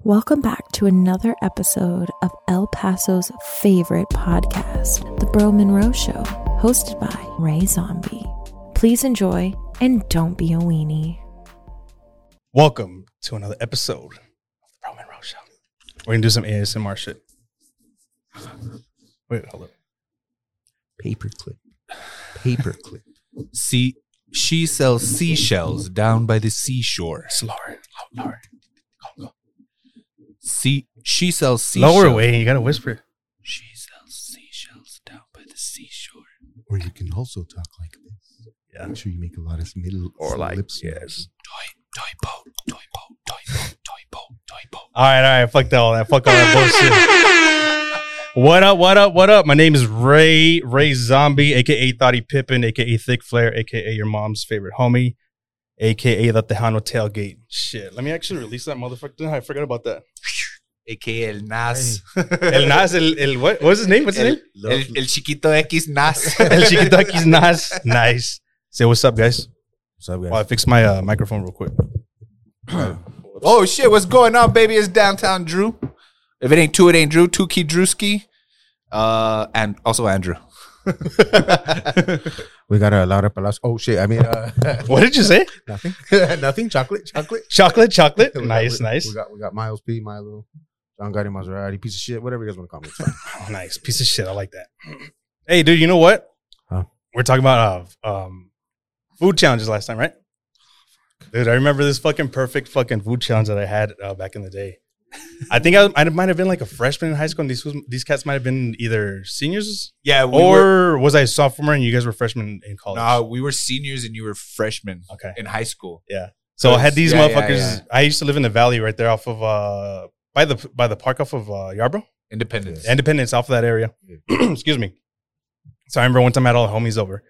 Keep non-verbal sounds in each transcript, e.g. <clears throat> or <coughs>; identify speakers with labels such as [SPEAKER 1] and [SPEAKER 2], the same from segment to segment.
[SPEAKER 1] Welcome back to another episode of El Paso's favorite podcast, The Bro Monroe Show, hosted by Ray Zombie. Please enjoy and don't be a weenie.
[SPEAKER 2] Welcome to another episode of the Roman Road Show. We're gonna do some ASMR shit. Wait, hold up.
[SPEAKER 3] Paperclip. Paperclip.
[SPEAKER 4] See, she sells seashells down by the seashore.
[SPEAKER 2] Slower,
[SPEAKER 4] Oh,
[SPEAKER 2] lower, go, go.
[SPEAKER 4] See, she sells seashells.
[SPEAKER 2] Lower way. You gotta whisper.
[SPEAKER 4] She sells seashells down by the seashore.
[SPEAKER 3] Or you can also talk like this.
[SPEAKER 2] Yeah.
[SPEAKER 3] Make sure you make a lot of middle
[SPEAKER 2] Or like, yes.
[SPEAKER 3] yes.
[SPEAKER 4] Toy, toy boat, toy boat, toy boat, toy boat, toy boat.
[SPEAKER 2] All right, all right. Fuck that all that. Fuck all that bullshit. What up? What up? What up? My name is Ray Ray Zombie, aka Thoughty Pippin, aka Thick Flair, aka your mom's favorite homie, aka the Tejano Tailgate. Shit. Let me actually release that motherfucker. I forgot about that.
[SPEAKER 4] AKA El Nas.
[SPEAKER 2] El Nas, el, el what? What's his name? What's his name?
[SPEAKER 4] El, <laughs> el Chiquito
[SPEAKER 2] <laughs>
[SPEAKER 4] X Nas.
[SPEAKER 2] El Chiquitaki's nice. Nice. Say what's up, guys.
[SPEAKER 3] What's up,
[SPEAKER 2] Well, I fixed my uh, microphone real quick.
[SPEAKER 4] Oh shit, what's going on, baby? It's downtown Drew. If it ain't two, it ain't Drew. Two key Drewski. Uh, and
[SPEAKER 2] <laughs>
[SPEAKER 4] also Andrew.
[SPEAKER 3] We got a lot of palas. Oh, shit. I mean, uh, <laughs>
[SPEAKER 2] What did you
[SPEAKER 4] <laughs>
[SPEAKER 2] say?
[SPEAKER 3] nothing. nothing. Chocolate. Chocolate.
[SPEAKER 2] Chocolate, chocolate.
[SPEAKER 3] <laughs> We got-
[SPEAKER 2] nice,
[SPEAKER 3] we-
[SPEAKER 2] nice,
[SPEAKER 3] We got, we got Miles P, Milo, John Gotti Maserati, piece of shit, whatever you guys want to call me. It's fine.
[SPEAKER 2] Oh, nice. Piece of shit. I like that. Hey, dude, you know what?
[SPEAKER 3] Huh?
[SPEAKER 2] We're talking about uh, um, food challenges last time, right? Dude, I remember this fucking perfect fucking food challenge that I had uh, back in the day. I think I, I might have been like a freshman in high school, and these was, these cats might have been either seniors
[SPEAKER 4] Yeah, we
[SPEAKER 2] or
[SPEAKER 4] were,
[SPEAKER 2] was I a sophomore and you guys were freshmen in college?
[SPEAKER 4] nah, we were seniors and you were freshmen
[SPEAKER 2] Okay.
[SPEAKER 4] in high school.
[SPEAKER 2] So I had these
[SPEAKER 4] Yeah, yeah,
[SPEAKER 2] motherfuckers.
[SPEAKER 4] yeah.
[SPEAKER 2] I used to live in the valley right there off of uh by the by the park off of uh Yarborough,
[SPEAKER 4] Independence.
[SPEAKER 2] Independence, off of that area. <clears throat> Excuse me. So I remember one time I had all the homies over.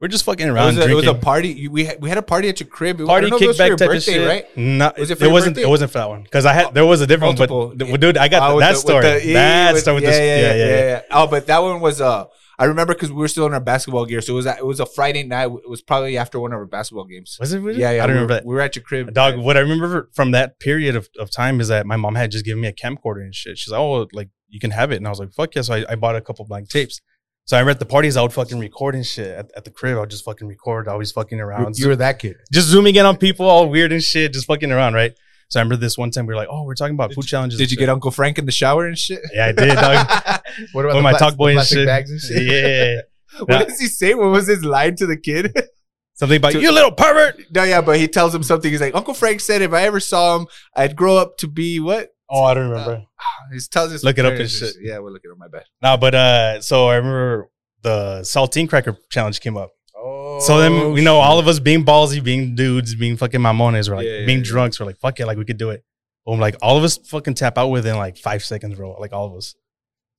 [SPEAKER 2] We're just fucking
[SPEAKER 4] It
[SPEAKER 2] around
[SPEAKER 4] was, a, it was
[SPEAKER 2] drinking.
[SPEAKER 4] a party. You- We had, we had a party at your crib. It- I
[SPEAKER 2] party
[SPEAKER 4] don't know if it was for
[SPEAKER 2] kickback
[SPEAKER 4] your
[SPEAKER 2] type of
[SPEAKER 4] birthday,
[SPEAKER 2] shit.
[SPEAKER 4] Right?
[SPEAKER 2] Not,
[SPEAKER 4] Was
[SPEAKER 2] it,
[SPEAKER 4] it for your
[SPEAKER 2] wasn't.
[SPEAKER 4] birthday?
[SPEAKER 2] It wasn't for that one because I had there was a different one, but
[SPEAKER 4] Multiple.
[SPEAKER 2] dude, I got
[SPEAKER 4] Oh,
[SPEAKER 2] the,
[SPEAKER 4] with
[SPEAKER 2] that
[SPEAKER 4] the-
[SPEAKER 2] story.
[SPEAKER 4] with the-
[SPEAKER 2] that
[SPEAKER 4] with-
[SPEAKER 2] story. With
[SPEAKER 4] yeah,
[SPEAKER 2] this,
[SPEAKER 4] yeah, yeah,
[SPEAKER 2] yeah.
[SPEAKER 4] yeah, yeah. Oh, but that one was uh, I remember because we were still in our basketball gear, so it was it was a Friday night. It was probably after one of our basketball games.
[SPEAKER 2] Was it? really?
[SPEAKER 4] Yeah, yeah.
[SPEAKER 2] I don't
[SPEAKER 4] we were-
[SPEAKER 2] remember that.
[SPEAKER 4] We were at your crib,
[SPEAKER 2] Dog, what I remember from that period of, of time is that my mom had just given me a camcorder and shit. She's like, oh, like you can have it. And I was like, fuck yeah. So I, I bought a couple blank tapes. So I remember at the parties, I would fucking record and shit at, at the crib. I would just fucking record, always fucking
[SPEAKER 3] You-
[SPEAKER 2] around.
[SPEAKER 3] you were that kid.
[SPEAKER 2] just zooming in on people, all weird and shit, just fucking around, right? So I remember this one time we were like, oh, we're talking about food challenges.
[SPEAKER 4] Did you get Uncle Frank in the shower and shit?
[SPEAKER 2] <laughs> Yeah, I did,
[SPEAKER 4] <laughs>
[SPEAKER 2] dog.
[SPEAKER 3] What
[SPEAKER 2] With
[SPEAKER 3] the
[SPEAKER 2] my
[SPEAKER 3] plas-
[SPEAKER 2] talk boy and
[SPEAKER 3] plastic
[SPEAKER 2] shit.
[SPEAKER 3] bags and shit?
[SPEAKER 2] Yeah. Yeah.
[SPEAKER 4] <laughs> what does he say? What was his line to the kid? <laughs>
[SPEAKER 2] Something about
[SPEAKER 4] To-
[SPEAKER 2] you little pervert.
[SPEAKER 4] no, yeah, but he tells him something. He's like, Uncle Frank said, if I ever saw him, I'd grow up to be what?
[SPEAKER 2] Oh, I don't remember.
[SPEAKER 4] He tells us.
[SPEAKER 2] Look it up and shit.
[SPEAKER 4] Yeah, we'll look it up. My bad.
[SPEAKER 2] No, but uh, so I remember the saltine cracker challenge came up.
[SPEAKER 3] Oh,
[SPEAKER 2] So then, you know, all of us being ballsy, being dudes, being fucking mamones, we're like,
[SPEAKER 4] Yeah, yeah,
[SPEAKER 2] being
[SPEAKER 4] yeah.
[SPEAKER 2] drunks, we're like, fuck it, like we could do it. Boom, like all of us fucking tap out within like five seconds, bro. Like all of us.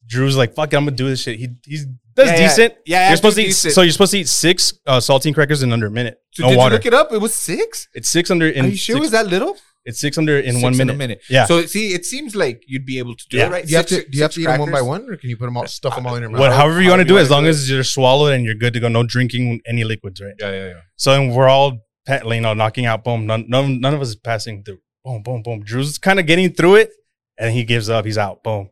[SPEAKER 2] Drew's like, fuck it, I'm gonna do this shit. He he's that's
[SPEAKER 4] Yeah, yeah.
[SPEAKER 2] decent.
[SPEAKER 4] Yeah,
[SPEAKER 2] You're supposed to eat,
[SPEAKER 4] decent.
[SPEAKER 2] so you're supposed to eat six uh, saltine crackers in under a minute.
[SPEAKER 4] So
[SPEAKER 2] no
[SPEAKER 4] did you
[SPEAKER 2] water.
[SPEAKER 4] look it up? It was six.
[SPEAKER 2] it's six under in
[SPEAKER 4] Are you sure
[SPEAKER 2] six-
[SPEAKER 4] it was that little?
[SPEAKER 2] it's six under in
[SPEAKER 4] Six
[SPEAKER 2] one minute.
[SPEAKER 4] a minute.
[SPEAKER 2] Yeah.
[SPEAKER 4] So see, it seems like you'd be able to do
[SPEAKER 2] Yeah.
[SPEAKER 4] it, right?
[SPEAKER 3] Do you have
[SPEAKER 4] Six-
[SPEAKER 3] to, do you have
[SPEAKER 4] six
[SPEAKER 3] to eat them one by
[SPEAKER 4] crackers?
[SPEAKER 3] one, or can you put them all, stuff them all in your mouth?
[SPEAKER 2] what, however you want to
[SPEAKER 4] however
[SPEAKER 2] do,
[SPEAKER 4] you
[SPEAKER 2] it, as
[SPEAKER 4] wanna
[SPEAKER 2] long
[SPEAKER 4] do it.
[SPEAKER 2] as you're swallowed and you're good to go, no drinking any liquids, right?
[SPEAKER 4] Yeah, yeah, yeah.
[SPEAKER 2] So then we're all pat, you know, knocking out. Boom. None, none, none of us is passing through. Boom, boom, boom. Drew's kind of getting through it, and he gives up. He's out. Boom.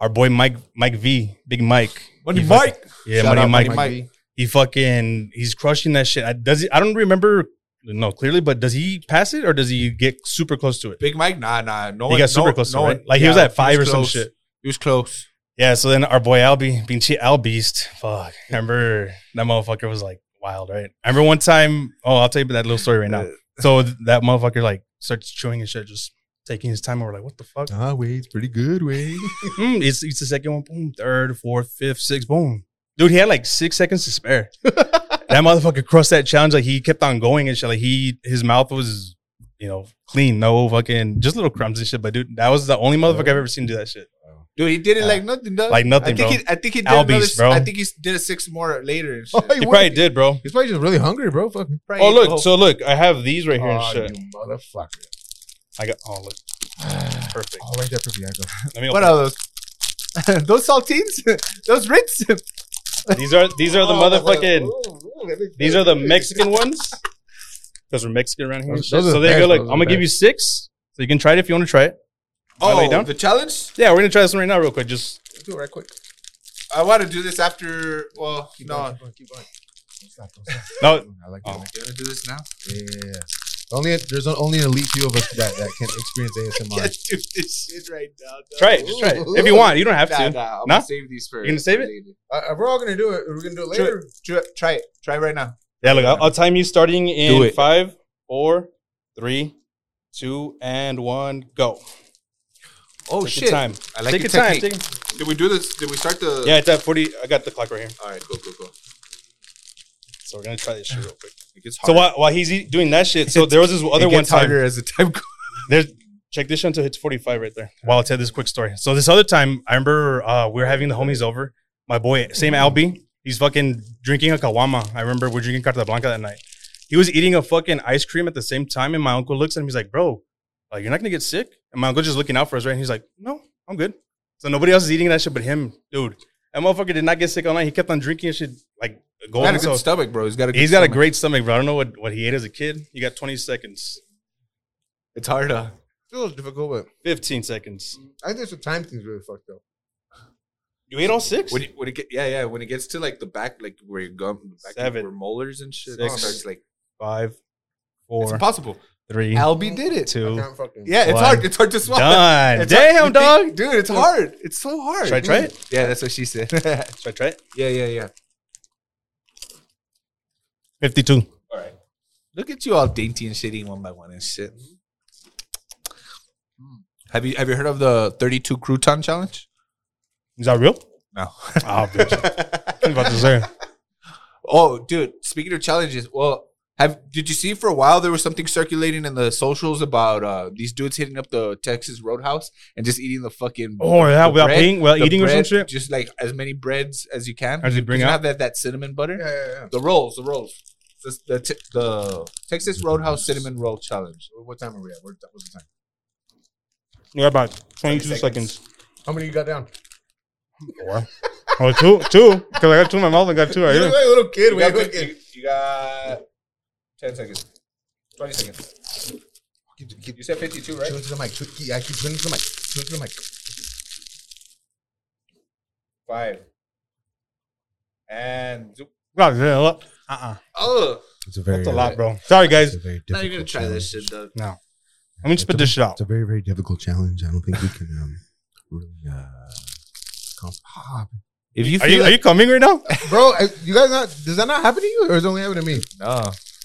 [SPEAKER 2] Our boy Mike, Mike V, Big Mike.
[SPEAKER 4] Money
[SPEAKER 2] He
[SPEAKER 4] Mike.
[SPEAKER 2] fucking- yeah,
[SPEAKER 4] Shout
[SPEAKER 2] Money
[SPEAKER 4] out
[SPEAKER 2] Mike.
[SPEAKER 4] Money Mike.
[SPEAKER 2] He fucking he's crushing that shit. I, does he, I don't remember no clearly, but does he pass it or does he get super close to it?
[SPEAKER 4] Big Mike. Nah, nah. No
[SPEAKER 2] he
[SPEAKER 4] one.
[SPEAKER 2] got super
[SPEAKER 4] no,
[SPEAKER 2] close
[SPEAKER 4] no
[SPEAKER 2] to it.
[SPEAKER 4] one-
[SPEAKER 2] Right? Like he was
[SPEAKER 4] yeah,
[SPEAKER 2] at five
[SPEAKER 4] was
[SPEAKER 2] or some
[SPEAKER 4] close.
[SPEAKER 2] shit.
[SPEAKER 4] He was close.
[SPEAKER 2] Yeah, so then our boy Albie, Binchy Albeast, fuck. I remember that motherfucker was like wild, right? I remember one time, oh, I'll tell you that little story right now. So th- that motherfucker like starts chewing and shit, just taking his time. And we're like, what the
[SPEAKER 3] <laughs>
[SPEAKER 2] fuck?
[SPEAKER 3] Ah, wait, it's pretty good, wait.
[SPEAKER 2] Mm, it's, it's the second one, boom, third, fourth, fifth, sixth, boom. Dude, he had like six seconds to spare. that motherfucker crossed that challenge. Like he kept on going and shit. Like he, his mouth was, you know, clean, no fucking, just little crumbs and shit. But dude, that was the only motherfucker I've ever seen do that shit.
[SPEAKER 3] <laughs>
[SPEAKER 4] Dude, he did it
[SPEAKER 2] Yeah.
[SPEAKER 4] like nothing. Dog.
[SPEAKER 2] Like nothing,
[SPEAKER 4] I think
[SPEAKER 2] bro.
[SPEAKER 4] He, I think he did
[SPEAKER 2] Albies,
[SPEAKER 4] another.
[SPEAKER 2] bro.
[SPEAKER 4] I think he did a six more later. And shit.
[SPEAKER 3] Oh, he
[SPEAKER 2] He
[SPEAKER 3] wouldn't.
[SPEAKER 2] probably did, bro.
[SPEAKER 3] He's probably just really hungry, bro. Fuck.
[SPEAKER 4] Probably
[SPEAKER 2] Oh
[SPEAKER 4] ate the whole-
[SPEAKER 2] look, so look, I have these right here and
[SPEAKER 3] Oh,
[SPEAKER 2] shit.
[SPEAKER 3] you motherfucker.
[SPEAKER 2] I got oh
[SPEAKER 4] <sighs>
[SPEAKER 2] look, perfect.
[SPEAKER 3] All right, that perfect. I go.
[SPEAKER 2] Let me
[SPEAKER 4] what
[SPEAKER 2] open
[SPEAKER 4] are those? those saltines? those Ritz?
[SPEAKER 2] it. These are these are the
[SPEAKER 4] Oh,
[SPEAKER 2] motherfucking
[SPEAKER 4] ooh, ooh,
[SPEAKER 2] these are the Mexican ones. Because we're Mexican around here. and
[SPEAKER 3] Those-
[SPEAKER 2] shit.
[SPEAKER 3] those are
[SPEAKER 2] so
[SPEAKER 3] the
[SPEAKER 2] there you go.
[SPEAKER 3] best,
[SPEAKER 2] Look,
[SPEAKER 3] those are
[SPEAKER 2] I'm
[SPEAKER 3] the
[SPEAKER 2] gonna give
[SPEAKER 3] best.
[SPEAKER 2] you six. So you can try it if you want to try it. Are they
[SPEAKER 4] Oh,
[SPEAKER 2] down?
[SPEAKER 4] the challenge?
[SPEAKER 2] Yeah, we're gonna try this one right now, real quick. Just
[SPEAKER 4] Let's do it right quick. I want to do this after. Well,
[SPEAKER 3] Keep
[SPEAKER 4] no.
[SPEAKER 3] going,
[SPEAKER 4] Want
[SPEAKER 3] keep going, keep going. Don't stop, don't stop.
[SPEAKER 2] no.
[SPEAKER 3] I like
[SPEAKER 2] Oh.
[SPEAKER 3] that.
[SPEAKER 4] to do this now?
[SPEAKER 3] Yeah, yeah, yeah. Only there's only an elite few of us that, that can experience ASMR.
[SPEAKER 4] Let's do this shit right now. dog.
[SPEAKER 2] Try it. Just try it if you want. You don't have
[SPEAKER 4] Nah,
[SPEAKER 2] to.
[SPEAKER 4] nah, I'm
[SPEAKER 2] Nah?
[SPEAKER 4] gonna save these for.
[SPEAKER 2] You gonna save
[SPEAKER 4] for
[SPEAKER 2] it?
[SPEAKER 4] later.
[SPEAKER 3] Uh, if we're all gonna do it. We're gonna do it
[SPEAKER 4] Sure.
[SPEAKER 3] later.
[SPEAKER 4] Try, try it. Try right now.
[SPEAKER 2] Yeah, look, I'll, I'll time you starting
[SPEAKER 4] Do
[SPEAKER 2] in
[SPEAKER 4] it.
[SPEAKER 2] five, four, three, two, and one, go.
[SPEAKER 4] Oh
[SPEAKER 2] Take your time.
[SPEAKER 4] I like
[SPEAKER 2] Take your
[SPEAKER 4] your
[SPEAKER 2] time.
[SPEAKER 4] technique.
[SPEAKER 2] take-
[SPEAKER 4] Did we do this? Did we start the?
[SPEAKER 2] yeah, it's at forty. I got the clock right here,
[SPEAKER 4] All right. Go. Go. Go.
[SPEAKER 2] so we're gonna try this shit real quick.
[SPEAKER 4] It gets
[SPEAKER 2] So
[SPEAKER 4] harder.
[SPEAKER 2] while, while he's e- doing that shit, so there was this other
[SPEAKER 4] it
[SPEAKER 2] one
[SPEAKER 4] gets
[SPEAKER 2] time.
[SPEAKER 4] harder as the time <laughs> goes.
[SPEAKER 2] There's check this shit until it's 45 right there. While I'll tell this quick story. So this other time, I remember uh, we were having the homies over. My boy, same Albie, he's fucking drinking a kawama. I remember we're drinking Carta Blanca that night. He was eating a fucking ice cream at the same time, and my uncle looks at him. He's like, "Bro, like you're not gonna get sick." And my uncle just looking out for us, right? And he's like, "No, I'm good." So nobody else is eating that shit but him, dude. That motherfucker did not get sick all night. He kept on drinking and shit, like
[SPEAKER 4] He's got
[SPEAKER 2] going.
[SPEAKER 4] a
[SPEAKER 2] So
[SPEAKER 4] good stomach, bro. He's got a. Good
[SPEAKER 2] he's got a
[SPEAKER 4] stomach.
[SPEAKER 2] great stomach, bro. I don't know what, what he ate as a kid. You got 20 seconds,
[SPEAKER 4] It's uh,
[SPEAKER 2] <laughs>
[SPEAKER 4] harder.
[SPEAKER 3] Still difficult, but
[SPEAKER 2] 15 seconds.
[SPEAKER 3] I think the time thing's really fucked up.
[SPEAKER 2] You ate all six?
[SPEAKER 4] When it, when it get, yeah, yeah. When it gets to like the back, like where your gum, back
[SPEAKER 2] Seven.
[SPEAKER 4] where molars and shit,
[SPEAKER 2] Six.
[SPEAKER 4] it starts like
[SPEAKER 2] Five,
[SPEAKER 4] it's
[SPEAKER 2] four,
[SPEAKER 4] impossible.
[SPEAKER 2] three,
[SPEAKER 4] Albie did it.
[SPEAKER 3] I
[SPEAKER 2] two.
[SPEAKER 3] can't fucking.
[SPEAKER 4] Yeah, it's
[SPEAKER 2] One.
[SPEAKER 4] hard. It's hard to
[SPEAKER 2] <laughs>
[SPEAKER 4] swallow.
[SPEAKER 2] Done.
[SPEAKER 4] <laughs> It's
[SPEAKER 2] Damn,
[SPEAKER 4] hard-
[SPEAKER 2] dog.
[SPEAKER 4] dude. It's hard. It's so hard.
[SPEAKER 2] Should I try it?
[SPEAKER 4] Yeah, that's what she said. <laughs>
[SPEAKER 2] Should I try it?
[SPEAKER 4] yeah, yeah, yeah.
[SPEAKER 2] 52.
[SPEAKER 4] All right. Look at you all dainty and shitty one by one and shit. Hmm. Have you have you heard of the 32 crouton challenge?
[SPEAKER 2] Is that real?
[SPEAKER 4] <laughs>
[SPEAKER 2] <laughs>
[SPEAKER 4] No.
[SPEAKER 2] Oh, bitch. I'm about to say.
[SPEAKER 4] oh, dude, speaking of challenges, well, have did you see for a while there was something circulating in the socials about uh these dudes hitting up the Texas Roadhouse and just eating the fucking
[SPEAKER 2] <laughs> Oh, yeah.
[SPEAKER 4] the
[SPEAKER 2] Without
[SPEAKER 4] bread,
[SPEAKER 2] paying, without
[SPEAKER 4] the
[SPEAKER 2] eating or some
[SPEAKER 4] bread,
[SPEAKER 2] shit?
[SPEAKER 4] Just like as many breads as you can.
[SPEAKER 2] As you bring
[SPEAKER 4] Doesn't
[SPEAKER 2] out?
[SPEAKER 4] have that, that cinnamon butter.
[SPEAKER 3] Yeah, yeah, yeah.
[SPEAKER 4] The rolls, the rolls. The, the, te- the Texas Roadhouse Cinnamon Roll Challenge.
[SPEAKER 3] What time are we at? What- What's the time?
[SPEAKER 2] You got about 22
[SPEAKER 4] 30
[SPEAKER 2] seconds.
[SPEAKER 3] How many you got down?
[SPEAKER 2] Four. <laughs> Oh, two. Two. Because I got two in my mouth. I got two right
[SPEAKER 3] You
[SPEAKER 2] here. <laughs>
[SPEAKER 3] look like a little kid.
[SPEAKER 4] You
[SPEAKER 3] Wait,
[SPEAKER 4] got,
[SPEAKER 3] look
[SPEAKER 4] you, you got 10 seconds. 20 seconds.
[SPEAKER 3] Keep, keep,
[SPEAKER 4] You said 52, right?
[SPEAKER 3] Show it to the mic. Show, keep, I keep doing it to the mic. Show it to the mic.
[SPEAKER 4] Five. And. zoop.
[SPEAKER 2] God, yeah, look. Uh-uh.
[SPEAKER 4] Oh.
[SPEAKER 3] It's a very.
[SPEAKER 2] That's a lot, bro. Sorry, guys.
[SPEAKER 3] very
[SPEAKER 4] Now you're going to try this shit, though.
[SPEAKER 2] No. Let me spit this shit out.
[SPEAKER 3] It's a very, very difficult challenge. I don't think we can um, really. Uh, comp- ah,
[SPEAKER 4] If you
[SPEAKER 2] Are you, are you coming right <laughs> now?
[SPEAKER 3] bro, I, you guys not? Does that not happen to you, or is it only happening to me?
[SPEAKER 4] no.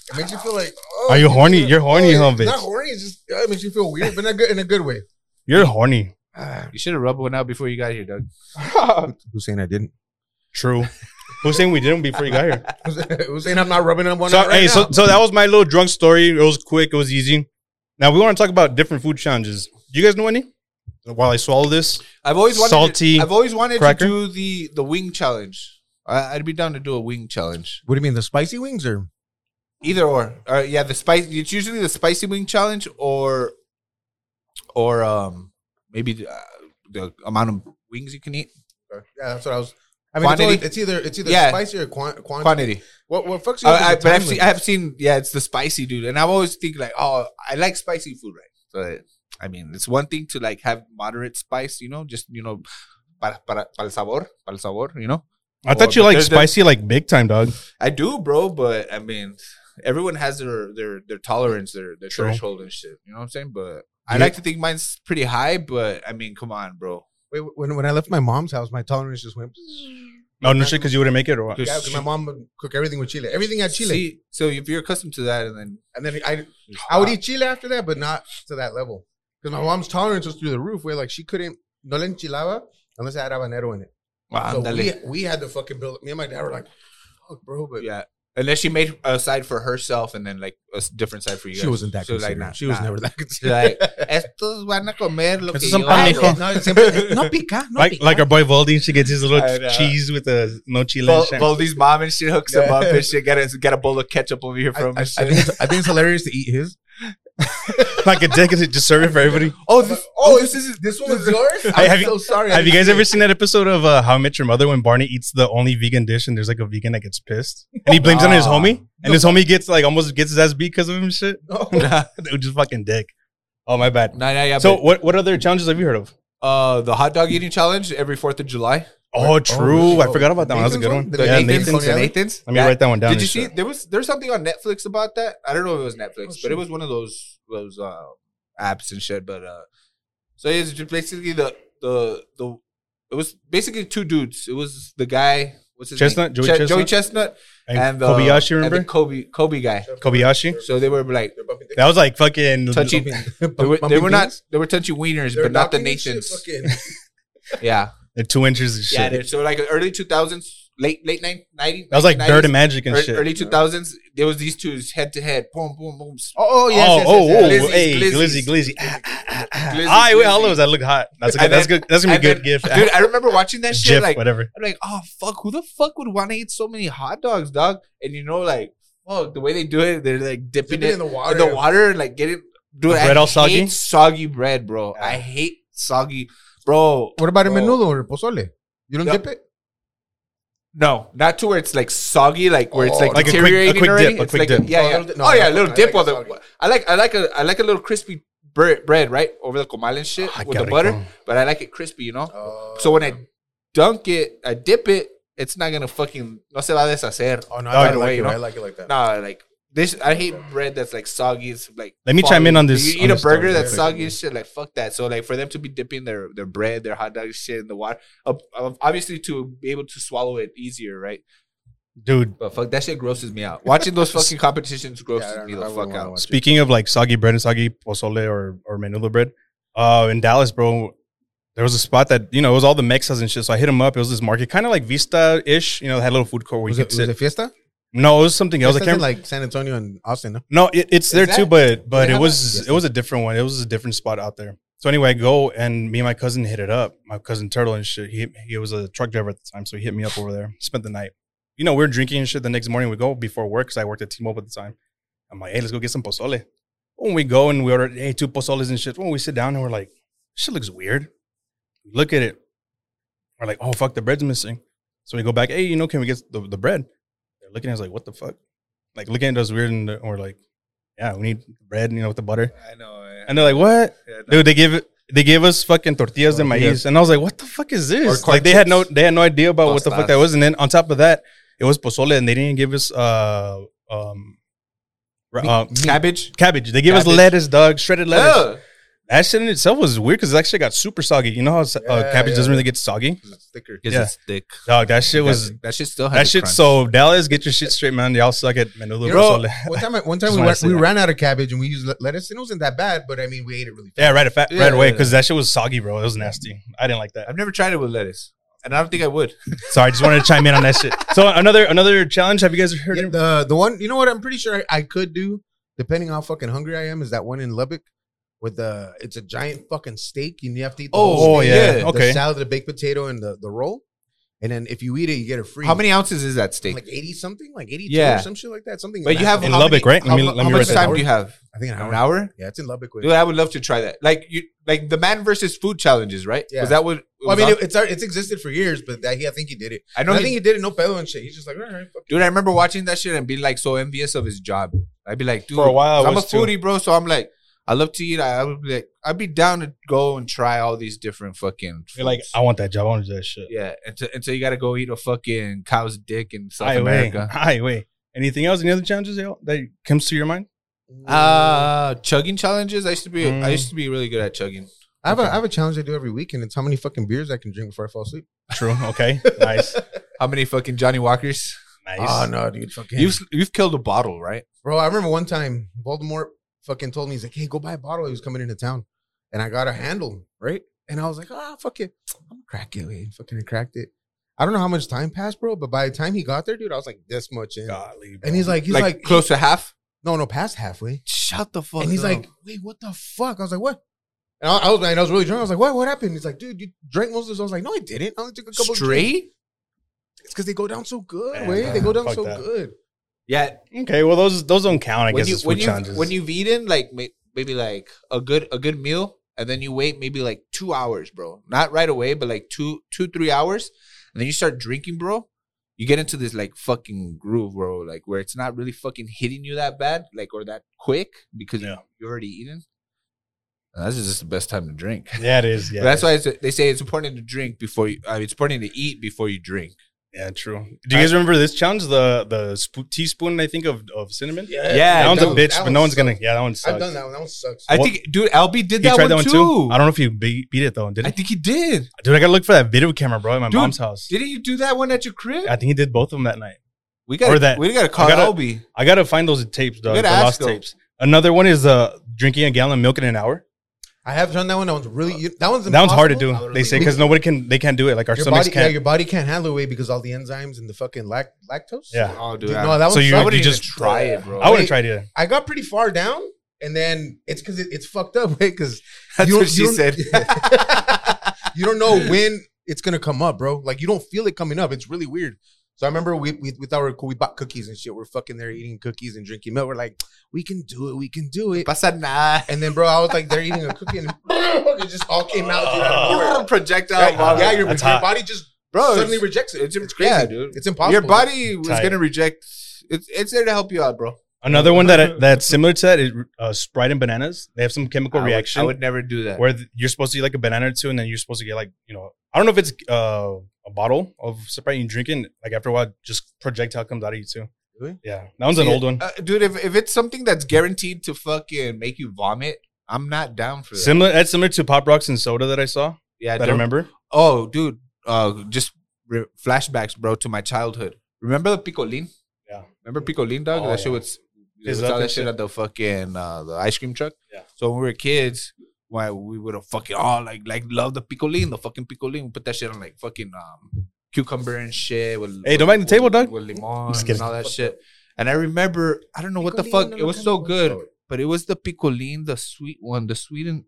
[SPEAKER 3] It makes you feel like. Oh,
[SPEAKER 2] Are you
[SPEAKER 3] it's
[SPEAKER 2] horny?
[SPEAKER 3] not-
[SPEAKER 2] You're horny,
[SPEAKER 3] oh,
[SPEAKER 2] huh,
[SPEAKER 3] it's
[SPEAKER 2] bitch?
[SPEAKER 3] Not horny. It's just yeah, it makes you feel weird, but not good in a good way. <laughs>
[SPEAKER 2] You're horny.
[SPEAKER 4] You should have rubbed one out before you got here, Doug.
[SPEAKER 3] Who's saying I didn't?
[SPEAKER 2] True. Who's saying we didn't before you got here?
[SPEAKER 3] Who's saying I'm not rubbing on one
[SPEAKER 2] so,
[SPEAKER 3] out right
[SPEAKER 2] hey,
[SPEAKER 3] now?
[SPEAKER 2] so, so that was my little drunk story. It was quick. It was easy. Now we want to talk about different food challenges. Do you guys know any? While I swallow this,
[SPEAKER 4] I've always wanted.
[SPEAKER 2] Salty
[SPEAKER 4] To, I've always wanted
[SPEAKER 2] cracker?
[SPEAKER 4] to do the, the wing challenge. I, I'd be down to do a wing challenge.
[SPEAKER 3] what do you mean the spicy wings or?
[SPEAKER 4] Either or, or yeah, the spice. It's usually the spicy wing challenge, or, or um, maybe the, uh, the amount of wings you can eat.
[SPEAKER 3] Uh, Yeah, that's what I was. I mean, it's,
[SPEAKER 4] Quantity?
[SPEAKER 3] always- it's either it's either
[SPEAKER 4] Yeah.
[SPEAKER 3] spicy or quan- quantity.
[SPEAKER 4] Quantity. Uh,
[SPEAKER 3] What what fucks you? up is
[SPEAKER 4] I, I,
[SPEAKER 3] the
[SPEAKER 4] but I've
[SPEAKER 3] time
[SPEAKER 4] seen,
[SPEAKER 3] limit.
[SPEAKER 4] I've seen, yeah, it's the spicy dude, and I've always think like, oh, I like spicy food, right? But I mean, it's one thing to like have moderate spice, you know, just you know, para para para el sabor, para el sabor, you know.
[SPEAKER 2] I thought you
[SPEAKER 4] Well,
[SPEAKER 2] like
[SPEAKER 4] there's- there's-
[SPEAKER 2] spicy, like big time, dog.
[SPEAKER 4] I do, bro, but I mean, everyone has their their their tolerance, their their
[SPEAKER 2] True.
[SPEAKER 4] threshold and shit. You know what I'm saying? But I
[SPEAKER 2] Yeah.
[SPEAKER 4] like to think mine's pretty high, but I mean, come on, bro.
[SPEAKER 3] Wait, when when I left my mom's house, my tolerance just went.
[SPEAKER 2] Oh, No, no shit, because you wouldn't make it or what?
[SPEAKER 4] Dude,
[SPEAKER 3] Yeah, 'cause my mom would cook everything with chile, everything had chile,
[SPEAKER 4] See, so if you're accustomed to that, and then
[SPEAKER 3] and then I I
[SPEAKER 4] uh,
[SPEAKER 3] would eat chile after that, but not to that level because my mom's tolerance was through the roof. Where like she couldn't no le enchilaba unless I had habanero in it.
[SPEAKER 4] Ah,
[SPEAKER 3] so
[SPEAKER 4] ándale.
[SPEAKER 3] we, we had to fucking build. Me and my dad were like, "Fuck, bro," but
[SPEAKER 4] yeah. Unless she made a side for herself and then like a s- different side for you.
[SPEAKER 3] she
[SPEAKER 4] guys.
[SPEAKER 3] wasn't that.
[SPEAKER 4] So,
[SPEAKER 3] considerate.
[SPEAKER 4] like, nah,
[SPEAKER 3] she was
[SPEAKER 4] nah.
[SPEAKER 3] never that. Eh,
[SPEAKER 4] She's like, <laughs>
[SPEAKER 3] <laughs>
[SPEAKER 4] estos van a comer lo
[SPEAKER 2] Eso
[SPEAKER 4] que
[SPEAKER 2] es un
[SPEAKER 4] yo
[SPEAKER 2] pan,
[SPEAKER 4] hago."
[SPEAKER 2] mijo.
[SPEAKER 3] no,
[SPEAKER 4] eh,
[SPEAKER 3] siempre, eh, no pica, no
[SPEAKER 2] like
[SPEAKER 3] pica.
[SPEAKER 2] like our boy Voldy, she gets his little
[SPEAKER 4] I know.
[SPEAKER 2] cheese with the no chile. and
[SPEAKER 4] Bol-
[SPEAKER 2] shit.
[SPEAKER 4] Boldy's mom and shit
[SPEAKER 3] <laughs>
[SPEAKER 4] hooks him up and shit. Get a, get a bowl of ketchup over here
[SPEAKER 3] I,
[SPEAKER 4] from
[SPEAKER 3] I- I
[SPEAKER 4] him.
[SPEAKER 3] think it's, I think it's hilarious to eat his.
[SPEAKER 2] <laughs> like a dick, is it just serving for
[SPEAKER 4] <laughs>
[SPEAKER 2] everybody?
[SPEAKER 4] oh, this,
[SPEAKER 3] Oh,
[SPEAKER 4] oh, this is
[SPEAKER 3] This one was yours. I'm
[SPEAKER 2] Hey, have you- <laughs>
[SPEAKER 3] so sorry. <laughs> I
[SPEAKER 2] Have you
[SPEAKER 3] didn't
[SPEAKER 2] guys
[SPEAKER 3] see
[SPEAKER 2] ever
[SPEAKER 3] it.
[SPEAKER 2] seen that episode of uh, How I Met Your Mother when Barney eats the only vegan dish and there's like a vegan that gets pissed and he blames it on his
[SPEAKER 4] Ah.
[SPEAKER 3] <laughs>
[SPEAKER 2] homie and his homie gets like almost gets his ass beat because of him and shit?
[SPEAKER 3] No.
[SPEAKER 2] Dude, just fucking dick. Oh, my bad.
[SPEAKER 4] Nah, nah, yeah.
[SPEAKER 2] so,
[SPEAKER 4] but,
[SPEAKER 2] what, what other challenges have you heard of?
[SPEAKER 4] uh, the hot dog eating challenge every Fourth of July.
[SPEAKER 2] Oh, true.
[SPEAKER 3] really?
[SPEAKER 2] I forgot about that one. That was a
[SPEAKER 3] Nathan's
[SPEAKER 2] good
[SPEAKER 3] one?
[SPEAKER 2] one.
[SPEAKER 3] The
[SPEAKER 4] The
[SPEAKER 2] Yeah,
[SPEAKER 4] Nathan's,
[SPEAKER 2] Nathan's.
[SPEAKER 4] the
[SPEAKER 3] Coney Island?
[SPEAKER 4] Nathan's.
[SPEAKER 2] Let me write that one down. Oh,
[SPEAKER 4] Did you
[SPEAKER 2] and
[SPEAKER 4] see?
[SPEAKER 2] shit.
[SPEAKER 4] There was there's something on Netflix about that. I don't know if it was Netflix, but it was one of those those uh, apps and shit. But uh, so it's just basically the the the it was basically two dudes. It was the guy what's his
[SPEAKER 2] Chestnut?
[SPEAKER 4] name?
[SPEAKER 2] Joey
[SPEAKER 4] Che-
[SPEAKER 2] Chestnut?
[SPEAKER 4] Joey Chestnut,
[SPEAKER 2] And,
[SPEAKER 4] and, the
[SPEAKER 2] Kobayashi,
[SPEAKER 4] and the
[SPEAKER 2] remember?
[SPEAKER 4] Kobe Kobe guy.
[SPEAKER 2] Kobayashi?
[SPEAKER 4] So they were like
[SPEAKER 3] They're bumping
[SPEAKER 2] That was like fucking.
[SPEAKER 4] touching. They were, they were not they were touching wieners, but not the Nathan's. Yeah,
[SPEAKER 2] The two inches and
[SPEAKER 4] yeah.
[SPEAKER 2] shit.
[SPEAKER 4] they're- So like early two thousands, late late nine ninety.
[SPEAKER 2] that was like
[SPEAKER 4] 1990s.
[SPEAKER 2] Dirt and Magic and
[SPEAKER 4] Ear-
[SPEAKER 2] shit.
[SPEAKER 4] early two thousands, there was these two head to head. Boom, boom, boom. Oh, oh yes,
[SPEAKER 2] oh,
[SPEAKER 4] yes,
[SPEAKER 2] oh,
[SPEAKER 4] yes, yes.
[SPEAKER 2] oh, hey, glizzy,
[SPEAKER 4] Glizzies,
[SPEAKER 2] glizzy. Ah,
[SPEAKER 4] glizzy,
[SPEAKER 2] I
[SPEAKER 4] glizzy.
[SPEAKER 2] all those that look hot. That's a good.
[SPEAKER 4] And
[SPEAKER 2] that's
[SPEAKER 4] then-
[SPEAKER 2] good. That's gonna
[SPEAKER 4] And
[SPEAKER 2] be a good
[SPEAKER 4] then-
[SPEAKER 2] gift.
[SPEAKER 4] Dude, I remember watching
[SPEAKER 2] <laughs>
[SPEAKER 4] that shit.
[SPEAKER 2] GIF,
[SPEAKER 4] Like,
[SPEAKER 2] whatever.
[SPEAKER 4] I'm like, oh fuck, who the fuck would want to eat so many hot dogs, dog? And you know, like, fuck, Oh,
[SPEAKER 3] <laughs>
[SPEAKER 4] the way they do it, they're like dipping it
[SPEAKER 3] in the
[SPEAKER 4] in
[SPEAKER 3] water.
[SPEAKER 4] the water, like getting. Dude,
[SPEAKER 2] bread
[SPEAKER 4] I
[SPEAKER 2] all soggy? Ah.
[SPEAKER 4] hate soggy bread, bro. I hate soggy, bro.
[SPEAKER 3] What about a
[SPEAKER 4] Oh.
[SPEAKER 3] menudo or pozole? You don't
[SPEAKER 4] Yeah.
[SPEAKER 3] dip it?
[SPEAKER 4] No, not to where it's like soggy, like where it's like,
[SPEAKER 3] Oh, like
[SPEAKER 2] a quick- a
[SPEAKER 4] deteriorating
[SPEAKER 2] quick
[SPEAKER 4] already.
[SPEAKER 2] dip, a
[SPEAKER 4] It's
[SPEAKER 2] quick
[SPEAKER 4] like
[SPEAKER 2] dip.
[SPEAKER 3] Oh,
[SPEAKER 4] yeah,
[SPEAKER 3] a
[SPEAKER 4] yeah.
[SPEAKER 3] little dip. No,
[SPEAKER 4] oh
[SPEAKER 3] I
[SPEAKER 4] yeah, a
[SPEAKER 3] like-
[SPEAKER 4] little
[SPEAKER 3] I
[SPEAKER 4] dip.
[SPEAKER 3] like
[SPEAKER 4] on the-
[SPEAKER 3] soggy.
[SPEAKER 4] I like I like a I like a little crispy bread, bread right over the comal and shit
[SPEAKER 2] Ah,
[SPEAKER 4] with
[SPEAKER 2] qué
[SPEAKER 4] the
[SPEAKER 2] rico.
[SPEAKER 4] butter, but I like it crispy, you know.
[SPEAKER 3] Oh.
[SPEAKER 4] so when I dunk it, I dip it. It's not gonna fucking no se va a deshacer.
[SPEAKER 3] oh no,
[SPEAKER 2] Dog,
[SPEAKER 3] I like,
[SPEAKER 4] the way,
[SPEAKER 3] it.
[SPEAKER 4] you know?
[SPEAKER 3] I like it like that.
[SPEAKER 4] Nah, like this. I hate bread that's like soggy. It's like
[SPEAKER 2] Let me chime in on this-
[SPEAKER 4] You
[SPEAKER 2] on
[SPEAKER 4] eat a
[SPEAKER 2] this
[SPEAKER 4] burger
[SPEAKER 2] story.
[SPEAKER 4] that's
[SPEAKER 3] Yeah.
[SPEAKER 4] soggy and shit. Like fuck that. So like for them to be dipping their their bread, their hot dog shit in the water, ob- ob- obviously to be able to swallow it easier, right?
[SPEAKER 2] dude.
[SPEAKER 4] But fuck, that shit grosses me out. Watching
[SPEAKER 3] <laughs>
[SPEAKER 4] those fucking competitions grosses
[SPEAKER 3] Yeah, I
[SPEAKER 4] me
[SPEAKER 3] don't-
[SPEAKER 4] the
[SPEAKER 3] I wouldn't
[SPEAKER 4] fuck
[SPEAKER 3] wanna
[SPEAKER 4] out.
[SPEAKER 3] watch it.
[SPEAKER 2] Speaking of like soggy bread and soggy pozole or or menudo bread, uh, in Dallas, bro, there was a spot that you know it was all the Mexas and shit. So I hit him up. It was this market, kind of like Vista ish. You know, it had a little food court where
[SPEAKER 3] was
[SPEAKER 2] you
[SPEAKER 3] it,
[SPEAKER 2] could
[SPEAKER 3] was
[SPEAKER 2] sit.
[SPEAKER 3] it fiesta?
[SPEAKER 2] no, it was something else. I
[SPEAKER 3] Fiesta's
[SPEAKER 2] can't
[SPEAKER 3] in, like San Antonio and Austin. No?
[SPEAKER 2] No, it, it's there
[SPEAKER 4] that-
[SPEAKER 2] too, but but it
[SPEAKER 4] they have
[SPEAKER 2] was
[SPEAKER 4] that?
[SPEAKER 2] it was a different one. It was a different spot out there. So anyway, I go and me and my cousin hit it up. My cousin Turtle and shit. He he was a truck driver at the time, so he hit me up over there. Spent the night. You know, we are drinking and shit. The next morning we go before work because I worked at T-Mobile at the time. I'm like, hey, let's go get some pozole. When we go and we ordered hey two pozoles and shit. When we sit down and we're like, this shit looks weird. Look at it. We're like, oh fuck, the bread's missing. So we go back. Hey, you know, can we get the, the bread? They're looking at us like, what the fuck? Like looking at us weird, and we're like, yeah, we need bread, you know, with the butter.
[SPEAKER 4] I know. yeah.
[SPEAKER 2] And they're like, what?
[SPEAKER 4] Yeah, no.
[SPEAKER 2] Dude, they give they gave us fucking tortillas de maíz, and I was like, what the fuck is this?
[SPEAKER 4] Or Oh, corn
[SPEAKER 2] Like they had no
[SPEAKER 4] chips.
[SPEAKER 2] they had no idea about what the fuck that
[SPEAKER 4] Tostas.
[SPEAKER 2] was. And then on top of that, it was pozole, and they didn't give us uh um ra- uh,
[SPEAKER 4] cabbage.
[SPEAKER 2] cabbage. They gave us
[SPEAKER 4] Cabbage.
[SPEAKER 2] lettuce, dog, shredded lettuce.
[SPEAKER 4] Ugh.
[SPEAKER 2] That shit in itself was weird because it actually got super soggy. You know how uh,
[SPEAKER 3] Yeah,
[SPEAKER 2] cabbage
[SPEAKER 3] yeah,
[SPEAKER 2] doesn't
[SPEAKER 3] yeah.
[SPEAKER 2] really get soggy,
[SPEAKER 3] 'Cause It's thicker.
[SPEAKER 4] Because
[SPEAKER 2] Yeah.
[SPEAKER 4] it's thick.
[SPEAKER 2] dog. That shit was.
[SPEAKER 4] that, that shit still has
[SPEAKER 2] That
[SPEAKER 4] a
[SPEAKER 2] shit
[SPEAKER 4] crunch.
[SPEAKER 2] so Dallas, get your shit straight, man. Y'all suck at menudo
[SPEAKER 4] Bro,
[SPEAKER 2] pozole.
[SPEAKER 3] One time, I- one
[SPEAKER 2] Just
[SPEAKER 3] time
[SPEAKER 2] wanted
[SPEAKER 3] we, went,
[SPEAKER 2] to say
[SPEAKER 3] we
[SPEAKER 2] that.
[SPEAKER 3] ran out of cabbage and we used le- lettuce. and It wasn't that bad, but I mean, we ate it really
[SPEAKER 2] <laughs>
[SPEAKER 3] fast.
[SPEAKER 2] Yeah, right, fa-
[SPEAKER 4] Yeah,
[SPEAKER 2] right away
[SPEAKER 4] yeah,
[SPEAKER 2] because that shit was soggy, bro. It was nasty. I didn't like that.
[SPEAKER 4] I've never tried it with lettuce, and I don't think I would.
[SPEAKER 2] Sorry, I just wanted to chime in on that shit. So another another challenge. Have you guys heard?
[SPEAKER 3] Yeah,
[SPEAKER 2] of
[SPEAKER 3] the the one you know what I'm pretty sure I, I could do, depending how fucking hungry I am, is that one in Lubbock with the it's a giant fucking steak and you have to eat the
[SPEAKER 4] Oh,
[SPEAKER 3] whole
[SPEAKER 2] oh
[SPEAKER 3] steak,
[SPEAKER 2] yeah.
[SPEAKER 4] yeah.
[SPEAKER 2] Okay.
[SPEAKER 3] the salad, the baked potato, and the, the roll. And then if you eat it, you get a free
[SPEAKER 4] How many ounces is that steak?
[SPEAKER 3] like eighty something, like eighty two
[SPEAKER 4] Yeah.
[SPEAKER 3] or some shit like that. Something
[SPEAKER 4] but you have
[SPEAKER 2] In
[SPEAKER 4] how
[SPEAKER 2] Lubbock,
[SPEAKER 4] many-
[SPEAKER 2] right? Let me-
[SPEAKER 4] how,
[SPEAKER 2] let me
[SPEAKER 4] how
[SPEAKER 2] write
[SPEAKER 4] much
[SPEAKER 2] that
[SPEAKER 4] time
[SPEAKER 2] down.
[SPEAKER 4] do you have?
[SPEAKER 3] I think an hour.
[SPEAKER 4] An hour?
[SPEAKER 3] Yeah, it's in Lubbock. With,
[SPEAKER 4] Dude, I would love to try that. Like you, like the man versus food challenges, right?
[SPEAKER 3] Yeah.
[SPEAKER 4] Was that what? it
[SPEAKER 3] well, I
[SPEAKER 4] was
[SPEAKER 3] mean,
[SPEAKER 4] on?
[SPEAKER 3] it, it's it's existed for years, but that, he, I think he did it.
[SPEAKER 4] I
[SPEAKER 3] No,
[SPEAKER 4] know.
[SPEAKER 3] I
[SPEAKER 4] he-
[SPEAKER 3] think he did it. No pedo and shit. He's just like, all right, fuck it.
[SPEAKER 4] dude, I remember watching that shit and being like so envious of his job. I'd be like, dude,
[SPEAKER 2] For a while, I
[SPEAKER 4] I'm a
[SPEAKER 2] was too.
[SPEAKER 4] foodie, bro. So I'm like, I love to eat. I, I would be like, I'd be down to go and try all these different fucking.
[SPEAKER 2] You're like,
[SPEAKER 4] foods.
[SPEAKER 2] I want that job. I want to do that shit.
[SPEAKER 4] yeah, until, until you got to go eat a fucking cow's dick in South
[SPEAKER 2] Hi, wait.
[SPEAKER 4] America.
[SPEAKER 2] Hi, wait. Anything else? Any other challenges y'all, that comes to your mind?
[SPEAKER 4] Uh chugging challenges. I used to be. I
[SPEAKER 2] Mm.
[SPEAKER 4] used to be really good at chugging.
[SPEAKER 3] I have a I have a challenge I do every weekend. It's how many fucking beers I can drink before I fall asleep.
[SPEAKER 2] True. Okay. Nice.
[SPEAKER 4] How many fucking Johnny Walkers?
[SPEAKER 2] Nice.
[SPEAKER 3] Oh, Ah, no, dude, fucking.
[SPEAKER 4] <laughs> You've you've killed a bottle, right?
[SPEAKER 3] Bro, I remember one time Voldemort fucking told me, he's like, hey, go buy a bottle. He was coming into town. And I got a handle, right? And I was like, ah, fuck it. I'm gonna crack it, man. Fucking I cracked it. I don't know how much time passed, bro, but by the time he got there, dude, I was like this much in.
[SPEAKER 2] Golly, bro.
[SPEAKER 3] And he's like, he's
[SPEAKER 4] like,
[SPEAKER 3] like,
[SPEAKER 4] close to half.
[SPEAKER 3] no, no, past halfway.
[SPEAKER 4] Shut the fuck.
[SPEAKER 3] and he's
[SPEAKER 4] up.
[SPEAKER 3] like, wait, what the fuck? I was like, what? And I, I was, and I was really drunk. I was like, what? What happened? He's like, dude, you drank most of this. I was like, no, I didn't. I only took a couple. drinks.
[SPEAKER 4] straight.
[SPEAKER 3] It's because they go down so good,
[SPEAKER 2] Man,
[SPEAKER 3] way. They go down
[SPEAKER 2] fuck
[SPEAKER 3] so
[SPEAKER 2] that.
[SPEAKER 3] good.
[SPEAKER 4] Yeah.
[SPEAKER 2] okay. Well, those those don't count. I
[SPEAKER 4] when
[SPEAKER 2] guess
[SPEAKER 4] you
[SPEAKER 2] as food
[SPEAKER 4] when you
[SPEAKER 2] challenges.
[SPEAKER 4] when you've eaten like may- maybe like a good a good meal, and then you wait maybe like two hours, bro. Not right away, but like two two three hours, and then you start drinking, bro. You get into this like fucking groove, bro. Like where it's not really fucking hitting you that bad, like or that quick because
[SPEAKER 2] Yeah.
[SPEAKER 4] you already eaten. That's just the best time to drink.
[SPEAKER 2] Yeah, it is. Yeah,
[SPEAKER 4] That's
[SPEAKER 2] it is.
[SPEAKER 4] why it's, they say it's important to drink before you. I mean, it's important to eat before you drink.
[SPEAKER 2] Yeah, true. Do you guys remember this challenge? The the sp- teaspoon, I think, of, of cinnamon.
[SPEAKER 3] Yeah,
[SPEAKER 2] that one's
[SPEAKER 3] that
[SPEAKER 2] a
[SPEAKER 3] one-
[SPEAKER 2] bitch,
[SPEAKER 3] that
[SPEAKER 2] but no
[SPEAKER 3] one
[SPEAKER 2] one's gonna.
[SPEAKER 3] sucks.
[SPEAKER 2] Yeah, that one sucks.
[SPEAKER 3] I've done that one. That one sucks.
[SPEAKER 4] I
[SPEAKER 2] What-
[SPEAKER 4] think, dude, Albie did
[SPEAKER 2] You
[SPEAKER 4] that,
[SPEAKER 2] tried
[SPEAKER 4] one,
[SPEAKER 2] that one
[SPEAKER 4] too.
[SPEAKER 2] too. I don't know if you beat, beat it though. Did
[SPEAKER 4] I
[SPEAKER 2] it?
[SPEAKER 4] think he did.
[SPEAKER 2] Dude, I gotta look for that video camera, bro, at my
[SPEAKER 4] Dude,
[SPEAKER 2] mom's house.
[SPEAKER 4] Didn't you do that one at your crib?
[SPEAKER 2] I think he did both of them that night.
[SPEAKER 4] we got
[SPEAKER 2] or
[SPEAKER 4] to
[SPEAKER 2] that-
[SPEAKER 4] we got to call
[SPEAKER 2] gotta-
[SPEAKER 4] Albie.
[SPEAKER 2] I gotta find those tapes, dog.
[SPEAKER 4] gotta
[SPEAKER 2] The
[SPEAKER 4] ask
[SPEAKER 2] lost
[SPEAKER 4] him.
[SPEAKER 2] tapes. Another one is uh drinking a gallon of milk in an hour.
[SPEAKER 3] I have done that one. That one's really. you- That one's
[SPEAKER 2] That one's hard to
[SPEAKER 3] impossible.
[SPEAKER 2] do.
[SPEAKER 4] I would
[SPEAKER 2] They say
[SPEAKER 3] agree.
[SPEAKER 2] because nobody can. They can't do it. Like our
[SPEAKER 3] Your
[SPEAKER 2] stomachs
[SPEAKER 3] body, yeah,
[SPEAKER 2] can't.
[SPEAKER 3] your body can't handle it because all the enzymes and the fucking lac- lactose.
[SPEAKER 2] Yeah.
[SPEAKER 4] Oh, dude,
[SPEAKER 3] Dude,
[SPEAKER 4] I-
[SPEAKER 3] no, that
[SPEAKER 2] So
[SPEAKER 3] one.
[SPEAKER 2] you-
[SPEAKER 4] I
[SPEAKER 3] sucked.
[SPEAKER 4] wouldn't even
[SPEAKER 2] just-
[SPEAKER 4] try it, bro.
[SPEAKER 2] I wouldn't
[SPEAKER 3] Wait.
[SPEAKER 2] try it. Either.
[SPEAKER 3] I got pretty far down, and then it's because it, it's fucked up, <laughs> right? Because
[SPEAKER 4] That's
[SPEAKER 3] You don't-
[SPEAKER 4] what she
[SPEAKER 3] you don't- <laughs>
[SPEAKER 4] said.
[SPEAKER 3] you don't
[SPEAKER 4] <laughs>
[SPEAKER 3] know when it's gonna come up, bro. Like you don't feel it coming up. It's really weird. So I remember we, we we thought we were cool. We bought cookies and shit. We're fucking there eating cookies and drinking milk. We're like, we can do it. We can do it.
[SPEAKER 4] Pasa <laughs> nada.
[SPEAKER 3] And then, bro, I was like, they're eating a cookie, and <laughs> it just all came out. Dude, out of nowhere.
[SPEAKER 4] Projectile.
[SPEAKER 3] Right?
[SPEAKER 4] vomit.
[SPEAKER 3] yeah, your,
[SPEAKER 2] That's
[SPEAKER 3] your
[SPEAKER 2] hot.
[SPEAKER 3] body just
[SPEAKER 4] bro.
[SPEAKER 3] suddenly
[SPEAKER 4] it's-
[SPEAKER 3] rejects it.
[SPEAKER 4] it's-
[SPEAKER 3] It's,
[SPEAKER 4] it's
[SPEAKER 3] crazy,
[SPEAKER 4] yeah, dude.
[SPEAKER 3] dude. It's impossible.
[SPEAKER 4] your body was
[SPEAKER 2] Tight.
[SPEAKER 4] gonna reject. It's it's there to help you out, bro.
[SPEAKER 2] Another one that that's similar to that is uh, Sprite and bananas. They have some chemical
[SPEAKER 4] I would-
[SPEAKER 2] reaction
[SPEAKER 4] I would never do that.
[SPEAKER 2] where th- you're supposed to eat like a banana or two, and then you're supposed to get like you know I don't know if it's uh, a bottle of Sprite and you drink it. Like after a while, just projectile comes out of you too.
[SPEAKER 3] Really?
[SPEAKER 2] Yeah, that one's an
[SPEAKER 4] Yeah,
[SPEAKER 2] old one.
[SPEAKER 4] uh, dude. If, if it's something that's guaranteed to fucking make you vomit, I'm not down for that.
[SPEAKER 2] Similar. That's similar to Pop Rocks and soda that I saw.
[SPEAKER 4] yeah,
[SPEAKER 2] that I
[SPEAKER 4] don't-
[SPEAKER 2] remember.
[SPEAKER 4] Oh, dude, uh, just re- flashbacks, bro, to my childhood. Remember the picolin?
[SPEAKER 2] Yeah.
[SPEAKER 4] Remember picolin, dog?
[SPEAKER 2] Oh,
[SPEAKER 4] that
[SPEAKER 2] yeah.
[SPEAKER 4] shit was.
[SPEAKER 2] Is
[SPEAKER 4] was
[SPEAKER 2] that
[SPEAKER 4] all
[SPEAKER 2] the
[SPEAKER 4] that shit
[SPEAKER 2] shit?
[SPEAKER 4] at the fucking uh, the ice cream truck.
[SPEAKER 2] Yeah.
[SPEAKER 4] So when we were kids, why we would have fucking all like like love the picolin, the fucking picolin. We put that shit on like fucking um cucumber and shit. With,
[SPEAKER 2] Hey, don't
[SPEAKER 4] with-
[SPEAKER 2] bang the table,
[SPEAKER 4] with-
[SPEAKER 2] dog.
[SPEAKER 4] With limon
[SPEAKER 2] Just kidding.
[SPEAKER 4] and all that shit. And I remember, I don't know what the fuck. It was so good, but it was the picolin, the sweet one, the sweet and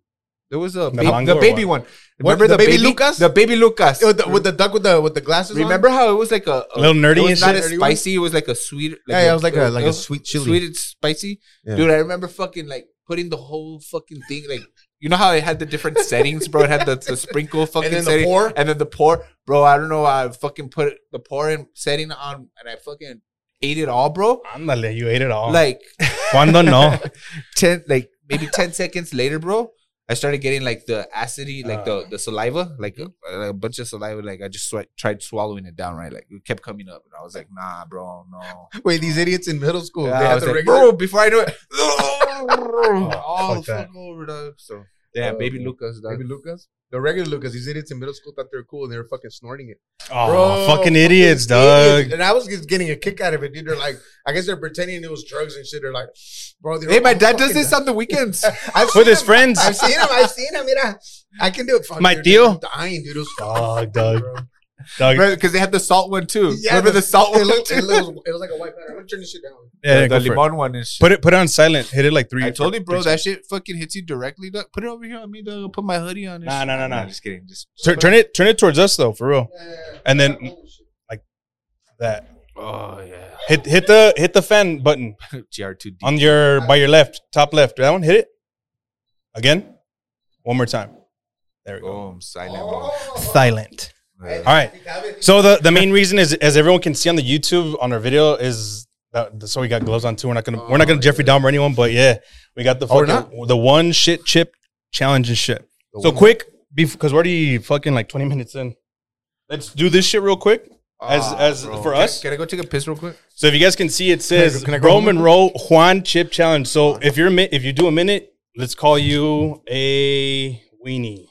[SPEAKER 4] there was a
[SPEAKER 2] The
[SPEAKER 4] baby,
[SPEAKER 2] mango
[SPEAKER 4] the
[SPEAKER 2] or
[SPEAKER 4] baby one. Remember
[SPEAKER 3] the
[SPEAKER 4] the,
[SPEAKER 3] baby
[SPEAKER 4] baby,
[SPEAKER 3] Lucas?
[SPEAKER 4] The baby Lucas.
[SPEAKER 3] Yo, the- with the duck with the with the glasses. on?
[SPEAKER 4] Remember how it was like a,
[SPEAKER 2] A little nerdy
[SPEAKER 4] Oh, It
[SPEAKER 2] and
[SPEAKER 4] was not
[SPEAKER 2] shit?
[SPEAKER 4] as spicy. It was like a sweet.
[SPEAKER 3] Yeah, yeah, it was like a- like a
[SPEAKER 4] it was
[SPEAKER 3] sweet chili.
[SPEAKER 4] Sweet and spicy,
[SPEAKER 3] Yeah.
[SPEAKER 4] dude. I remember fucking like putting the whole fucking thing like you know how it had the different settings, bro. It had the, the sprinkle
[SPEAKER 3] <laughs>
[SPEAKER 4] fucking
[SPEAKER 3] and then the
[SPEAKER 4] setting, <laughs>
[SPEAKER 3] pour.
[SPEAKER 4] and then the pour, bro. I don't know. I fucking put the pour in setting on, and I fucking ate it all, bro.
[SPEAKER 2] Andale, you ate it
[SPEAKER 3] Oh.
[SPEAKER 2] all.
[SPEAKER 4] Like
[SPEAKER 2] Cuando no.
[SPEAKER 4] ten, like maybe ten <laughs> seconds later, bro. I started getting like the acidity, like the, the saliva, like a, like a bunch of saliva. Like I just swi- tried swallowing it down, right? Like it kept coming up, and I was like, "Nah, bro, no."
[SPEAKER 3] Wait, these idiots in middle school.
[SPEAKER 4] Yeah,
[SPEAKER 3] they
[SPEAKER 4] I
[SPEAKER 3] had
[SPEAKER 4] was
[SPEAKER 3] the
[SPEAKER 4] like,
[SPEAKER 3] regular.
[SPEAKER 4] "Bro, before I knew <laughs> it, all
[SPEAKER 2] fuck that.
[SPEAKER 4] fuck over, dog. So <laughs> yeah,
[SPEAKER 2] uh,
[SPEAKER 3] Oh,
[SPEAKER 4] baby
[SPEAKER 3] man.
[SPEAKER 4] Lucas, dog.
[SPEAKER 3] Baby Lucas. The regular Lucas. These idiots in middle school thought they were cool and they were fucking snorting it.
[SPEAKER 2] Oh, fucking
[SPEAKER 3] fucking
[SPEAKER 2] idiots, dog.
[SPEAKER 3] And I was just getting a kick out of it, dude. They're like, I guess they're pretending it was drugs and shit. They're like, bro. They're
[SPEAKER 4] Hey, my
[SPEAKER 3] all
[SPEAKER 4] dad does
[SPEAKER 3] fucking-
[SPEAKER 4] this on the weekends.
[SPEAKER 3] I've seen
[SPEAKER 2] With his
[SPEAKER 3] him.
[SPEAKER 2] friends.
[SPEAKER 3] I've seen him. I've seen him. Mira, I can do it. Fuck,
[SPEAKER 2] My
[SPEAKER 3] dude,
[SPEAKER 2] tío.
[SPEAKER 3] I'm dying, dude. It was
[SPEAKER 2] Dog, dog.
[SPEAKER 3] Bro.
[SPEAKER 2] Dog.
[SPEAKER 4] Because they had the salt one too.
[SPEAKER 3] Yeah,
[SPEAKER 4] Remember the,
[SPEAKER 3] <laughs>
[SPEAKER 4] salt
[SPEAKER 3] It
[SPEAKER 4] one
[SPEAKER 3] looked,
[SPEAKER 4] too? <laughs>
[SPEAKER 3] it, looked, it was like a white pattern. I'm gonna turn this shit down.
[SPEAKER 2] Yeah, yeah,
[SPEAKER 4] the
[SPEAKER 2] go for it.
[SPEAKER 4] limon one and shit.
[SPEAKER 2] Put it put it on silent. Hit it like three.
[SPEAKER 4] I
[SPEAKER 2] or
[SPEAKER 4] told
[SPEAKER 2] four-
[SPEAKER 4] you, bro,
[SPEAKER 2] three-
[SPEAKER 4] that shit fucking hits you directly. Dog. Put it over here on me, dog. I'll put my hoodie on. and
[SPEAKER 2] Nah,
[SPEAKER 4] shit.
[SPEAKER 2] nah, nah, nah.
[SPEAKER 4] I'm Just kidding. Just
[SPEAKER 2] Tur-
[SPEAKER 4] <laughs>
[SPEAKER 2] turn it turn it towards us though, for real. And then- That
[SPEAKER 4] oh yeah,
[SPEAKER 2] hit hit the hit the fan button
[SPEAKER 4] gr2d.
[SPEAKER 2] on your by your left, top left. That one hit it again. One more time. There we go.
[SPEAKER 4] oh, I'm silent. bro. Uh,
[SPEAKER 2] Silent.
[SPEAKER 4] Yeah.
[SPEAKER 2] All right. So the, the main reason is as everyone can see on the YouTube on our video is that, so we got gloves on too. We're not gonna we're not gonna Jeffrey Dahmer anyone, but yeah, we got the
[SPEAKER 3] Oh, we're
[SPEAKER 2] fucking, the one shit chip challenge and shit. So quick, because we're already fucking like twenty minutes in. Let's do this shit real quick. As
[SPEAKER 4] Ah,
[SPEAKER 2] as
[SPEAKER 4] bro.
[SPEAKER 2] for
[SPEAKER 4] Can I-
[SPEAKER 2] us,
[SPEAKER 4] can I go take a piss real quick?
[SPEAKER 2] so if you guys can see, it
[SPEAKER 3] I go-
[SPEAKER 2] says
[SPEAKER 3] can I go home?
[SPEAKER 2] Roman Row Juan Chip Challenge. So if you're a mi- if you do a minute, let's call you a weenie.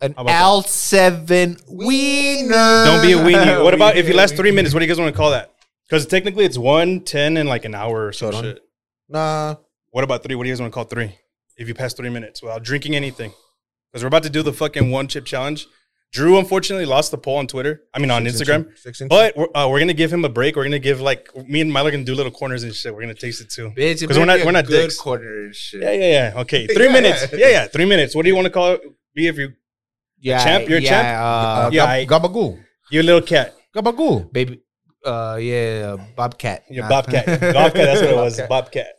[SPEAKER 4] An
[SPEAKER 2] How about
[SPEAKER 4] L7 wiener.
[SPEAKER 2] Don't be a <laughs>
[SPEAKER 4] <laughs>
[SPEAKER 2] weenie. What about if you last three
[SPEAKER 4] Weenie.
[SPEAKER 2] minutes? What do you guys want to call that? Because technically it's one ten and like an hour or some
[SPEAKER 3] Hold on.
[SPEAKER 2] shit.
[SPEAKER 3] Nah.
[SPEAKER 2] What about three? What do you guys want to call three? If you pass three minutes without drinking anything, because we're about to do the fucking one chip challenge. Drew unfortunately lost the poll on Twitter. I mean on
[SPEAKER 3] Six
[SPEAKER 2] Instagram.
[SPEAKER 3] inches. Six inches.
[SPEAKER 2] But we're, uh, we're gonna give him a break. We're gonna give like me and Milo are gonna do little corners and shit. We're gonna taste it too.
[SPEAKER 4] Bitch,
[SPEAKER 2] Because we're not- we're not
[SPEAKER 4] good
[SPEAKER 2] dicks.
[SPEAKER 4] corner and shit.
[SPEAKER 2] Yeah, yeah, yeah. <laughs> Okay, three
[SPEAKER 3] Yeah.
[SPEAKER 2] minutes. Yeah, yeah, three minutes. What do you want to call it? Be if you
[SPEAKER 4] yeah
[SPEAKER 2] champ? You're a
[SPEAKER 4] yeah,
[SPEAKER 2] champ?
[SPEAKER 4] Uh,
[SPEAKER 2] yeah,
[SPEAKER 3] Uh, yeah,
[SPEAKER 2] I-
[SPEAKER 3] Gabagool.
[SPEAKER 2] your little cat,
[SPEAKER 3] Gabagool.
[SPEAKER 4] Baby. Uh, yeah, Bobcat.
[SPEAKER 2] your
[SPEAKER 4] Nah. <laughs>
[SPEAKER 2] bobcat, bobcat. That's what it was, <laughs> bobcat.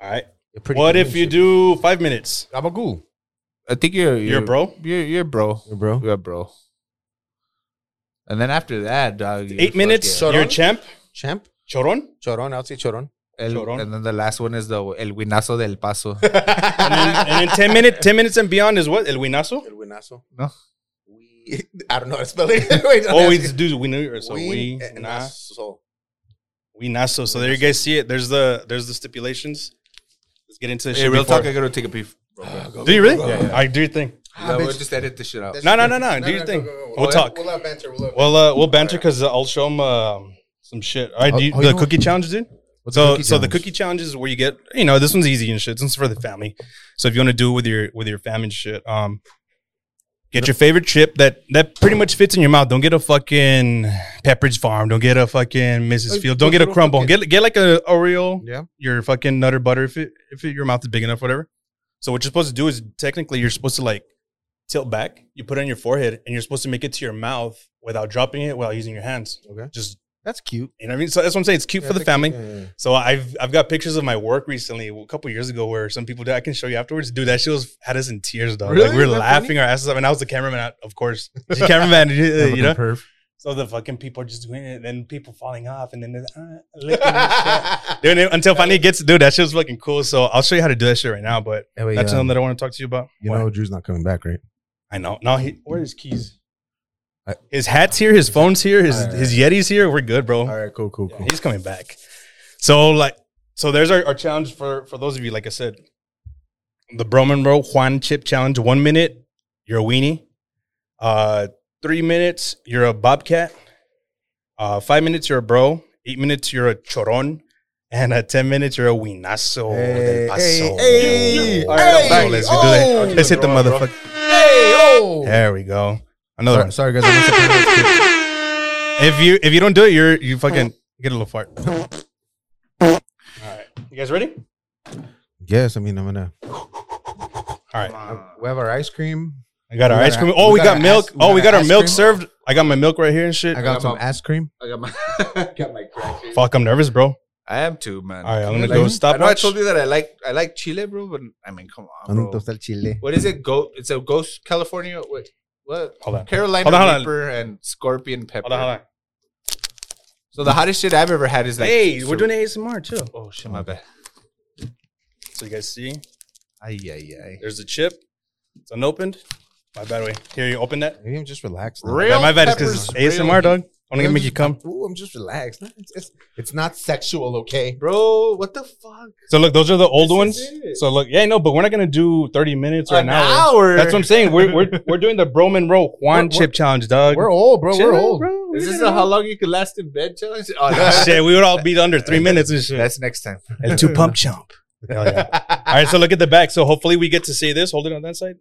[SPEAKER 2] All right.
[SPEAKER 3] You're pretty
[SPEAKER 2] What
[SPEAKER 3] good
[SPEAKER 2] if you
[SPEAKER 3] shit.
[SPEAKER 2] do five minutes?
[SPEAKER 3] Gabagool?
[SPEAKER 4] I think you're you're,
[SPEAKER 2] You're a bro.
[SPEAKER 4] You're you're bro.
[SPEAKER 3] Bro.
[SPEAKER 4] You're a bro. And then after that, dog, you're
[SPEAKER 2] Eight minutes.
[SPEAKER 4] fucking-
[SPEAKER 3] Choron?
[SPEAKER 2] You're a champ.
[SPEAKER 3] Champ?
[SPEAKER 2] Choron.
[SPEAKER 3] <laughs> Choron. I'll say Choron.
[SPEAKER 4] El-
[SPEAKER 2] Chorón.
[SPEAKER 4] and then the last one is the El Guinazo del <laughs> Paso.
[SPEAKER 2] And then, and then 10 minutes, 10 minutes and beyond is what? El Winazo?
[SPEAKER 3] <laughs> El buenazo.
[SPEAKER 4] No.
[SPEAKER 3] We, <laughs> I don't know how to spell it. <laughs> Wait, don't
[SPEAKER 2] Oh,
[SPEAKER 3] ask
[SPEAKER 2] it's
[SPEAKER 3] it.
[SPEAKER 2] dude, we knew it. <laughs> So we,
[SPEAKER 3] and
[SPEAKER 2] nah,
[SPEAKER 3] nazo.
[SPEAKER 2] we not so. So there you guys see it. There's the there's the stipulations. Let's get into this
[SPEAKER 4] hey,
[SPEAKER 2] shit.
[SPEAKER 4] real
[SPEAKER 2] before-
[SPEAKER 4] talk, I gotta take a
[SPEAKER 3] <sighs>
[SPEAKER 4] pee. Real quick.
[SPEAKER 2] do you really?
[SPEAKER 3] Yeah, yeah.
[SPEAKER 2] All right, do your thing.
[SPEAKER 3] Ah,
[SPEAKER 4] Yeah, we'll
[SPEAKER 3] bitch.
[SPEAKER 4] just edit this <laughs> shit out.
[SPEAKER 3] That's
[SPEAKER 2] No, no,
[SPEAKER 3] okay.
[SPEAKER 2] no, no, do your thing. We'll
[SPEAKER 3] have-
[SPEAKER 2] talk.
[SPEAKER 3] We'll have banter. We'll have
[SPEAKER 2] Well, uh, we'll banter because uh, I'll show them um, some shit. All right,
[SPEAKER 4] Oh,
[SPEAKER 2] do you,
[SPEAKER 4] oh, you
[SPEAKER 2] the
[SPEAKER 4] know
[SPEAKER 2] cookie challenge, dude. so,
[SPEAKER 4] the
[SPEAKER 2] so the
[SPEAKER 4] cookie challenge?
[SPEAKER 2] cookie challenge is where you get, you know, this one's easy and shit. This one's for the family. So if you want to do it with your with your family and shit, um, get your favorite chip that that pretty much fits in your mouth. Don't get a fucking Pepperidge Farm. Don't get a fucking Mrs.
[SPEAKER 3] Like,
[SPEAKER 2] Field. Don't
[SPEAKER 3] those
[SPEAKER 2] get a
[SPEAKER 3] little
[SPEAKER 2] crumble.
[SPEAKER 3] fucking-
[SPEAKER 2] Get get like a Oreo.
[SPEAKER 3] Yeah.
[SPEAKER 2] Your fucking Nutter Butter if it, if it, your mouth is big enough, whatever. So what you're supposed to do is technically you're supposed to like tilt back. You put it on your forehead and you're supposed to make it to your mouth without dropping it, without using your hands.
[SPEAKER 3] Okay.
[SPEAKER 2] Just
[SPEAKER 3] That's cute.
[SPEAKER 2] you know what I mean? So that's what I'm saying. It's cute for the family.
[SPEAKER 3] Yeah,
[SPEAKER 2] So I've I've got pictures of my work recently, a couple years ago, where some people did. I can show you afterwards. Dude, that shit was had us in tears, though.
[SPEAKER 3] Really?
[SPEAKER 2] Like we were
[SPEAKER 3] Is that
[SPEAKER 2] laughing
[SPEAKER 3] funny?
[SPEAKER 2] our asses off, and I was the cameraman, of course. <laughs> The cameraman, you
[SPEAKER 3] <laughs>
[SPEAKER 2] know.
[SPEAKER 4] Perf.
[SPEAKER 2] So the fucking people are just doing it, and then people falling off, and then they're, uh, licking and shit.
[SPEAKER 3] <laughs> yeah.
[SPEAKER 2] Dude, and until finally it gets, dude, that shit was fucking cool. So I'll show you how to do that shit right now. But
[SPEAKER 3] Hey, wait,
[SPEAKER 2] that's
[SPEAKER 3] um,
[SPEAKER 2] something that I want to talk to you about.
[SPEAKER 3] you
[SPEAKER 2] What?
[SPEAKER 3] know, Drew's not coming back, right?
[SPEAKER 2] I know. No, he, where are his keys?
[SPEAKER 3] I-
[SPEAKER 2] his hat's here. His phone's here. His
[SPEAKER 3] Alright.
[SPEAKER 2] his Yeti's here. We're good, bro.
[SPEAKER 3] All right, cool, cool, cool.
[SPEAKER 2] Yeah, he's coming back. So like, so there's our, our challenge for for those of you. Like I said, the Broman Bro Juan Chip Challenge. One minute, you're a weenie. Uh, three minutes, you're a bobcat. Uh, five minutes, you're a bro. Eight minutes, you're a choron. And at 10 minutes, you're a
[SPEAKER 4] oh,
[SPEAKER 2] winazo.
[SPEAKER 3] Hey,
[SPEAKER 2] del paso.
[SPEAKER 3] hey, hey,
[SPEAKER 2] All right,
[SPEAKER 3] hey,
[SPEAKER 2] bro, let's do
[SPEAKER 3] oh.
[SPEAKER 2] that. Let's hit the motherfucker.
[SPEAKER 3] Hey, oh.
[SPEAKER 2] There we go. Another
[SPEAKER 3] Sorry,
[SPEAKER 2] one.
[SPEAKER 3] sorry, guys. I
[SPEAKER 2] <laughs>
[SPEAKER 3] missed a
[SPEAKER 2] If you if you don't do it, you're you fucking get a little fart. <laughs> All right, you guys ready?
[SPEAKER 3] yes, I mean, I'm gonna.
[SPEAKER 2] All right.
[SPEAKER 3] We have our ice cream.
[SPEAKER 2] I got our
[SPEAKER 3] We got
[SPEAKER 2] ice cream.
[SPEAKER 3] our-
[SPEAKER 2] Oh,
[SPEAKER 3] we
[SPEAKER 2] we
[SPEAKER 3] got
[SPEAKER 2] got,
[SPEAKER 3] our
[SPEAKER 2] milk.
[SPEAKER 3] ice- we
[SPEAKER 2] oh, we
[SPEAKER 3] got
[SPEAKER 2] got our
[SPEAKER 3] ice
[SPEAKER 2] milk
[SPEAKER 3] cream.
[SPEAKER 2] served. I got my milk right here and shit.
[SPEAKER 3] I got
[SPEAKER 4] got
[SPEAKER 3] some
[SPEAKER 4] my-
[SPEAKER 3] ice cream.
[SPEAKER 4] I got my, <laughs> I got my crack. here.
[SPEAKER 2] Fuck, I'm nervous, bro.
[SPEAKER 4] I am too, man.
[SPEAKER 2] All right, I'm gonna
[SPEAKER 4] Like,
[SPEAKER 2] go stop.
[SPEAKER 4] I know I
[SPEAKER 2] watch.
[SPEAKER 4] told you that I like I like Chile, bro, but I mean, come on,
[SPEAKER 3] ¿Dónde
[SPEAKER 4] bro.
[SPEAKER 3] está el chile?
[SPEAKER 4] What is it? Goat? It's a ghost California. Wait, what?
[SPEAKER 2] Hold on.
[SPEAKER 4] Carolina
[SPEAKER 2] Hold on, hold on.
[SPEAKER 4] Reaper and scorpion pepper.
[SPEAKER 2] Hold on, hold on.
[SPEAKER 4] So the hottest shit I've ever had is like.
[SPEAKER 2] hey, we're
[SPEAKER 4] so-
[SPEAKER 2] doing ASMR too.
[SPEAKER 4] Oh shit, my bad.
[SPEAKER 2] So you guys see,
[SPEAKER 4] Ay ay ay.
[SPEAKER 2] there's the chip. It's unopened. My bad way. Here, you open that.
[SPEAKER 3] Maybe I'm just relaxed. now.
[SPEAKER 4] Real?
[SPEAKER 2] Yeah, my bad is because
[SPEAKER 4] peppers,
[SPEAKER 2] ASMR,
[SPEAKER 4] real-
[SPEAKER 2] dog. I'm gonna make you come.
[SPEAKER 3] Ooh, I'm just relaxed. It's, it's, it's not sexual, okay?
[SPEAKER 4] Bro, what the fuck?
[SPEAKER 2] So look, those are the old
[SPEAKER 4] This
[SPEAKER 2] ones.
[SPEAKER 4] is it.
[SPEAKER 2] So look, yeah, no, but we're not gonna do 30 minutes or an, hour.
[SPEAKER 4] hour.
[SPEAKER 2] That's what I'm saying. We're we're, we're doing the Broman Roll Juan
[SPEAKER 3] We're-
[SPEAKER 2] Chip Challenge, dog.
[SPEAKER 3] We're old, bro.
[SPEAKER 2] Chill,
[SPEAKER 3] We're old.
[SPEAKER 2] bro.
[SPEAKER 4] Is
[SPEAKER 2] We're
[SPEAKER 4] this
[SPEAKER 2] gonna-
[SPEAKER 4] a how long you could last in bed challenge? Oh, <laughs>
[SPEAKER 2] <laughs>
[SPEAKER 4] that's,
[SPEAKER 2] Shit, we would all be under three minutes and shit.
[SPEAKER 4] that's next time.
[SPEAKER 2] And two pump chump. Hell yeah. All right, so look at the back. So hopefully we get to see this. Hold it on that side.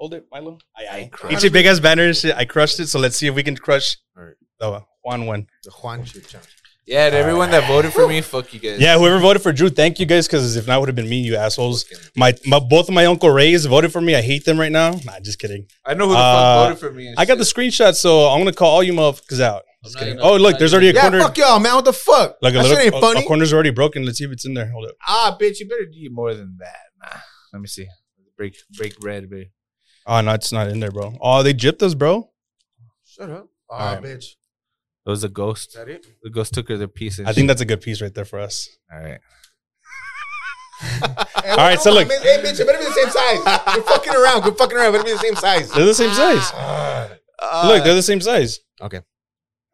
[SPEAKER 2] Hold it, Milo. Aye, aye. It's a big ass banner and shit. I crushed it, so let's see if we can crush
[SPEAKER 3] All right.
[SPEAKER 2] the Juan one.
[SPEAKER 3] The Juan Chip Challenge.
[SPEAKER 4] Yeah, and everyone that voted for <laughs> me, fuck you guys.
[SPEAKER 2] Yeah, whoever voted for Drew, thank you guys, because if not, would have been me, you assholes. My, my both of my uncle Rays voted for me. I hate them right now. Nah, just kidding.
[SPEAKER 4] I know who the
[SPEAKER 2] Uh,
[SPEAKER 4] fuck voted for me. and
[SPEAKER 2] I got
[SPEAKER 4] shit.
[SPEAKER 2] the screenshot, so I'm gonna call all you motherfuckers out. Just
[SPEAKER 4] not
[SPEAKER 2] kidding.
[SPEAKER 4] gonna-
[SPEAKER 2] Oh,
[SPEAKER 4] I'm
[SPEAKER 2] look,
[SPEAKER 4] not
[SPEAKER 2] there's
[SPEAKER 4] gonna-
[SPEAKER 2] already a
[SPEAKER 3] Yeah,
[SPEAKER 2] corner.
[SPEAKER 3] fuck y'all, man. What the fuck?
[SPEAKER 2] Like a
[SPEAKER 3] that
[SPEAKER 2] little,
[SPEAKER 3] shit ain't
[SPEAKER 2] a-
[SPEAKER 3] funny.
[SPEAKER 2] a corner's already broken. Let's see if it's in there. Hold up.
[SPEAKER 4] Ah, bitch, you better do more than that. Nah, let me see. Break, break bread, baby.
[SPEAKER 2] Oh no, it's not in there, bro. Oh, they gypped us, bro.
[SPEAKER 3] Shut up. Oh,
[SPEAKER 2] All right.
[SPEAKER 3] bitch. Is
[SPEAKER 4] It was a ghost.
[SPEAKER 3] that it?
[SPEAKER 4] The ghost took her the piece.
[SPEAKER 2] I think that's a good piece right there for us.
[SPEAKER 4] All right. Oh,
[SPEAKER 3] All
[SPEAKER 2] right, so look.
[SPEAKER 3] Hey, bitch, it better be the same size. You're fucking around. Quit fucking around. It better be the same size.
[SPEAKER 2] They're the same size.
[SPEAKER 4] Ah.
[SPEAKER 2] Look, they're the same size.
[SPEAKER 3] Okay.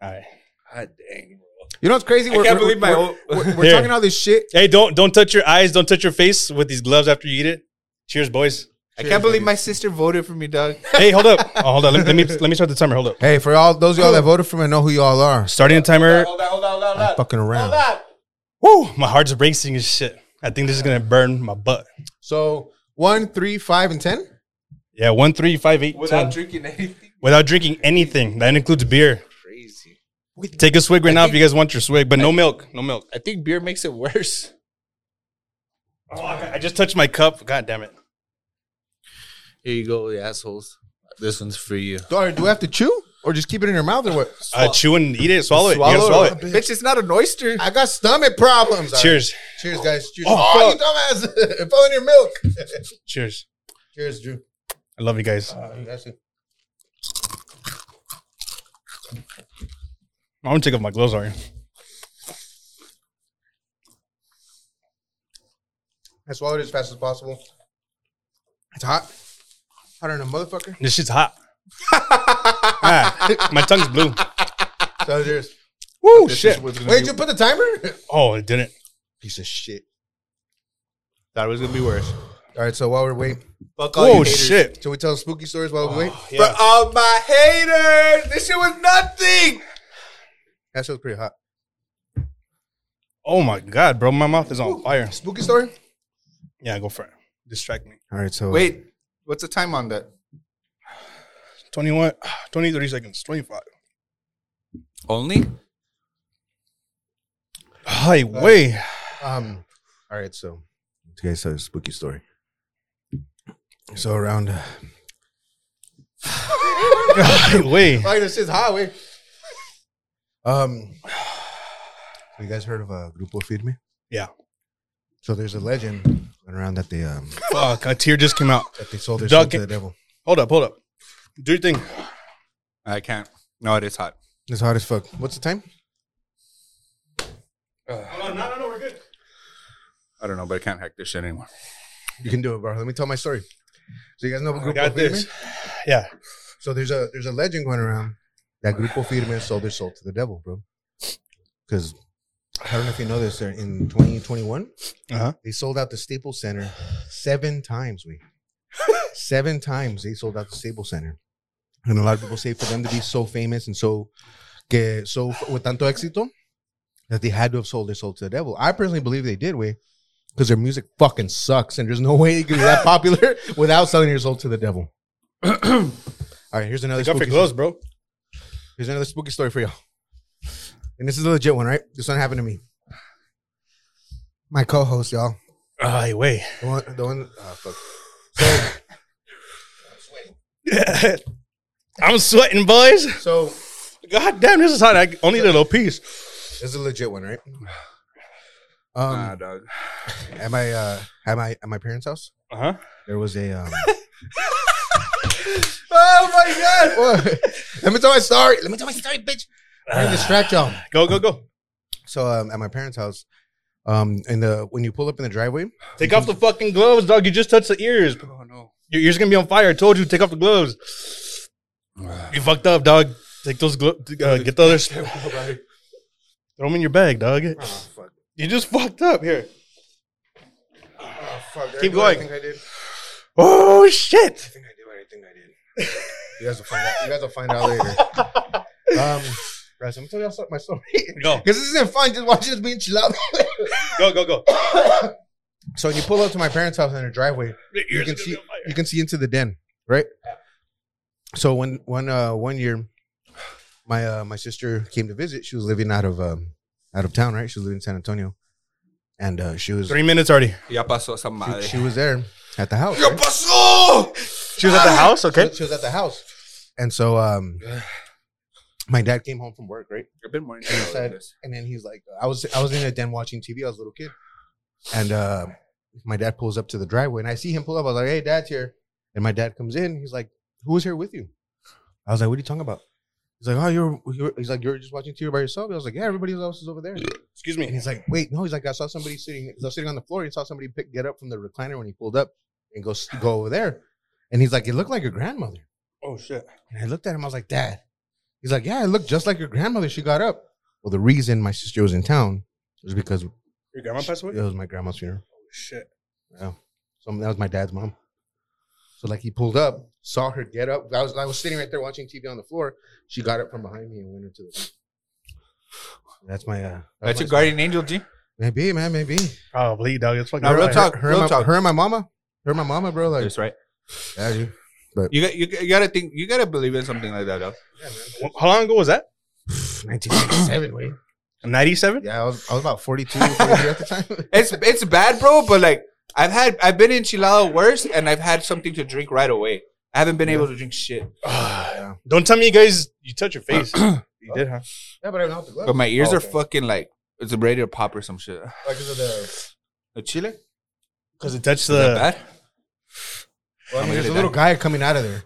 [SPEAKER 2] All right.
[SPEAKER 4] God dang.
[SPEAKER 3] You know what's crazy?
[SPEAKER 4] I can't believe my
[SPEAKER 3] We're,
[SPEAKER 4] own.
[SPEAKER 3] we're,
[SPEAKER 2] Here.
[SPEAKER 3] we're talking all this shit.
[SPEAKER 2] Hey, don't don't touch your eyes, don't touch your face with these gloves after you eat it. Cheers,
[SPEAKER 4] <laughs>
[SPEAKER 2] boys.
[SPEAKER 4] I can't believe my sister voted for me, dog.
[SPEAKER 2] Hey, hold up. Oh, hold on. Let, let me let me start the timer. Hold up.
[SPEAKER 3] Hey, for all those of y'all that voted for me, I know who y'all are.
[SPEAKER 2] Starting the timer.
[SPEAKER 4] on, hold on, hold on,
[SPEAKER 3] I'm fucking around.
[SPEAKER 2] Woo! My heart's racing as shit. I think this is gonna burn my butt.
[SPEAKER 3] So one, three, five, and ten.
[SPEAKER 2] Yeah, one, three, five, eight,
[SPEAKER 4] Without
[SPEAKER 2] ten.
[SPEAKER 4] drinking anything,
[SPEAKER 2] Without drinking anything. That includes beer.
[SPEAKER 4] crazy.
[SPEAKER 2] Take a swig right now if you guys want your swig, but no milk. No milk.
[SPEAKER 4] I think beer makes it worse.
[SPEAKER 2] Oh, I I just touched my cup. God damn it.
[SPEAKER 4] Here you go, you assholes. This one's for you.
[SPEAKER 3] Do I, do I have to chew or just keep it in your mouth or what?
[SPEAKER 2] Uh, chew and eat it. Swallow it. You gotta swallow it.
[SPEAKER 4] Bitch, it's not an oyster.
[SPEAKER 3] I got stomach problems.
[SPEAKER 2] Cheers.
[SPEAKER 3] Cheers, guys. Cheers.
[SPEAKER 2] Oh,
[SPEAKER 3] Oh, you dumbass. <laughs> It fell in your milk.
[SPEAKER 2] Cheers.
[SPEAKER 3] Cheers, Drew.
[SPEAKER 2] I love you guys.
[SPEAKER 3] That's it.
[SPEAKER 2] I'm gonna take off my gloves already.
[SPEAKER 3] I swallowed it as fast as possible. It's hot. Hotter than a <laughs> motherfucker.
[SPEAKER 2] This shit's <laughs> hot. Ah, my tongue's blue.
[SPEAKER 3] So there's.
[SPEAKER 2] Woo,
[SPEAKER 4] This is
[SPEAKER 2] shit.
[SPEAKER 4] what's gonna
[SPEAKER 3] Wait,
[SPEAKER 4] be-
[SPEAKER 3] did you put the timer?
[SPEAKER 2] Oh, it didn't.
[SPEAKER 3] Piece of shit.
[SPEAKER 4] Thought it was gonna be worse.
[SPEAKER 3] All right, so while we're waiting,
[SPEAKER 4] Fuck all
[SPEAKER 2] Oh
[SPEAKER 4] you haters.
[SPEAKER 2] shit.
[SPEAKER 3] shall we tell spooky stories while we wait?
[SPEAKER 2] Oh, yeah.
[SPEAKER 4] For all my haters, this shit was nothing.
[SPEAKER 3] That shit was pretty hot.
[SPEAKER 2] Oh my god, bro, my mouth is on fire.
[SPEAKER 3] Spooky story?
[SPEAKER 2] Yeah, go for it. Distract me.
[SPEAKER 3] All right, so.
[SPEAKER 4] Wait, what's the time on that?
[SPEAKER 2] <sighs> 21, 20, 30 seconds, 25.
[SPEAKER 4] Only?
[SPEAKER 2] Hi, way.
[SPEAKER 3] Um, all right, so okay, so spooky story. So around, uh,
[SPEAKER 2] Hi, way.
[SPEAKER 3] like this is highway. Um, <sighs> you guys heard of uh, Grupo Firme?
[SPEAKER 2] Yeah.
[SPEAKER 3] So there's a legend around that they um
[SPEAKER 2] Fuck, a tear just came out.
[SPEAKER 3] that they sold their soul
[SPEAKER 2] Dog
[SPEAKER 3] to
[SPEAKER 2] ca-
[SPEAKER 3] the devil.
[SPEAKER 2] Hold up, hold up. Do your thing.
[SPEAKER 4] I can't. No, it is hot.
[SPEAKER 3] It's hot as fuck. What's the time?
[SPEAKER 2] No, no, no, we're good.
[SPEAKER 4] I don't know, but I can't hack this shit anymore.
[SPEAKER 3] You can do it, bro. Let me tell my story. So you guys know about
[SPEAKER 2] I
[SPEAKER 3] Grupo
[SPEAKER 2] got
[SPEAKER 3] Firme?
[SPEAKER 2] this. Yeah.
[SPEAKER 3] So there's a there's a legend going around that Grupo Firme sold their soul to the devil, bro. Because I don't know if you know this, they're in 2021.
[SPEAKER 2] Uh-huh.
[SPEAKER 3] They sold out the Staples Center seven times. We seven times they sold out the Staples Center, and a lot of people say for them to be so famous and so que so with tanto éxito that they had to have sold their soul to the devil. I personally believe they did. We. Because their music fucking sucks, and there's no way they could be that popular without selling your soul to the devil. All right, here's another.
[SPEAKER 2] Take off your
[SPEAKER 3] spooky
[SPEAKER 2] gloves, bro.
[SPEAKER 3] Here's another spooky story for y'all. And this is a legit one, right? This one happened to me. My co-host, y'all.
[SPEAKER 2] Hi, way.
[SPEAKER 3] The one, the one, ah, fuck. So,
[SPEAKER 2] <laughs> I'm sweating, boys.
[SPEAKER 3] so
[SPEAKER 2] God damn, this is hot. I only need a little piece.
[SPEAKER 3] this is a legit one, right? Um,
[SPEAKER 4] nah, dog.
[SPEAKER 3] at my uh, at my at my parents' house,
[SPEAKER 2] Uh huh.
[SPEAKER 3] there was a. Um,
[SPEAKER 4] Oh my
[SPEAKER 3] what? Let me tell my story. Let me tell my story, bitch. I didn't distract y'all.
[SPEAKER 2] Go, go, go.
[SPEAKER 3] So um, at my parents' house, um, in the when you pull up in the driveway,
[SPEAKER 2] Take off the fucking gloves, dog. You just touched the ears.
[SPEAKER 4] god. Oh no.
[SPEAKER 2] Your ears gonna be on fire. I told you, take off the gloves. You fucked up, dog. Take those gloves. Uh, get the others. Throw them in your bag, dog.
[SPEAKER 3] oh fuck,
[SPEAKER 2] You just fucked up here.
[SPEAKER 3] oh fuck. Did I
[SPEAKER 2] Keep
[SPEAKER 3] do what I
[SPEAKER 2] going.
[SPEAKER 3] think I did.
[SPEAKER 2] Oh shit!
[SPEAKER 3] I think I did what I think I did. you guys will find out. You guys will find out later. Um, guys, I'm gonna tell y'all something- my story <laughs>
[SPEAKER 2] Go,
[SPEAKER 3] because this isn't fun. Just watching us being chill out.
[SPEAKER 2] go, go, go.
[SPEAKER 3] so when you pull up to my parents' house in the driveway,
[SPEAKER 2] Your
[SPEAKER 3] you
[SPEAKER 2] ears
[SPEAKER 3] can
[SPEAKER 2] are gonna
[SPEAKER 3] see
[SPEAKER 2] be on fire.
[SPEAKER 3] you can see into the den, right? So when one uh one year, my uh my sister came to visit. She was living out of um out of town, right? She was living in San Antonio, and uh, she was
[SPEAKER 2] Three minutes already.
[SPEAKER 4] Ya pasó esa
[SPEAKER 3] she,
[SPEAKER 4] madre.
[SPEAKER 3] she was there at the house.
[SPEAKER 4] Ya
[SPEAKER 3] right?
[SPEAKER 4] pasó! Ah.
[SPEAKER 2] She was at the house. Okay.
[SPEAKER 3] She, she was at the house, and so um, my dad came home from work, right?
[SPEAKER 4] I've been more
[SPEAKER 3] He said-
[SPEAKER 4] interested.
[SPEAKER 3] And then he's like, I was I was in a den watching TV. I was a little kid, and uh, my dad pulls up to the driveway, and I see him pull up. I was like, "Hey, dad's here," and my dad comes in. He's like, "Who was here with you?" I was like, "What are you talking about?" He's like, "Oh, you're." you're he's like, "You're just watching TV by yourself." I was like, "Yeah, everybody else is over there."
[SPEAKER 2] Excuse
[SPEAKER 3] And
[SPEAKER 2] me.
[SPEAKER 3] he's like, "Wait, no." He's like, "I saw somebody sitting. I was sitting on the floor. He saw somebody pick get up from the recliner when he pulled up and go s- go over there." And he's like, "It looked like your grandmother."
[SPEAKER 2] Oh shit!
[SPEAKER 3] And I looked at him. I was like, Dad. He's like, Yeah, it looked just like your grandmother. She got up. Well, the reason my sister was in town was because it
[SPEAKER 2] Your grandma passed away.
[SPEAKER 3] was my grandma's funeral.
[SPEAKER 2] Oh shit!
[SPEAKER 3] Yeah. So that was my dad's mom. So like he pulled up, saw her get up. I was I was sitting right there watching TV on the floor. She got up from behind me and went into the. That's my. Uh,
[SPEAKER 4] That's
[SPEAKER 3] my
[SPEAKER 4] your guardian angel, G.
[SPEAKER 3] Maybe, man, maybe.
[SPEAKER 2] Probably, dog. It's fucking.
[SPEAKER 4] Now, real
[SPEAKER 2] right.
[SPEAKER 4] talk.
[SPEAKER 3] Her, and my,
[SPEAKER 4] talk.
[SPEAKER 3] her and my mama. Her and my mama, bro. Like,
[SPEAKER 4] That's right.
[SPEAKER 3] yeah, dude.
[SPEAKER 4] You got you, got- you gotta think you gotta believe in something like that, dog.
[SPEAKER 2] How long ago was that?
[SPEAKER 3] 1967, wait.
[SPEAKER 2] Ninety-seven.
[SPEAKER 3] Yeah, I was, I was about 42, 43 at the <laughs> time.
[SPEAKER 4] It's it's bad, bro, but like I've had I've been in Chilala worse and I've had something to drink right away. I haven't been able to drink shit.
[SPEAKER 3] Yeah.
[SPEAKER 2] Don't tell me you guys. You touch your
[SPEAKER 4] <clears throat>
[SPEAKER 2] face. you did, huh?
[SPEAKER 3] Yeah, but I don't have the gloves.
[SPEAKER 4] But my ears
[SPEAKER 2] Oh,
[SPEAKER 4] are
[SPEAKER 2] okay.
[SPEAKER 4] fucking like it's ready to pop or some shit.
[SPEAKER 3] because of the.
[SPEAKER 4] The chile?
[SPEAKER 2] Because it touched
[SPEAKER 4] Is that
[SPEAKER 2] the.
[SPEAKER 4] bad?
[SPEAKER 3] Well, I mean,
[SPEAKER 4] Somebody
[SPEAKER 3] there's a
[SPEAKER 4] died.
[SPEAKER 3] little guy coming out of there.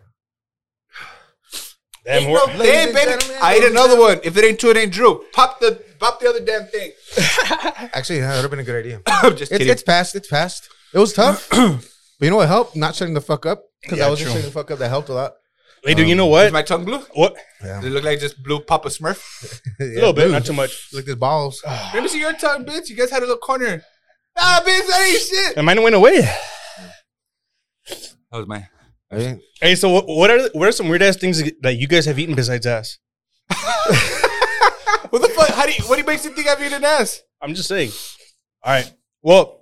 [SPEAKER 2] Damn.
[SPEAKER 4] Ain't no
[SPEAKER 2] whore.
[SPEAKER 3] Ladies
[SPEAKER 4] damn,
[SPEAKER 3] and
[SPEAKER 4] baby.
[SPEAKER 3] gentlemen,
[SPEAKER 4] I ate
[SPEAKER 3] ladies and
[SPEAKER 4] another one. If it ain't two, it ain't Drew. Pop the pop the other damn thing.
[SPEAKER 3] <laughs> Actually, yeah, that would have been a good idea.
[SPEAKER 4] I'm just
[SPEAKER 3] It's,
[SPEAKER 4] kidding.
[SPEAKER 3] it's past. It's past. It was tough. <clears throat> but you know what helped? Not shutting the fuck up. Because
[SPEAKER 2] Yeah,
[SPEAKER 3] I wasn't
[SPEAKER 2] true.
[SPEAKER 3] shutting the fuck up. That helped
[SPEAKER 2] <laughs>
[SPEAKER 3] a lot.
[SPEAKER 2] Hey, dude, you
[SPEAKER 3] Um,
[SPEAKER 2] know
[SPEAKER 4] Is
[SPEAKER 2] what?
[SPEAKER 4] my tongue blue?
[SPEAKER 2] what?
[SPEAKER 3] Yeah.
[SPEAKER 4] Does it look like just blue Papa Smurf?
[SPEAKER 3] a
[SPEAKER 2] A little bit, not too much. Ah.
[SPEAKER 3] Look at his balls. <sighs>
[SPEAKER 4] Let me see your tongue, bitch. You guys had a little corner. Ah, bitch, that ain't shit.
[SPEAKER 2] And mine went away.
[SPEAKER 4] That was mine.
[SPEAKER 2] Hey, so what, what are what are some weird ass things that you guys have eaten besides ass?
[SPEAKER 4] What the fuck? How do you, what do you makes you think I've eaten ass?
[SPEAKER 2] I'm just saying. All right. Well,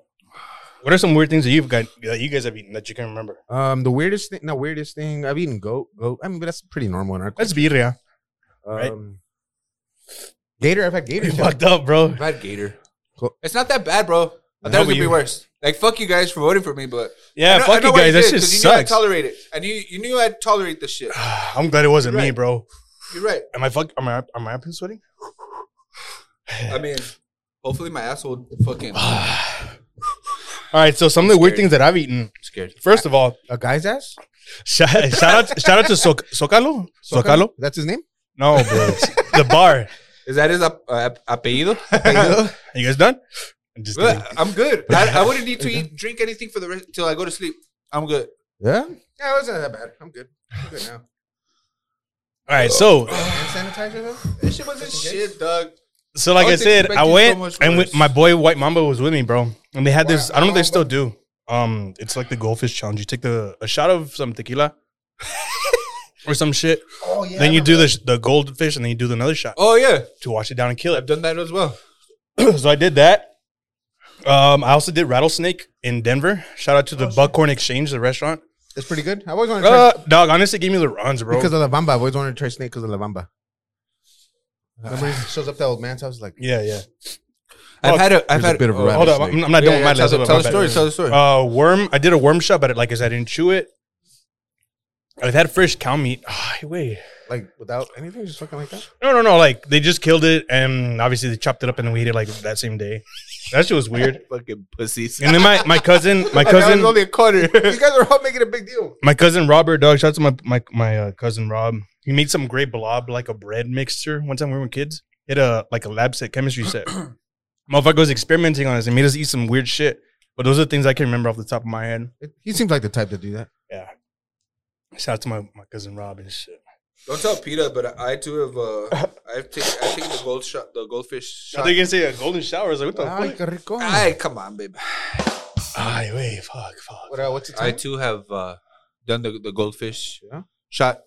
[SPEAKER 2] what are some weird things that you've got that you guys have eaten that you can remember?
[SPEAKER 3] Um, the weirdest thing, not weirdest thing. I've eaten goat. Goat. I mean, but that's pretty normal in our
[SPEAKER 2] That's birria. <laughs> right.
[SPEAKER 3] Um, Gator. I've had gator.
[SPEAKER 2] You fucked up, bro.
[SPEAKER 4] I've had gator.
[SPEAKER 3] Cool.
[SPEAKER 4] It's not that bad, bro. I thought it
[SPEAKER 2] How
[SPEAKER 4] was
[SPEAKER 2] were
[SPEAKER 4] gonna be
[SPEAKER 2] you?
[SPEAKER 4] worse. Like fuck you guys for voting for me, but
[SPEAKER 2] Yeah,
[SPEAKER 4] I know- I
[SPEAKER 2] fuck
[SPEAKER 4] know
[SPEAKER 2] you
[SPEAKER 4] why
[SPEAKER 2] guys. That
[SPEAKER 4] did,
[SPEAKER 2] shit
[SPEAKER 4] 'cause you knew I'd
[SPEAKER 2] sucks. <sighs>
[SPEAKER 4] tolerate it. I knew you knew I'd tolerate this shit.
[SPEAKER 2] I'm glad it wasn't me,
[SPEAKER 4] Right.
[SPEAKER 2] bro.
[SPEAKER 4] You're right.
[SPEAKER 2] Am I fuck? Am I am I up and sweating?
[SPEAKER 4] I mean, hopefully my asshole
[SPEAKER 2] <sighs>
[SPEAKER 4] fucking
[SPEAKER 2] All right. So some of the weird things
[SPEAKER 4] Scared.
[SPEAKER 2] that I've eaten.
[SPEAKER 4] scared.
[SPEAKER 2] First of all,
[SPEAKER 3] A guy's ass.
[SPEAKER 2] shout, shout out shout out to Soc- Socalo. Socalo.
[SPEAKER 3] That's his name.
[SPEAKER 2] No, bro. it's the bar.
[SPEAKER 4] Is that his ap- uh,
[SPEAKER 2] <laughs>
[SPEAKER 4] ap- apellido?
[SPEAKER 2] Are you guys done? I'm just kidding.
[SPEAKER 4] <laughs> Well, I'm good. I, I wouldn't need to eat, drink anything for the rest till I go to sleep. I'm good.
[SPEAKER 3] Yeah. Yeah, it wasn't that bad. I'm good. I'm good now.
[SPEAKER 2] All right. So
[SPEAKER 3] And sanitizer though.
[SPEAKER 4] This <laughs> shit wasn't shit, dog.
[SPEAKER 2] So like
[SPEAKER 4] I
[SPEAKER 2] I,
[SPEAKER 4] was
[SPEAKER 2] said, I
[SPEAKER 4] expecting so
[SPEAKER 2] went
[SPEAKER 4] much
[SPEAKER 2] and
[SPEAKER 4] worse.
[SPEAKER 2] with, my boy White Mamba was with me, bro. And they had this. I don't know if they
[SPEAKER 3] White
[SPEAKER 2] still do. Um, it's like the goldfish challenge. You take the a shot of some tequila or some shit,
[SPEAKER 3] Oh yeah.
[SPEAKER 2] then you do the sh- the goldfish, and then you do another shot
[SPEAKER 4] Oh yeah,
[SPEAKER 2] to wash it down and kill
[SPEAKER 4] I've
[SPEAKER 2] it. <clears throat>
[SPEAKER 4] done that as well.
[SPEAKER 2] so I did that. Um, I also did rattlesnake in Denver. Shout out to the Buckhorn Exchange, the restaurant.
[SPEAKER 3] It's pretty good. I always wanted to try
[SPEAKER 2] Uh, dog, honestly, gave me the runs, bro.
[SPEAKER 3] because of La Bamba. I always wanted to try snake because of La Bamba.
[SPEAKER 2] Ah.
[SPEAKER 3] Remember, he shows up to that old man's house like.
[SPEAKER 2] yeah, yeah.
[SPEAKER 4] I've
[SPEAKER 2] Oh,
[SPEAKER 4] had a. I've
[SPEAKER 3] there's a
[SPEAKER 4] had
[SPEAKER 3] bit of a
[SPEAKER 4] oh,
[SPEAKER 3] rabbit.
[SPEAKER 2] Hold up, I'm, I'm not
[SPEAKER 4] Yeah,
[SPEAKER 2] done
[SPEAKER 4] yeah,
[SPEAKER 2] with my
[SPEAKER 4] tell
[SPEAKER 2] list.
[SPEAKER 4] the-
[SPEAKER 2] My
[SPEAKER 4] tell the
[SPEAKER 2] bad.
[SPEAKER 4] story, tell the story.
[SPEAKER 2] Uh, worm. I did a worm shot, but it, like I said, I didn't chew it. I've had fresh cow meat. <sighs> Ah, wait.
[SPEAKER 3] like without anything, just fucking like <laughs> that.
[SPEAKER 2] No, no, no. Like they just killed it, and obviously they chopped it up, and then we ate it like that same day. That shit was weird.
[SPEAKER 4] fucking pussies.
[SPEAKER 2] And then my, my cousin,
[SPEAKER 4] <laughs>
[SPEAKER 2] my
[SPEAKER 4] That was
[SPEAKER 2] cousin,
[SPEAKER 4] only a <laughs> quarter.
[SPEAKER 3] You guys are all making a big deal.
[SPEAKER 2] my cousin Robert, dog. Shout out to my my my uh, cousin Rob. He made some great blob like a bread mixture. One time we were kids, hit a like a lab set, chemistry <clears throat> set. Motherfucker was experimenting on us and made us eat some weird shit. But those are things I can remember off the top of my head.
[SPEAKER 3] He seems like the type to do that.
[SPEAKER 2] Shout out to my, my cousin Rob and shit.
[SPEAKER 4] Don't tell Peter, but I too have. Uh, I've taken. I've taken the gold shot, the goldfish
[SPEAKER 2] I
[SPEAKER 4] shot.
[SPEAKER 2] thought you were gonna say a golden shower. I was like, what the
[SPEAKER 3] Ay,
[SPEAKER 2] fuck?
[SPEAKER 3] qué rico.
[SPEAKER 4] Ay, come on, babe.
[SPEAKER 2] Ay, wait, fuck, fuck.
[SPEAKER 3] What, uh, what's the
[SPEAKER 4] I
[SPEAKER 3] time?
[SPEAKER 4] too have uh, done the, the goldfish
[SPEAKER 3] Yeah.
[SPEAKER 4] shot.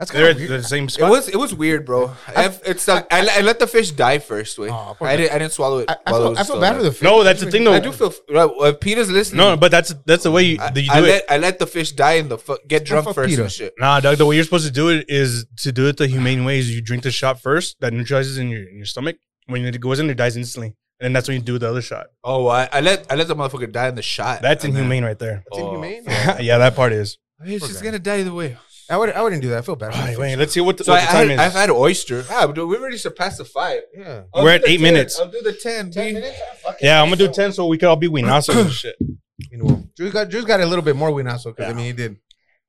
[SPEAKER 3] That's
[SPEAKER 2] They're
[SPEAKER 3] kind of
[SPEAKER 2] at
[SPEAKER 3] weird.
[SPEAKER 2] the same
[SPEAKER 4] It
[SPEAKER 2] spot.
[SPEAKER 4] was it was weird, bro. I've, it's like, I, le- I let the fish die first. Way
[SPEAKER 3] Aw, poor
[SPEAKER 4] I
[SPEAKER 3] guy.
[SPEAKER 4] didn't I didn't swallow it.
[SPEAKER 3] I, I
[SPEAKER 4] while it
[SPEAKER 3] feel, I
[SPEAKER 4] was
[SPEAKER 3] feel
[SPEAKER 4] still
[SPEAKER 3] bad
[SPEAKER 4] alive.
[SPEAKER 3] for the fish.
[SPEAKER 2] No, that's the thing, though.
[SPEAKER 4] I do feel. Right, well, if Peter's listening.
[SPEAKER 2] no, but that's that's the way you,
[SPEAKER 4] I,
[SPEAKER 2] that you
[SPEAKER 4] I
[SPEAKER 2] do
[SPEAKER 4] let
[SPEAKER 2] it.
[SPEAKER 4] I let the fish die and the fu- get drunk
[SPEAKER 3] fuck
[SPEAKER 4] first
[SPEAKER 3] Peter.
[SPEAKER 4] and shit.
[SPEAKER 2] Nah, Doug. The way you're supposed to do it is to do it the humane way. Is you drink the shot first, that neutralizes in your in your stomach. When it goes in, it dies instantly, and then that's when you do the other shot.
[SPEAKER 4] Oh, I, I let I let the motherfucker die in the shot.
[SPEAKER 2] That's
[SPEAKER 4] And
[SPEAKER 2] inhumane right there. <laughs>
[SPEAKER 3] It's
[SPEAKER 4] Oh.
[SPEAKER 3] inhumane.
[SPEAKER 2] yeah, that part is.
[SPEAKER 4] then- Hey, she's
[SPEAKER 3] Okay.
[SPEAKER 4] gonna die either way.
[SPEAKER 3] I would. I wouldn't do that. I feel bad. For the
[SPEAKER 2] Alright,
[SPEAKER 3] fish.
[SPEAKER 2] wait, let's see what the,
[SPEAKER 4] So
[SPEAKER 2] what
[SPEAKER 4] I,
[SPEAKER 2] the time
[SPEAKER 4] I,
[SPEAKER 2] is.
[SPEAKER 4] I've had oyster. Ah, but we've already surpassed the five.
[SPEAKER 3] Yeah.
[SPEAKER 2] We're
[SPEAKER 4] do
[SPEAKER 2] at
[SPEAKER 4] the
[SPEAKER 2] eight
[SPEAKER 4] 10.
[SPEAKER 2] minutes.
[SPEAKER 4] I'll do the ten. dude.
[SPEAKER 2] yeah, I'm gonna do ten, so we could all be Winasos
[SPEAKER 4] <coughs>
[SPEAKER 2] and shit.
[SPEAKER 3] I mean, well, Drew's got Drew's got a little bit more winasso because I
[SPEAKER 2] Yeah.
[SPEAKER 3] mean he did.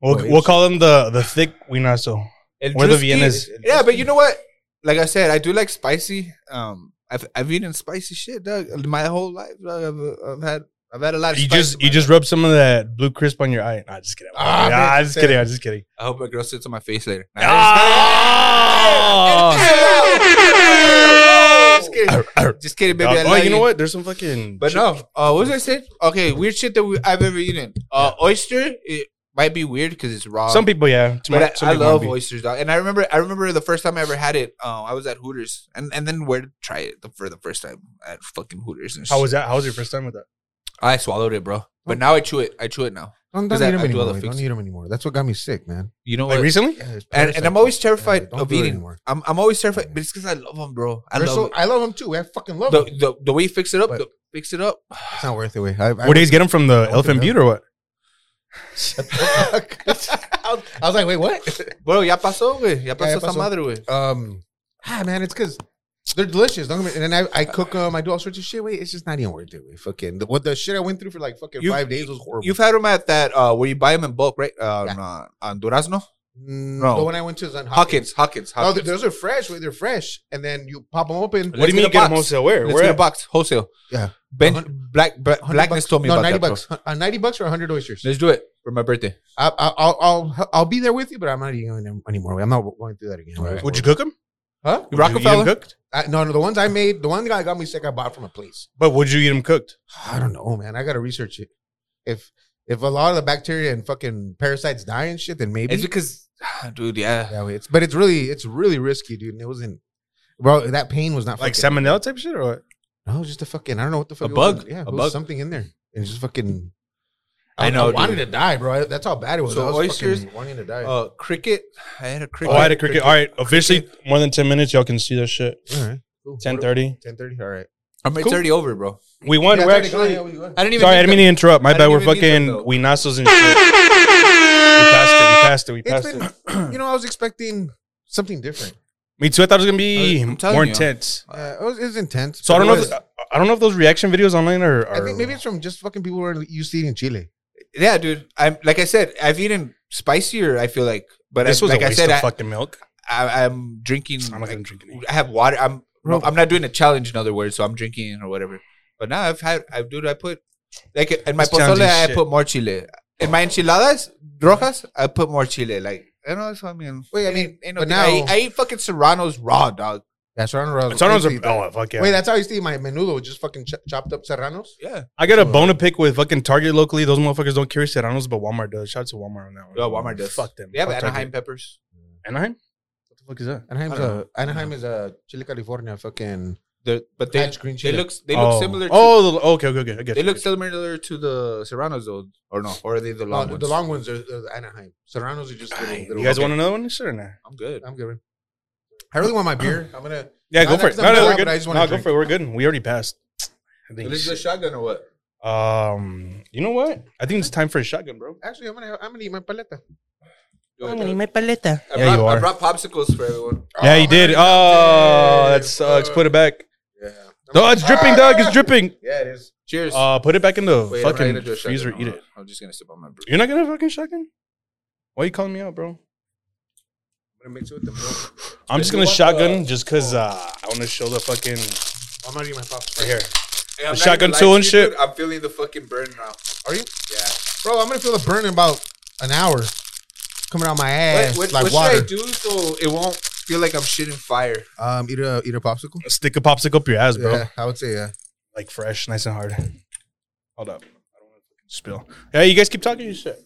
[SPEAKER 2] We'll,
[SPEAKER 3] Well,
[SPEAKER 2] we'll call them the the thick Winaso.
[SPEAKER 4] El
[SPEAKER 2] We're the
[SPEAKER 4] Drewski-
[SPEAKER 2] Viennas.
[SPEAKER 4] Yeah, but you know what? Like I said, I do like spicy. Um, I've I've eaten spicy shit, dog. My whole life, dog. I've, I've had I've had a lot. Of
[SPEAKER 2] You
[SPEAKER 4] spice
[SPEAKER 2] just
[SPEAKER 4] in
[SPEAKER 2] you
[SPEAKER 4] my
[SPEAKER 2] just rub some of that blue crisp on your eye. Nah, just kidding.
[SPEAKER 3] Ah,
[SPEAKER 2] Nah,
[SPEAKER 3] man.
[SPEAKER 2] I'm just kidding. I'm just kidding.
[SPEAKER 4] life. I hope my girl sits on my face later.
[SPEAKER 2] Ah!
[SPEAKER 4] just kidding.
[SPEAKER 2] Arr, arr.
[SPEAKER 4] Just kidding, baby. I
[SPEAKER 2] Oh,
[SPEAKER 4] love
[SPEAKER 2] you know what? There's some fucking.
[SPEAKER 4] But
[SPEAKER 2] shit-
[SPEAKER 4] no, uh, what was I saying? Okay, weird shit that we, I've ever eaten. Uh, oyster, it might be weird because it's raw.
[SPEAKER 2] Some people, yeah. To
[SPEAKER 4] Um, but
[SPEAKER 2] my-
[SPEAKER 4] I,
[SPEAKER 2] some
[SPEAKER 4] I
[SPEAKER 2] people
[SPEAKER 4] love
[SPEAKER 2] might be.
[SPEAKER 4] oysters, dog. And I remember, I remember the first time I ever had it. Uh, I was at Hooters, and and then where to try it the, for the first time at fucking Hooters. And
[SPEAKER 2] How
[SPEAKER 4] shit.
[SPEAKER 2] was that? How was your first time with that?
[SPEAKER 4] I swallowed it, bro. But now I chew it. I chew it now.
[SPEAKER 3] Don't, don't
[SPEAKER 4] Because
[SPEAKER 3] eat
[SPEAKER 4] I-
[SPEAKER 3] him
[SPEAKER 4] I do all
[SPEAKER 3] anymore.
[SPEAKER 4] the
[SPEAKER 3] Don't
[SPEAKER 4] fix-
[SPEAKER 3] eat him anymore. That's what got me sick, man.
[SPEAKER 4] You know
[SPEAKER 2] Like
[SPEAKER 4] what?
[SPEAKER 2] recently?
[SPEAKER 3] Yeah, it's
[SPEAKER 4] and, and I'm
[SPEAKER 3] parasites.
[SPEAKER 4] always
[SPEAKER 3] Yeah,
[SPEAKER 4] terrified
[SPEAKER 3] don't
[SPEAKER 4] of
[SPEAKER 3] do it
[SPEAKER 4] eating.
[SPEAKER 3] anymore.
[SPEAKER 4] I'm, I'm always terrified, but it's because I love them, bro. I
[SPEAKER 3] They're
[SPEAKER 4] love
[SPEAKER 3] so-
[SPEAKER 4] it.
[SPEAKER 3] I love him too. I fucking love
[SPEAKER 4] the,
[SPEAKER 3] him.
[SPEAKER 4] the the way you fix it up,
[SPEAKER 3] But-
[SPEAKER 4] the, fix it <laughs> up.
[SPEAKER 3] It's not worth it. Wait, I, I,
[SPEAKER 2] Where did you get them from the Elephant
[SPEAKER 3] Elephant Butte.
[SPEAKER 2] Butte or what?
[SPEAKER 3] I
[SPEAKER 4] <laughs>
[SPEAKER 3] was- <laughs> I was like, wait, what?
[SPEAKER 4] Bro, ya pasó, güey. Ya pasó
[SPEAKER 3] ya
[SPEAKER 4] esa
[SPEAKER 3] pasó.
[SPEAKER 4] madre, güey.
[SPEAKER 3] Um, ah, man, it's because they're delicious. Don't get me, and then I, I cook them. I do all sorts of shit. Wait, it's just not even worth it. Wait, fucking the, what the shit I went through for like fucking
[SPEAKER 4] You-
[SPEAKER 3] five days was horrible.
[SPEAKER 4] You've had them at that uh, where you buy them in bulk, right? Uh,
[SPEAKER 3] Yeah.
[SPEAKER 4] on, uh, on Durazno.
[SPEAKER 3] Mm,
[SPEAKER 4] Bro.
[SPEAKER 3] The one I went to is on Hawkins.
[SPEAKER 4] Hawkins, Hawkins,
[SPEAKER 3] Oh, th-
[SPEAKER 4] Hawkins.
[SPEAKER 3] those are fresh. Wait, they're fresh. And then you pop them open.
[SPEAKER 2] What do you mean
[SPEAKER 4] get
[SPEAKER 2] you
[SPEAKER 4] a
[SPEAKER 2] get them
[SPEAKER 4] box.
[SPEAKER 2] wholesale? Where?
[SPEAKER 4] Let's
[SPEAKER 2] Where?
[SPEAKER 4] get a
[SPEAKER 2] at?
[SPEAKER 4] box wholesale.
[SPEAKER 3] Yeah.
[SPEAKER 4] Ben,
[SPEAKER 3] Hun-
[SPEAKER 4] black, black
[SPEAKER 3] 100
[SPEAKER 4] blackness
[SPEAKER 3] bucks.
[SPEAKER 4] told me
[SPEAKER 3] no,
[SPEAKER 4] about
[SPEAKER 3] 90
[SPEAKER 4] that. bro.
[SPEAKER 3] bucks. Uh, 90 bucks or 100 oysters.
[SPEAKER 4] Let's do it for my birthday.
[SPEAKER 3] I, I, I'll, I'll, I'll be there with you, but I'm not eating them anymore. I'm not going through that again.
[SPEAKER 4] Right.
[SPEAKER 2] Would you cook them?
[SPEAKER 3] Huh?
[SPEAKER 4] You Rockefeller?
[SPEAKER 2] cooked?
[SPEAKER 3] I, no, no, the ones I made, the one guy got me sick, I bought from a place.
[SPEAKER 2] But would you eat them cooked?
[SPEAKER 3] I don't know, man. I gotta research it. If if a lot of the bacteria and fucking parasites die and shit, then maybe
[SPEAKER 4] It's because, <sighs> dude, yeah.
[SPEAKER 3] that way. It's but it's really it's really risky, dude. And it wasn't, bro. That pain was not
[SPEAKER 2] Like
[SPEAKER 3] fucking,
[SPEAKER 2] salmonella type shit or what?
[SPEAKER 3] No, it was just a fucking. I don't know what the fuck.
[SPEAKER 4] A
[SPEAKER 3] it was.
[SPEAKER 4] bug?
[SPEAKER 3] Yeah,
[SPEAKER 4] A
[SPEAKER 3] it was
[SPEAKER 4] bug?
[SPEAKER 3] Something in there. It's just fucking.
[SPEAKER 4] I know,
[SPEAKER 3] I wanted
[SPEAKER 4] dude.
[SPEAKER 3] to die, bro. I- that's how bad it was.
[SPEAKER 4] So
[SPEAKER 3] I was
[SPEAKER 4] oysters-
[SPEAKER 3] fucking wanting to die.
[SPEAKER 4] Uh, cricket. I had a
[SPEAKER 2] Oh,
[SPEAKER 4] cricket. Mm.
[SPEAKER 2] I had a cricket. All right, officially more than ten minutes. Y'all can see that shit.
[SPEAKER 3] all right. Cool.
[SPEAKER 2] Ten thirty.
[SPEAKER 3] Ten thirty. All right.
[SPEAKER 4] I'm
[SPEAKER 2] Cool.
[SPEAKER 4] already over, bro.
[SPEAKER 2] We won.
[SPEAKER 3] Yeah,
[SPEAKER 2] we're
[SPEAKER 3] 30,
[SPEAKER 2] actually.
[SPEAKER 3] go ahead, go ahead.
[SPEAKER 4] I didn't even.
[SPEAKER 2] Sorry, I didn't mean to interrupt. My
[SPEAKER 4] I
[SPEAKER 2] bad.
[SPEAKER 4] didn't
[SPEAKER 2] We're
[SPEAKER 4] even need them, though.
[SPEAKER 2] fucking. We nostrils and shit. We passed it. We passed
[SPEAKER 3] It's
[SPEAKER 2] it. We passed it.
[SPEAKER 4] <clears throat>
[SPEAKER 3] been, you know, I was expecting something different.
[SPEAKER 2] Me too. I thought it was gonna be
[SPEAKER 4] I was- I'm telling
[SPEAKER 2] more
[SPEAKER 4] you.
[SPEAKER 2] intense.
[SPEAKER 3] Uh, it, was, it was intense.
[SPEAKER 2] So I
[SPEAKER 3] but
[SPEAKER 2] don't
[SPEAKER 3] it
[SPEAKER 2] know.
[SPEAKER 3] was-
[SPEAKER 2] If, I don't know if those reaction videos online are.
[SPEAKER 3] I
[SPEAKER 2] are
[SPEAKER 3] think maybe it's from just fucking people who are used to eating chile.
[SPEAKER 4] Yeah, dude. I'm like I said. I've eaten spicier. I feel like, but
[SPEAKER 2] this
[SPEAKER 4] I,
[SPEAKER 2] was
[SPEAKER 4] like
[SPEAKER 2] a
[SPEAKER 4] I
[SPEAKER 2] waste
[SPEAKER 4] said,
[SPEAKER 2] of
[SPEAKER 4] I,
[SPEAKER 2] fucking milk.
[SPEAKER 4] I, I'm drinking.
[SPEAKER 2] I'm not gonna
[SPEAKER 4] like,
[SPEAKER 2] drink any.
[SPEAKER 4] I have water. I'm
[SPEAKER 3] Bro.
[SPEAKER 4] I'm not doing a challenge. In other words, so I'm drinking or whatever. But now I've had. I dude. I put like in my
[SPEAKER 2] It's challenging
[SPEAKER 4] pozole. I
[SPEAKER 2] shit.
[SPEAKER 4] put more chile. In my enchiladas rojas, I put more chile. Like I know that's what I mean.
[SPEAKER 3] Wait, I
[SPEAKER 4] Ain't-
[SPEAKER 3] mean,
[SPEAKER 4] ain't Eh, no
[SPEAKER 3] but
[SPEAKER 4] thing. I
[SPEAKER 3] now-
[SPEAKER 4] eat- I eat fucking serranos raw, dog.
[SPEAKER 3] Yeah, serrano rolls.
[SPEAKER 2] Serranos
[SPEAKER 3] Wait,
[SPEAKER 2] are. Oh fuck yeah.
[SPEAKER 3] Wait, that's how I used to eat my menudo, just fucking ch- chopped up serranos.
[SPEAKER 4] Yeah.
[SPEAKER 2] I got a bone to pick with fucking Target locally. Those motherfuckers don't carry serranos, but Walmart does. Shout out to Walmart on that one.
[SPEAKER 4] Yeah, Walmart does.
[SPEAKER 2] Fuck them.
[SPEAKER 4] They have
[SPEAKER 2] Fuck Target.
[SPEAKER 4] Anaheim peppers.
[SPEAKER 2] Anaheim. What the fuck is that?
[SPEAKER 3] Anaheim's
[SPEAKER 4] I don't
[SPEAKER 3] a, Anaheim is a chili California fucking
[SPEAKER 4] They're, but they
[SPEAKER 3] hatch green
[SPEAKER 4] they
[SPEAKER 3] chili.
[SPEAKER 4] look they
[SPEAKER 2] oh.
[SPEAKER 4] look similar. To,
[SPEAKER 2] oh, the, okay, okay, okay. I get
[SPEAKER 4] they
[SPEAKER 2] you,
[SPEAKER 4] look
[SPEAKER 2] I get you.
[SPEAKER 4] similar to the Serranos, though, or no? Or are they the
[SPEAKER 3] No,
[SPEAKER 4] long
[SPEAKER 3] the-
[SPEAKER 4] ones?
[SPEAKER 3] the long ones are, are the Anaheim. Serranos are just little.
[SPEAKER 2] Ay,
[SPEAKER 3] little
[SPEAKER 2] You guys want another one? Sure, nah.
[SPEAKER 4] I'm good.
[SPEAKER 3] I'm good. man. I really want my beer.
[SPEAKER 4] <clears throat>
[SPEAKER 3] I'm gonna.
[SPEAKER 2] Yeah,
[SPEAKER 3] No,
[SPEAKER 2] go for
[SPEAKER 3] that's
[SPEAKER 2] it. No,
[SPEAKER 3] something
[SPEAKER 2] no, we're
[SPEAKER 3] I-
[SPEAKER 2] good.
[SPEAKER 3] but I just wanna
[SPEAKER 2] No, go
[SPEAKER 3] drink.
[SPEAKER 2] for it. We're good. We already passed. I
[SPEAKER 4] So
[SPEAKER 2] think.
[SPEAKER 4] this is a
[SPEAKER 2] shit.
[SPEAKER 4] shotgun or what?
[SPEAKER 2] Um, you know what? I think it's time for a shotgun, bro.
[SPEAKER 3] Actually, I'm gonna. I'm gonna eat my paleta.
[SPEAKER 4] I'm gonna
[SPEAKER 2] my paleta.
[SPEAKER 4] I,
[SPEAKER 2] Yeah,
[SPEAKER 4] brought,
[SPEAKER 2] you
[SPEAKER 4] I
[SPEAKER 2] are.
[SPEAKER 4] brought popsicles for everyone.
[SPEAKER 2] Oh, Yeah, you did.
[SPEAKER 4] Oh,
[SPEAKER 2] Oh, that sucks. Put it back.
[SPEAKER 3] Yeah.
[SPEAKER 2] No, it's dripping, dog. It's dripping.
[SPEAKER 3] Yeah, it is.
[SPEAKER 4] Cheers.
[SPEAKER 2] Uh, put it back in the
[SPEAKER 4] Ah. Wait, I'm not gonna
[SPEAKER 2] fucking
[SPEAKER 4] do a shotgun.
[SPEAKER 2] freezer.
[SPEAKER 4] Hold
[SPEAKER 2] Eat
[SPEAKER 4] on.
[SPEAKER 2] it.
[SPEAKER 4] I'm just gonna sip on my brew.
[SPEAKER 2] You're not gonna fucking shotgun? Why you calling me out, bro?
[SPEAKER 3] I'm gonna mix it with the milk.
[SPEAKER 2] I'm
[SPEAKER 4] If
[SPEAKER 2] just
[SPEAKER 4] you
[SPEAKER 2] gonna
[SPEAKER 4] want
[SPEAKER 2] shotgun
[SPEAKER 4] the-
[SPEAKER 2] just cause uh, I want to show the fucking right
[SPEAKER 3] I'm gonna eat my pops
[SPEAKER 2] here.
[SPEAKER 4] Hey, I'm
[SPEAKER 2] The
[SPEAKER 4] not
[SPEAKER 2] shotgun
[SPEAKER 4] gonna lie
[SPEAKER 2] tool
[SPEAKER 4] to
[SPEAKER 2] and
[SPEAKER 4] you,
[SPEAKER 2] shit.
[SPEAKER 4] dude. I'm feeling the fucking burn now.
[SPEAKER 3] Are you,
[SPEAKER 4] Yeah.
[SPEAKER 3] bro? I'm gonna feel the burn in about an hour, coming out my ass
[SPEAKER 4] what what,
[SPEAKER 3] like
[SPEAKER 4] what
[SPEAKER 3] water.
[SPEAKER 4] should I do so it won't feel like I'm shitting fire?
[SPEAKER 3] Um, eat a eat a popsicle.
[SPEAKER 2] Stick a popsicle up your ass, bro.
[SPEAKER 3] Yeah, I would say yeah.
[SPEAKER 2] Like fresh, nice and hard. Hold up. I don't want to spill. Yeah, you guys keep talking your shit.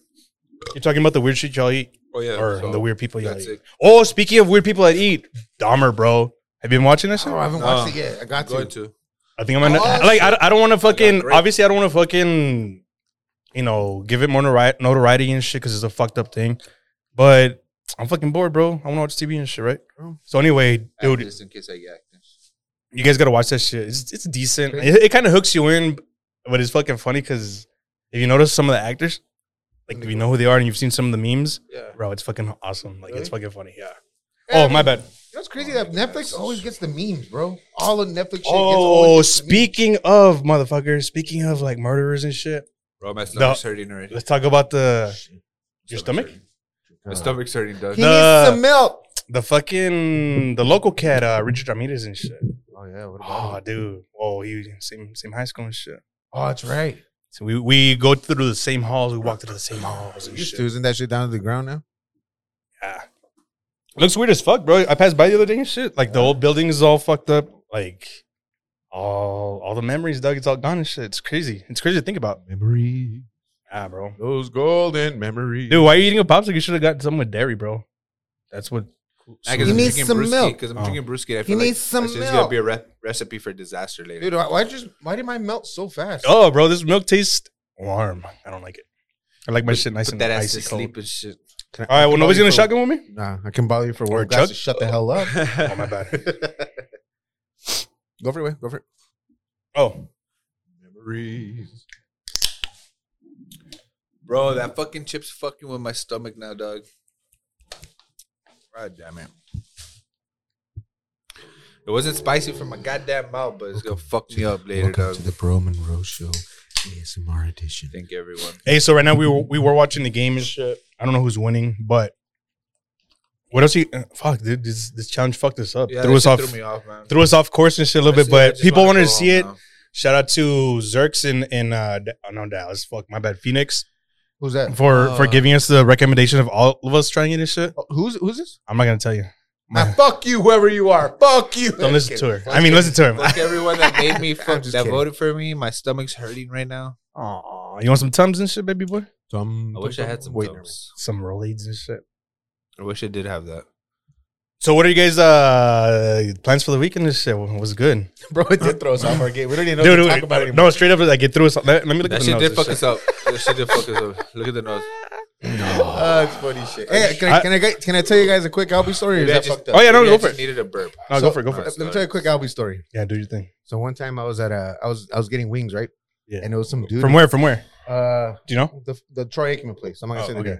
[SPEAKER 2] You're talking about the weird shit y'all eat,
[SPEAKER 4] Oh yeah.
[SPEAKER 2] or the weird people y'all
[SPEAKER 4] That's
[SPEAKER 2] eat.
[SPEAKER 4] it.
[SPEAKER 2] Oh, speaking of weird people that eat, Dahmer, bro. Have you been watching this? shit?
[SPEAKER 3] Oh, I haven't
[SPEAKER 4] No.
[SPEAKER 3] watched it yet. I
[SPEAKER 4] I'm
[SPEAKER 3] got
[SPEAKER 4] going
[SPEAKER 3] to.
[SPEAKER 4] to.
[SPEAKER 2] I think I'm gonna
[SPEAKER 3] Oh,
[SPEAKER 2] like. I, I don't want to fucking.
[SPEAKER 4] great.
[SPEAKER 2] Obviously, I don't want to fucking. You know, give it more nori- notoriety and shit because it's a fucked up thing. But I'm fucking bored, bro. I want to watch TV and shit, right?
[SPEAKER 3] Bro.
[SPEAKER 2] So anyway, dude,
[SPEAKER 4] Just in case I get active.
[SPEAKER 2] you guys gotta watch that shit. It's, it's decent. It, it kind of hooks you in, but it's fucking funny because if you notice some of the actors, like if you know who they are and you've seen some of the memes,
[SPEAKER 4] Yeah.
[SPEAKER 2] bro, it's fucking awesome. Like it's fucking funny. Yeah.
[SPEAKER 3] Yeah,
[SPEAKER 2] oh my bad.
[SPEAKER 3] You know what's crazy? that Netflix always gets the memes, bro. All of Netflix. Shit gets-
[SPEAKER 2] Oh,
[SPEAKER 3] always gets the memes.
[SPEAKER 2] speaking of motherfuckers, speaking of like murderers and shit,
[SPEAKER 4] Bro, my stomach's hurting already.
[SPEAKER 2] let's talk about the your stomach.
[SPEAKER 4] My stomach's hurting, dog.
[SPEAKER 3] He
[SPEAKER 2] The-
[SPEAKER 3] needs some milk.
[SPEAKER 2] the fucking the local cat, uh, Richard Ramirez and shit.
[SPEAKER 3] Oh yeah. What
[SPEAKER 2] Oh, dude. Oh, he same same high school and shit.
[SPEAKER 3] Oh, that's right.
[SPEAKER 2] So we we go through the same halls. We walk through the same halls and
[SPEAKER 3] Used
[SPEAKER 2] shit.
[SPEAKER 3] to isn't that shit down to the ground now?
[SPEAKER 2] Yeah. Looks weird as fuck, bro. I passed by the other day and shit. Like the old building is all fucked up. Like all all the memories, Doug. It's all gone and shit. It's crazy. It's crazy to think about.
[SPEAKER 3] Memory.
[SPEAKER 2] Ah, bro.
[SPEAKER 3] Those golden memories.
[SPEAKER 2] Dude, why are you eating a popsicle? You should have gotten some with dairy, bro. That's what.
[SPEAKER 4] I
[SPEAKER 3] He needs some milk.
[SPEAKER 4] Because I'm
[SPEAKER 2] Oh.
[SPEAKER 4] drinking brewski. I
[SPEAKER 3] He
[SPEAKER 4] feel like
[SPEAKER 3] needs some
[SPEAKER 4] that's just gonna
[SPEAKER 3] milk.
[SPEAKER 4] be a re- recipe for disaster later.
[SPEAKER 3] Dude, why, why just why did mine melt so fast?
[SPEAKER 2] Oh, bro, this milk tastes warm. I don't like it. I like my shit nice
[SPEAKER 4] Put
[SPEAKER 2] and
[SPEAKER 4] that ass
[SPEAKER 2] icy
[SPEAKER 4] to
[SPEAKER 2] cold.
[SPEAKER 4] sleep
[SPEAKER 2] <laughs>
[SPEAKER 4] and shit. <laughs>
[SPEAKER 3] Can I-
[SPEAKER 2] All right,
[SPEAKER 3] I
[SPEAKER 2] well,
[SPEAKER 3] can
[SPEAKER 2] nobody's
[SPEAKER 3] borrow
[SPEAKER 2] gonna
[SPEAKER 3] you for-
[SPEAKER 2] shotgun with me.
[SPEAKER 3] Nah, I can borrow you for one
[SPEAKER 2] Or
[SPEAKER 3] glass
[SPEAKER 2] chug?
[SPEAKER 3] to shut the hell up.
[SPEAKER 2] Oh my bad.
[SPEAKER 3] Go for it, way. Go for it.
[SPEAKER 2] <laughs> Oh,
[SPEAKER 3] Memories.
[SPEAKER 4] Bro, that fucking chip's fucking with my stomach now, dog. God damn it. It wasn't spicy for my goddamn mouth, but it's gonna fuck me up later,
[SPEAKER 3] Welcome
[SPEAKER 4] dog.
[SPEAKER 3] to the Bro Monroe Show ASMR edition.
[SPEAKER 4] Thank everyone.
[SPEAKER 2] hey, so right now we were we were watching the game and shit. I don't know who's winning, but What else? You uh, fuck, dude. This this challenge fucked us up.
[SPEAKER 4] Yeah,
[SPEAKER 2] threw
[SPEAKER 4] that
[SPEAKER 2] us
[SPEAKER 4] shit
[SPEAKER 2] off.
[SPEAKER 4] Threw me off, man.
[SPEAKER 2] Threw us off course and shit a little bit,
[SPEAKER 4] Honestly, I
[SPEAKER 2] but
[SPEAKER 4] just
[SPEAKER 2] people wanted
[SPEAKER 4] wanna
[SPEAKER 2] to
[SPEAKER 4] go
[SPEAKER 2] see
[SPEAKER 4] home
[SPEAKER 2] it.
[SPEAKER 4] now.
[SPEAKER 2] Shout out to Zerks in in uh D- oh, no Dallas. Fuck my bad, Phoenix
[SPEAKER 3] Who's that?
[SPEAKER 2] for for
[SPEAKER 4] Uh,
[SPEAKER 2] giving us the recommendation of all of us trying it and shit.
[SPEAKER 3] Oh, Who's who's this?
[SPEAKER 2] I'm not gonna tell you.
[SPEAKER 3] Now,
[SPEAKER 2] My-
[SPEAKER 3] fuck you, whoever you are. Fuck
[SPEAKER 2] <laughs>
[SPEAKER 3] you.
[SPEAKER 2] don't listen to her. I
[SPEAKER 3] Fuck
[SPEAKER 2] mean,
[SPEAKER 3] you.
[SPEAKER 2] listen to him.
[SPEAKER 4] Fuck everyone that made me
[SPEAKER 3] I'm
[SPEAKER 4] fuck
[SPEAKER 3] just
[SPEAKER 4] that
[SPEAKER 3] kidding.
[SPEAKER 4] voted for me. My stomach's hurting right now.
[SPEAKER 2] Aw, you want some tums and shit, baby boy?
[SPEAKER 3] Tum,
[SPEAKER 4] I wish I
[SPEAKER 3] tum,
[SPEAKER 4] had
[SPEAKER 3] tum.
[SPEAKER 4] some
[SPEAKER 3] Wait,
[SPEAKER 4] Tums.
[SPEAKER 2] Some Rolades and shit.
[SPEAKER 4] I wish I did have that.
[SPEAKER 2] So, what are you guys' uh plans for the weekend? This shit was good,
[SPEAKER 3] bro, it did throw us off our game. We don't even know
[SPEAKER 2] dude.
[SPEAKER 3] to
[SPEAKER 2] dude,
[SPEAKER 3] talk about it anymore.
[SPEAKER 2] no, straight up, like it threw us. Let, let me look
[SPEAKER 4] That
[SPEAKER 2] at the
[SPEAKER 4] shit
[SPEAKER 2] notes.
[SPEAKER 4] did
[SPEAKER 2] and
[SPEAKER 4] fuck
[SPEAKER 2] shit.
[SPEAKER 4] us up. <laughs> That shit did fuck us up. Look at the nose. <laughs>
[SPEAKER 3] Oh, it's funny shit. Hey, can I,
[SPEAKER 2] I-
[SPEAKER 3] can I get- can I tell you guys a quick Albie story? Or is
[SPEAKER 4] Maybe I
[SPEAKER 3] that
[SPEAKER 4] just-
[SPEAKER 3] fucked up?
[SPEAKER 2] Oh yeah, no,
[SPEAKER 4] Maybe I
[SPEAKER 2] go for
[SPEAKER 4] just
[SPEAKER 2] it.
[SPEAKER 4] Needed a burp.
[SPEAKER 2] No,
[SPEAKER 3] So-
[SPEAKER 2] go for it. Go for
[SPEAKER 3] Let
[SPEAKER 2] it.
[SPEAKER 3] me tell you a quick Albie story.
[SPEAKER 2] Yeah, do your thing.
[SPEAKER 3] So one time I was at a I was I was getting wings right,
[SPEAKER 2] Yeah.
[SPEAKER 3] and it was some dude
[SPEAKER 2] From where? From where?
[SPEAKER 3] Uh,
[SPEAKER 2] Do you know?
[SPEAKER 3] the the Troy Aikman place. I'm not gonna
[SPEAKER 2] Oh,
[SPEAKER 3] say the
[SPEAKER 2] okay.
[SPEAKER 3] name.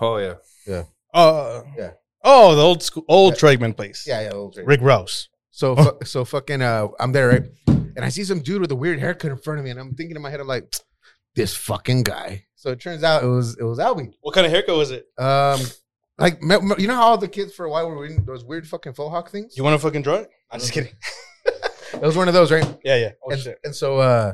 [SPEAKER 4] Oh yeah.
[SPEAKER 2] Uh,
[SPEAKER 3] Yeah.
[SPEAKER 2] Oh, the old school, old
[SPEAKER 3] Yeah.
[SPEAKER 2] Tregman place.
[SPEAKER 3] Yeah, yeah, the old Troy.
[SPEAKER 2] Rick Oh. Rouse.
[SPEAKER 3] So fu- so fucking uh, I'm there right, and I see some dude with a weird haircut in front of me, and I'm thinking in my head, I'm like, this fucking guy. So it turns out it was it was Albie.
[SPEAKER 2] What kind of haircut was it?
[SPEAKER 3] Um, like me- me- you know how all the kids for a while were wearing those weird fucking faux hawk things.
[SPEAKER 2] You want to fucking draw it? I'm just kidding.
[SPEAKER 3] It was one of those, right?
[SPEAKER 2] Yeah, yeah. Oh,
[SPEAKER 3] and,
[SPEAKER 2] shit.
[SPEAKER 3] and so uh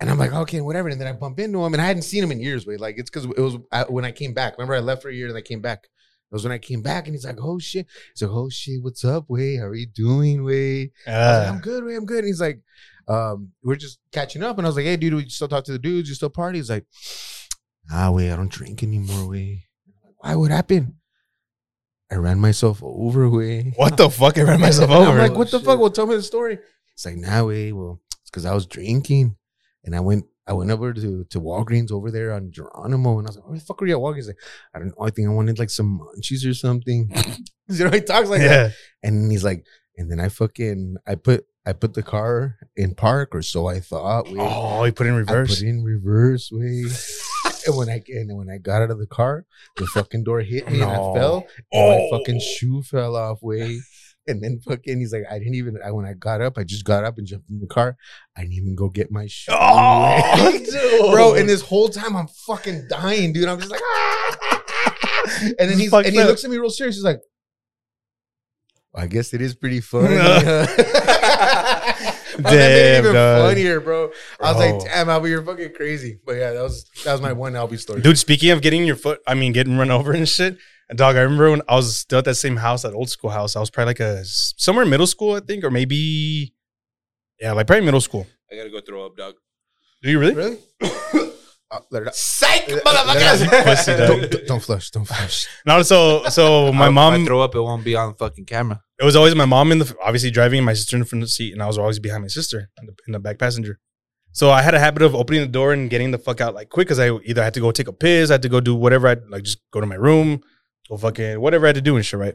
[SPEAKER 3] and I'm like, okay, whatever. And then I bump into him, and I hadn't seen him in years. Wait, like it's because it was I, when I came back. Remember, I left for a year, and I came back. It was when I came back, and he's like, "Oh shit!" He's like, "Oh shit, what's up, way? How are you doing, way?" I was like,
[SPEAKER 2] Uh,
[SPEAKER 3] I'm good, way. I'm good. And he's like, um, "We're just catching up." And I was like, "Hey, dude, we still talk to the dudes? You still party?" He's like, "Ah, way, I don't drink anymore, way. Why? What happened? I ran myself over, way.
[SPEAKER 2] what the fuck? I ran <laughs> myself
[SPEAKER 3] And
[SPEAKER 2] over.
[SPEAKER 3] <laughs> I'm like, what the
[SPEAKER 4] Shit.
[SPEAKER 3] fuck? Well, tell me the story. It's like, nah, way. Well, it's because I was drinking, and I went, I went over to to Walgreens over there on Geronimo, and I was like, where the fuck were you at Walgreens? He's Like, I don't know. I think I wanted like some munchies or something. <laughs> you know, he talks like
[SPEAKER 2] yeah.
[SPEAKER 3] that, and he's like, and then I fucking, I put, I put the car in park, or so I thought. Way.
[SPEAKER 2] Oh, he put it in
[SPEAKER 3] I put
[SPEAKER 2] reverse.
[SPEAKER 3] it in reverse way.
[SPEAKER 2] <laughs>
[SPEAKER 3] And when I and when I got out of the car, the fucking door hit me and
[SPEAKER 2] No.
[SPEAKER 3] I fell. And
[SPEAKER 2] Oh.
[SPEAKER 3] my fucking shoe fell off way. And then fucking he's like, I didn't even I, when I got up, I just got up and jumped in the car. I didn't even go get my shoe.
[SPEAKER 2] Oh, <laughs>
[SPEAKER 3] way.
[SPEAKER 2] dude.
[SPEAKER 3] Bro, and this whole time I'm fucking dying, dude. I'm just like <laughs> and
[SPEAKER 2] This
[SPEAKER 3] then
[SPEAKER 2] is
[SPEAKER 3] he's
[SPEAKER 2] fucked
[SPEAKER 3] and he
[SPEAKER 2] up.
[SPEAKER 3] looks at me real serious. He's like, I guess it is
[SPEAKER 2] <laughs>
[SPEAKER 3] pretty <laughs> funny.
[SPEAKER 2] No.
[SPEAKER 3] huh?" Bro, that made
[SPEAKER 2] Damn,
[SPEAKER 3] it even
[SPEAKER 2] dog. Oh.
[SPEAKER 3] funnier, bro. I was
[SPEAKER 2] Bro.
[SPEAKER 3] like, damn, Albie, you're fucking crazy. But yeah, that was that was my one Albie story.
[SPEAKER 2] Dude, speaking of getting your foot, I mean, getting run over and shit, dog, I remember when I was still at that same house, that old school house. I was probably like a somewhere in middle school, I think, or maybe, yeah, like probably middle school.
[SPEAKER 4] I gotta go throw up, dog.
[SPEAKER 2] Do you really?
[SPEAKER 3] Really? <coughs> Oh, let it out.
[SPEAKER 4] Psych,
[SPEAKER 3] Let it
[SPEAKER 2] <laughs>
[SPEAKER 4] motherfuckers.
[SPEAKER 3] out.
[SPEAKER 2] Pussy, dog.
[SPEAKER 3] <laughs> Don't, don't- don't flush. Don't flush.
[SPEAKER 2] No, so, so my
[SPEAKER 4] I- if
[SPEAKER 2] mom,
[SPEAKER 4] I throw up, it won't be on fucking camera.
[SPEAKER 2] it was always my mom in the obviously driving and my sister in the front seat, and I was always behind my sister in the, in the back passenger. So I had a habit of opening the door and getting the fuck out like quick because I either had to go take a piss, I had to go do whatever, I like just go to my room, go fucking whatever I had to do and shit, right?